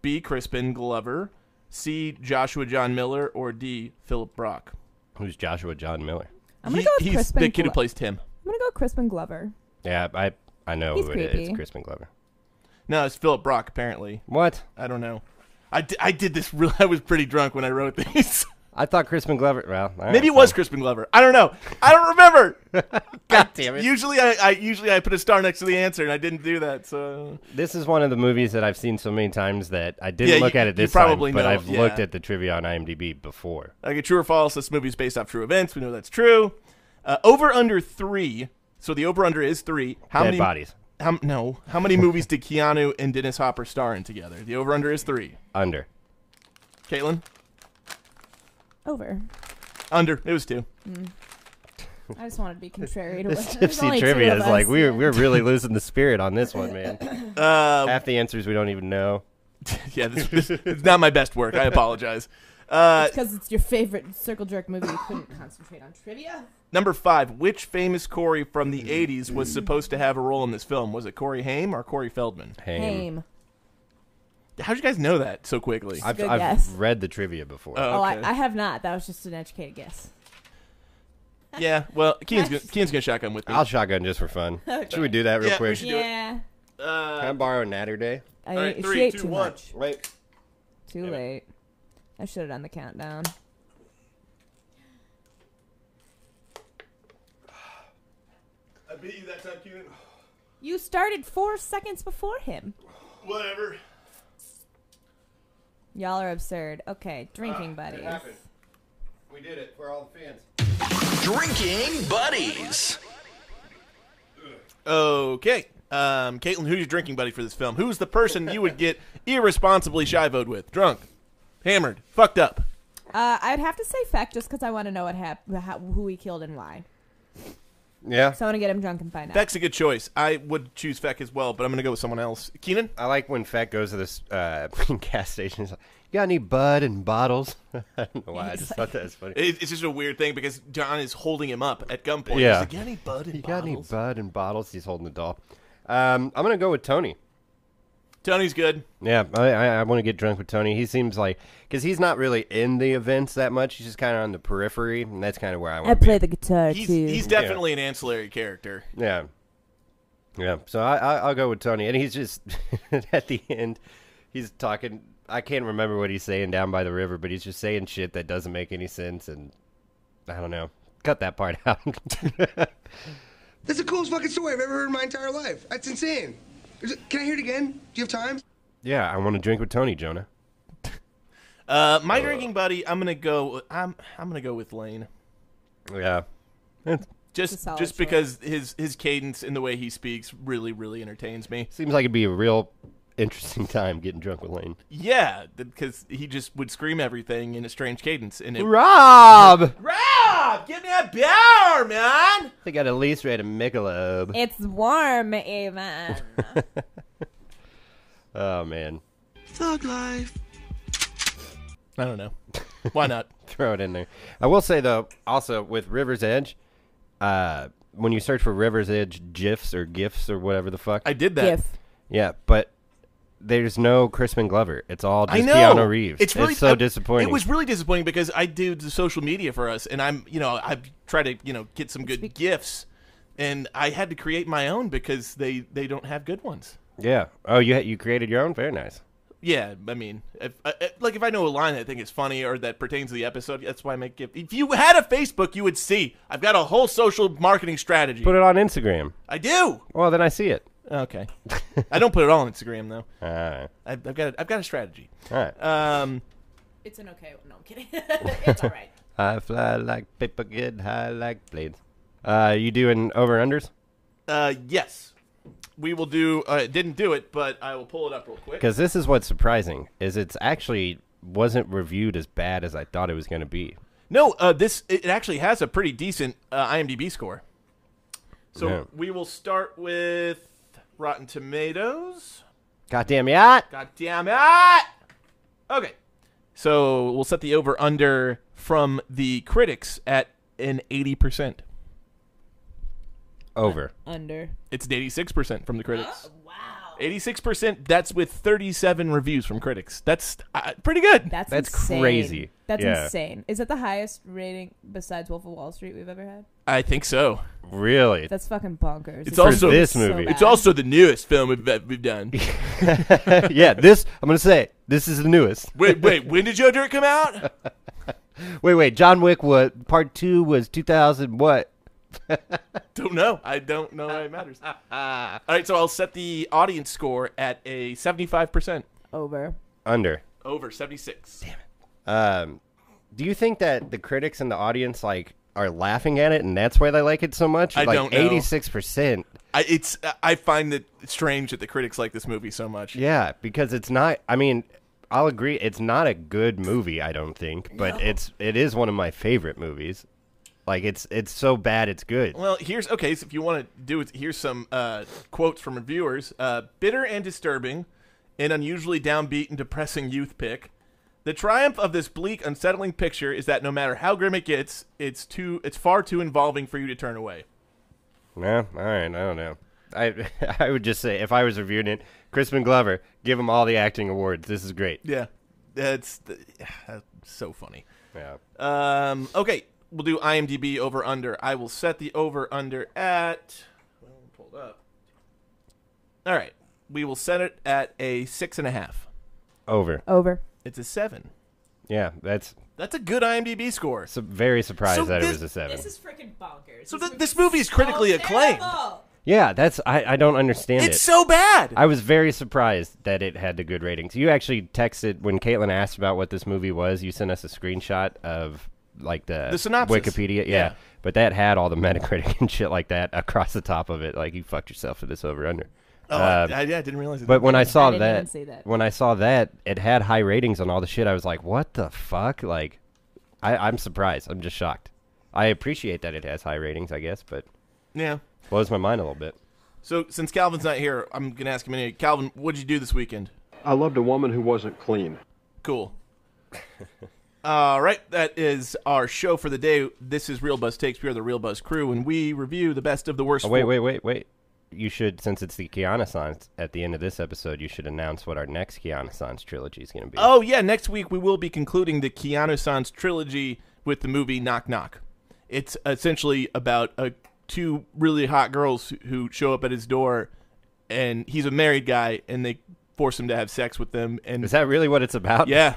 [SPEAKER 1] B. Crispin Glover, C. Joshua John Miller, or D. Philip Brock?
[SPEAKER 3] Who's Joshua John Miller?
[SPEAKER 4] I'm gonna go with
[SPEAKER 1] he's
[SPEAKER 4] Crispin.
[SPEAKER 1] the kid who
[SPEAKER 4] Glo-
[SPEAKER 1] plays Tim.
[SPEAKER 4] I'm gonna go with Crispin Glover.
[SPEAKER 3] Yeah, I I know
[SPEAKER 4] He's
[SPEAKER 3] who it is.
[SPEAKER 4] creepy.
[SPEAKER 3] It's Crispin Glover.
[SPEAKER 1] No, it's Philip Brock. Apparently,
[SPEAKER 3] What?
[SPEAKER 1] I don't know. I di- I did this. Real- I was pretty drunk when I wrote these.
[SPEAKER 3] I thought Crispin Glover. Well, all
[SPEAKER 1] Maybe
[SPEAKER 3] right,
[SPEAKER 1] it was
[SPEAKER 3] fine.
[SPEAKER 1] Crispin Glover. I don't know. I don't remember.
[SPEAKER 3] God damn it!
[SPEAKER 1] usually, I, I usually I put a star next to the answer, and I didn't do that. So
[SPEAKER 3] This is one of the movies that I've seen so many times that I didn't
[SPEAKER 1] Yeah,
[SPEAKER 3] look
[SPEAKER 1] you-
[SPEAKER 3] at it
[SPEAKER 1] you
[SPEAKER 3] this time,
[SPEAKER 1] probably
[SPEAKER 3] but
[SPEAKER 1] know,
[SPEAKER 3] I've looked
[SPEAKER 1] yeah.
[SPEAKER 3] at the trivia on IMDb before.
[SPEAKER 1] Okay, true or false? This movie's based off true events. We know that's true. Uh, over under three. So the over under is three. How
[SPEAKER 3] Dead
[SPEAKER 1] many
[SPEAKER 3] bodies
[SPEAKER 1] How, no. How many movies did Keanu and Dennis Hopper star in together? The over under is three.
[SPEAKER 3] under.
[SPEAKER 1] Caitlin,
[SPEAKER 4] Over.
[SPEAKER 1] under. It was two.
[SPEAKER 4] I just wanted to be contrary to
[SPEAKER 3] This
[SPEAKER 4] what- there's
[SPEAKER 3] tipsy
[SPEAKER 4] only two
[SPEAKER 3] trivia
[SPEAKER 4] of
[SPEAKER 3] is
[SPEAKER 4] us.
[SPEAKER 3] like we're we're really losing the spirit on this one, man.
[SPEAKER 1] Uh,
[SPEAKER 3] Half the answers we don't even know.
[SPEAKER 1] yeah, this, this, it's not my best work. I apologize. Uh,
[SPEAKER 4] because it's your favorite circle jerk movie. You couldn't concentrate on trivia.
[SPEAKER 1] number five. Which famous Corey from the '80s was supposed to have a role in this film? Was it Corey Haim or Corey Feldman?
[SPEAKER 3] Haim.
[SPEAKER 4] Aim.
[SPEAKER 1] How'd you guys know that so quickly?
[SPEAKER 3] I've,
[SPEAKER 4] Good
[SPEAKER 3] I've
[SPEAKER 4] guess.
[SPEAKER 3] read the trivia before.
[SPEAKER 1] Oh,
[SPEAKER 4] Oh,
[SPEAKER 1] okay.
[SPEAKER 4] I, I have not. That was just an educated guess.
[SPEAKER 1] yeah. Well, Keen's gonna, Keen's gonna shotgun with me.
[SPEAKER 3] I'll shotgun just for fun. Should we do that real
[SPEAKER 1] Yeah, we
[SPEAKER 3] quick?
[SPEAKER 1] should- do it.
[SPEAKER 4] Yeah.
[SPEAKER 1] Uh,
[SPEAKER 3] Can I borrow Natter Day?
[SPEAKER 4] I,
[SPEAKER 1] right,
[SPEAKER 4] she
[SPEAKER 1] three,
[SPEAKER 4] ate
[SPEAKER 1] two,
[SPEAKER 4] too
[SPEAKER 1] one.
[SPEAKER 4] much.
[SPEAKER 3] Wait.
[SPEAKER 4] Too late. I should have done the countdown.
[SPEAKER 1] I beat you that time, Keenan.
[SPEAKER 4] You started four seconds before him.
[SPEAKER 1] Whatever.
[SPEAKER 4] Y'all are absurd. Okay, drinking
[SPEAKER 1] Ah,
[SPEAKER 4] buddies.
[SPEAKER 3] We did it for all the fans.
[SPEAKER 10] Drinking Buddies.
[SPEAKER 1] Okay. Um, Caitlin, who's your drinking buddy for this film? Who's the person you would get irresponsibly shivoed with? Drunk, hammered, fucked up.
[SPEAKER 4] Uh, I'd have to say Feck just because I want to know what hap- how, who he killed and why.
[SPEAKER 3] Yeah.
[SPEAKER 4] So I want to get him drunk and find out.
[SPEAKER 1] Feck's a good choice. I would choose Feck as well, but I'm going to go with someone else. Keenan?
[SPEAKER 3] I like when Fett goes to this uh, gas station. He's like, you got any bud and bottles? I don't know why. I just thought that was funny.
[SPEAKER 1] It- It's just a weird thing because John is holding him up at gunpoint.
[SPEAKER 3] Yeah.
[SPEAKER 1] He's like, "You got any bud and
[SPEAKER 3] you got any
[SPEAKER 1] bottles?"
[SPEAKER 3] bud and bottles? He's holding the doll. Um, I'm going to go with Tony.
[SPEAKER 1] Tony's good.
[SPEAKER 3] Yeah, I, I, I want to get drunk with Tony. He seems like, because he's not really in the events that much. He's just kind of on the periphery, and that's kind of where I want to be.
[SPEAKER 4] the guitar
[SPEAKER 1] He's, he's definitely an ancillary character.
[SPEAKER 3] Yeah. Yeah. So I, I I'll go with Tony, and he's just at the end, he's talking. I can't remember what he's saying down by the river, but he's just saying shit that doesn't make any sense, and I don't know. Cut that part out.
[SPEAKER 11] That's the coolest fucking story I've ever heard in my entire life. That's insane. Is it, can I hear it again? Do you have time?
[SPEAKER 3] Yeah, I want to drink with Tony, Jonah.
[SPEAKER 1] Uh, my drinking buddy, I'm gonna go. I'm I'm gonna go with Lane.
[SPEAKER 3] Yeah. It
[SPEAKER 1] Just
[SPEAKER 4] solid
[SPEAKER 1] just
[SPEAKER 4] choice.
[SPEAKER 1] because his his cadence and the way he speaks really really entertains me.
[SPEAKER 3] seems like it'd be a real interesting time getting drunk with Lane.
[SPEAKER 1] Yeah, because he just would scream everything in a strange cadence, and it
[SPEAKER 3] Rob!
[SPEAKER 1] Rob, give me a beer, man.
[SPEAKER 3] They got a lease rate of Michelob.
[SPEAKER 4] It's warm, even.
[SPEAKER 3] Oh, man.
[SPEAKER 11] Thug life.
[SPEAKER 1] I don't know. Why not?
[SPEAKER 3] throw it in there. I will say though, also with River's Edge, uh, when you search for River's Edge gifs or gifs or whatever the fuck,
[SPEAKER 1] I did that.
[SPEAKER 4] Gif.
[SPEAKER 3] yeah, but there's no Crispin Glover. It's all just
[SPEAKER 1] I know.
[SPEAKER 3] Keanu Reeves.
[SPEAKER 1] It's really
[SPEAKER 3] so
[SPEAKER 1] I-
[SPEAKER 3] disappointing.
[SPEAKER 1] It was really disappointing because I do the social media for us, and I'm you know I try to you know get some good gifts, and I had to create my own because they they don't have good ones.
[SPEAKER 3] yeah. Oh, you you created your own. Very nice.
[SPEAKER 1] Yeah, I mean, if, I I- like if I know a line that I think is funny or that pertains to the episode, that's why I make gift. If you had a Facebook, you would see I've got a whole social marketing strategy.
[SPEAKER 3] Put it on Instagram.
[SPEAKER 1] I do.
[SPEAKER 3] Well, then I see it.
[SPEAKER 1] Okay, I don't put it all on Instagram though.
[SPEAKER 3] All right.
[SPEAKER 1] I've, I've got a, I've got a strategy.
[SPEAKER 3] Uh, All right.
[SPEAKER 1] Um,
[SPEAKER 4] It's an okay one. No, I'm kidding. it's all right.
[SPEAKER 3] I fly like paper, get high like blades. Uh, you doing over unders?
[SPEAKER 1] uh, yes, we will do. Uh, didn't do it, but I will pull it up real quick.
[SPEAKER 3] Because this is what's surprising is it's actually wasn't reviewed as bad as I thought it was going to be.
[SPEAKER 1] No, uh, this it actually has a pretty decent uh, IMDb score. So
[SPEAKER 3] Yeah.
[SPEAKER 1] we will start with Rotten Tomatoes.
[SPEAKER 3] Goddamn yacht.
[SPEAKER 1] God damn it! Okay, so we'll set the over under from the critics at an eighty percent.
[SPEAKER 3] Over.
[SPEAKER 4] Under.
[SPEAKER 1] It's an eighty-six percent from the critics.
[SPEAKER 4] Wow.
[SPEAKER 1] Eighty-six percent. That's with thirty-seven reviews from critics. That's uh, pretty good.
[SPEAKER 4] That's,
[SPEAKER 3] That's
[SPEAKER 4] insane.
[SPEAKER 3] crazy.
[SPEAKER 4] That's
[SPEAKER 3] Yeah.
[SPEAKER 4] insane. Is that the highest rating besides Wolf of Wall Street we've ever had?
[SPEAKER 1] I think so.
[SPEAKER 3] Really?
[SPEAKER 4] That's fucking bonkers.
[SPEAKER 1] It's
[SPEAKER 4] This
[SPEAKER 1] all-
[SPEAKER 4] is
[SPEAKER 3] For
[SPEAKER 1] also-
[SPEAKER 3] this
[SPEAKER 4] so
[SPEAKER 3] movie.
[SPEAKER 4] bad.
[SPEAKER 1] It's also the newest film we've, that we've done.
[SPEAKER 3] yeah, this I'm gonna say this is the newest.
[SPEAKER 1] wait, wait. When did Joe Dirt come out?
[SPEAKER 3] Wait, wait. John Wick was part two was 2000 what?
[SPEAKER 1] Don't know. I don't know why it matters. All right, so I'll set the audience score at a seventy-five percent.
[SPEAKER 4] over.
[SPEAKER 3] Under.
[SPEAKER 1] Over seventy-six. Damn it.
[SPEAKER 3] Um, do you think that the critics and the audience like are laughing at it and that's why they like it so much?
[SPEAKER 1] I
[SPEAKER 3] like
[SPEAKER 1] don't know.
[SPEAKER 3] 86%.
[SPEAKER 1] I, it's I find that strange that the critics like this movie so much.
[SPEAKER 3] Yeah, because it's not. I mean, I'll agree. It's not a good movie. I don't think, but it's it is one of my favorite movies. Like it's it's so bad it's good.
[SPEAKER 1] Well, here's okay. So if you want to do it, here's some uh, quotes from reviewers: uh, "Bitter and disturbing, an unusually downbeat and depressing youth pick." The triumph of this bleak, unsettling picture is that no matter how grim it gets, it's too it's far too involving for you to turn away.
[SPEAKER 3] No, all right, I don't know. I I would just say if I was reviewing it, Crispin Glover, give him all the acting awards. This is great.
[SPEAKER 1] Yeah, that's, the, that's so funny.
[SPEAKER 3] Yeah.
[SPEAKER 1] Um, okay, we'll do IMDb over under. I will set the over under at. Well, pulled up. All right, we will set it at a six and a half.
[SPEAKER 3] Over.
[SPEAKER 4] Over.
[SPEAKER 1] It's a seven.
[SPEAKER 3] Yeah, that's
[SPEAKER 1] That's a good IMDb score.
[SPEAKER 3] su- very surprised
[SPEAKER 1] So
[SPEAKER 3] that it
[SPEAKER 1] this-
[SPEAKER 3] was a seven.
[SPEAKER 4] is freaking bonkers.
[SPEAKER 1] So th- this movie is critically acclaimed.
[SPEAKER 3] yeah, that's I, I don't understand
[SPEAKER 1] It's
[SPEAKER 3] it.
[SPEAKER 1] so bad.
[SPEAKER 3] I was very surprised that it had the good ratings. You actually texted when Caitlin asked about what this movie was. You sent us a screenshot of like the,
[SPEAKER 1] The synopsis.
[SPEAKER 3] Wikipedia. Yeah.
[SPEAKER 1] Yeah.
[SPEAKER 3] but that had all the Metacritic and shit like that across the top of it. Like you fucked yourself for this over under.
[SPEAKER 1] oh, I, I, yeah, I didn't realize it.
[SPEAKER 3] uh, But when I saw
[SPEAKER 4] didn't
[SPEAKER 3] that,
[SPEAKER 4] even see that.
[SPEAKER 3] when I saw that, it had high ratings on all the shit. I was like, "What the fuck?" Like, I, I'm surprised. I'm just shocked. I appreciate that it has high ratings, I guess, but
[SPEAKER 1] yeah.
[SPEAKER 3] blows my mind a little bit.
[SPEAKER 1] So since Calvin's not here, I'm gonna ask him anyway. Calvin, what did you do this weekend?
[SPEAKER 8] I loved a woman who wasn't clean.
[SPEAKER 1] Cool. All right, that is our show for the day. This is Real Buzz Takes. We are the Real Buzz crew, and we review the best of the worst.
[SPEAKER 3] Oh, wait,
[SPEAKER 1] four-
[SPEAKER 3] wait, wait, wait. You should, since it's the Kiana at the end of this episode, you should announce what our next Kiana trilogy is going to be.
[SPEAKER 1] Oh yeah, next week we will be concluding the Keanu Sans trilogy with the movie Knock Knock. It's essentially about uh, two really hot girls who show up at his door, and he's a married guy, and they force him to have sex with them. And
[SPEAKER 3] Is that really what it's about?
[SPEAKER 1] yeah.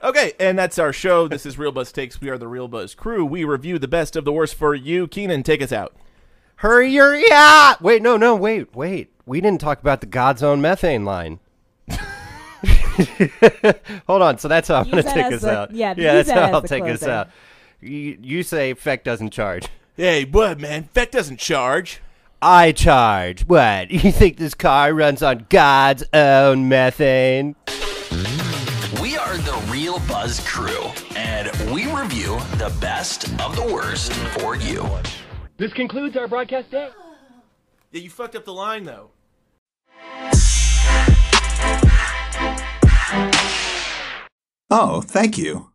[SPEAKER 1] okay, and that's our show. This is Real Buzz Takes. We are the Real Buzz crew. We review the best of the worst for you. Keenan, take us out.
[SPEAKER 3] Hurry your yacht! Wait, no, no, wait, wait. we didn't talk about the God's own methane line. Hold on, so that's how I'm
[SPEAKER 4] Use
[SPEAKER 3] going to
[SPEAKER 4] that
[SPEAKER 3] take
[SPEAKER 4] as
[SPEAKER 3] us
[SPEAKER 4] the-
[SPEAKER 3] out.
[SPEAKER 4] yeah,
[SPEAKER 3] yeah,
[SPEAKER 4] use
[SPEAKER 3] that's
[SPEAKER 4] that
[SPEAKER 3] how
[SPEAKER 4] as
[SPEAKER 3] I'll
[SPEAKER 4] the
[SPEAKER 3] take us
[SPEAKER 4] closing.
[SPEAKER 3] out. You, you say Feck doesn't charge.
[SPEAKER 1] Hey, what, man? Feck doesn't charge.
[SPEAKER 3] I charge. What? You think this car runs on God's own methane?
[SPEAKER 2] We are the Real Buzz crew, and we review the best of the worst for you.
[SPEAKER 8] This concludes our broadcast day.
[SPEAKER 1] Yeah, you fucked up the line, though.
[SPEAKER 12] Oh, thank you.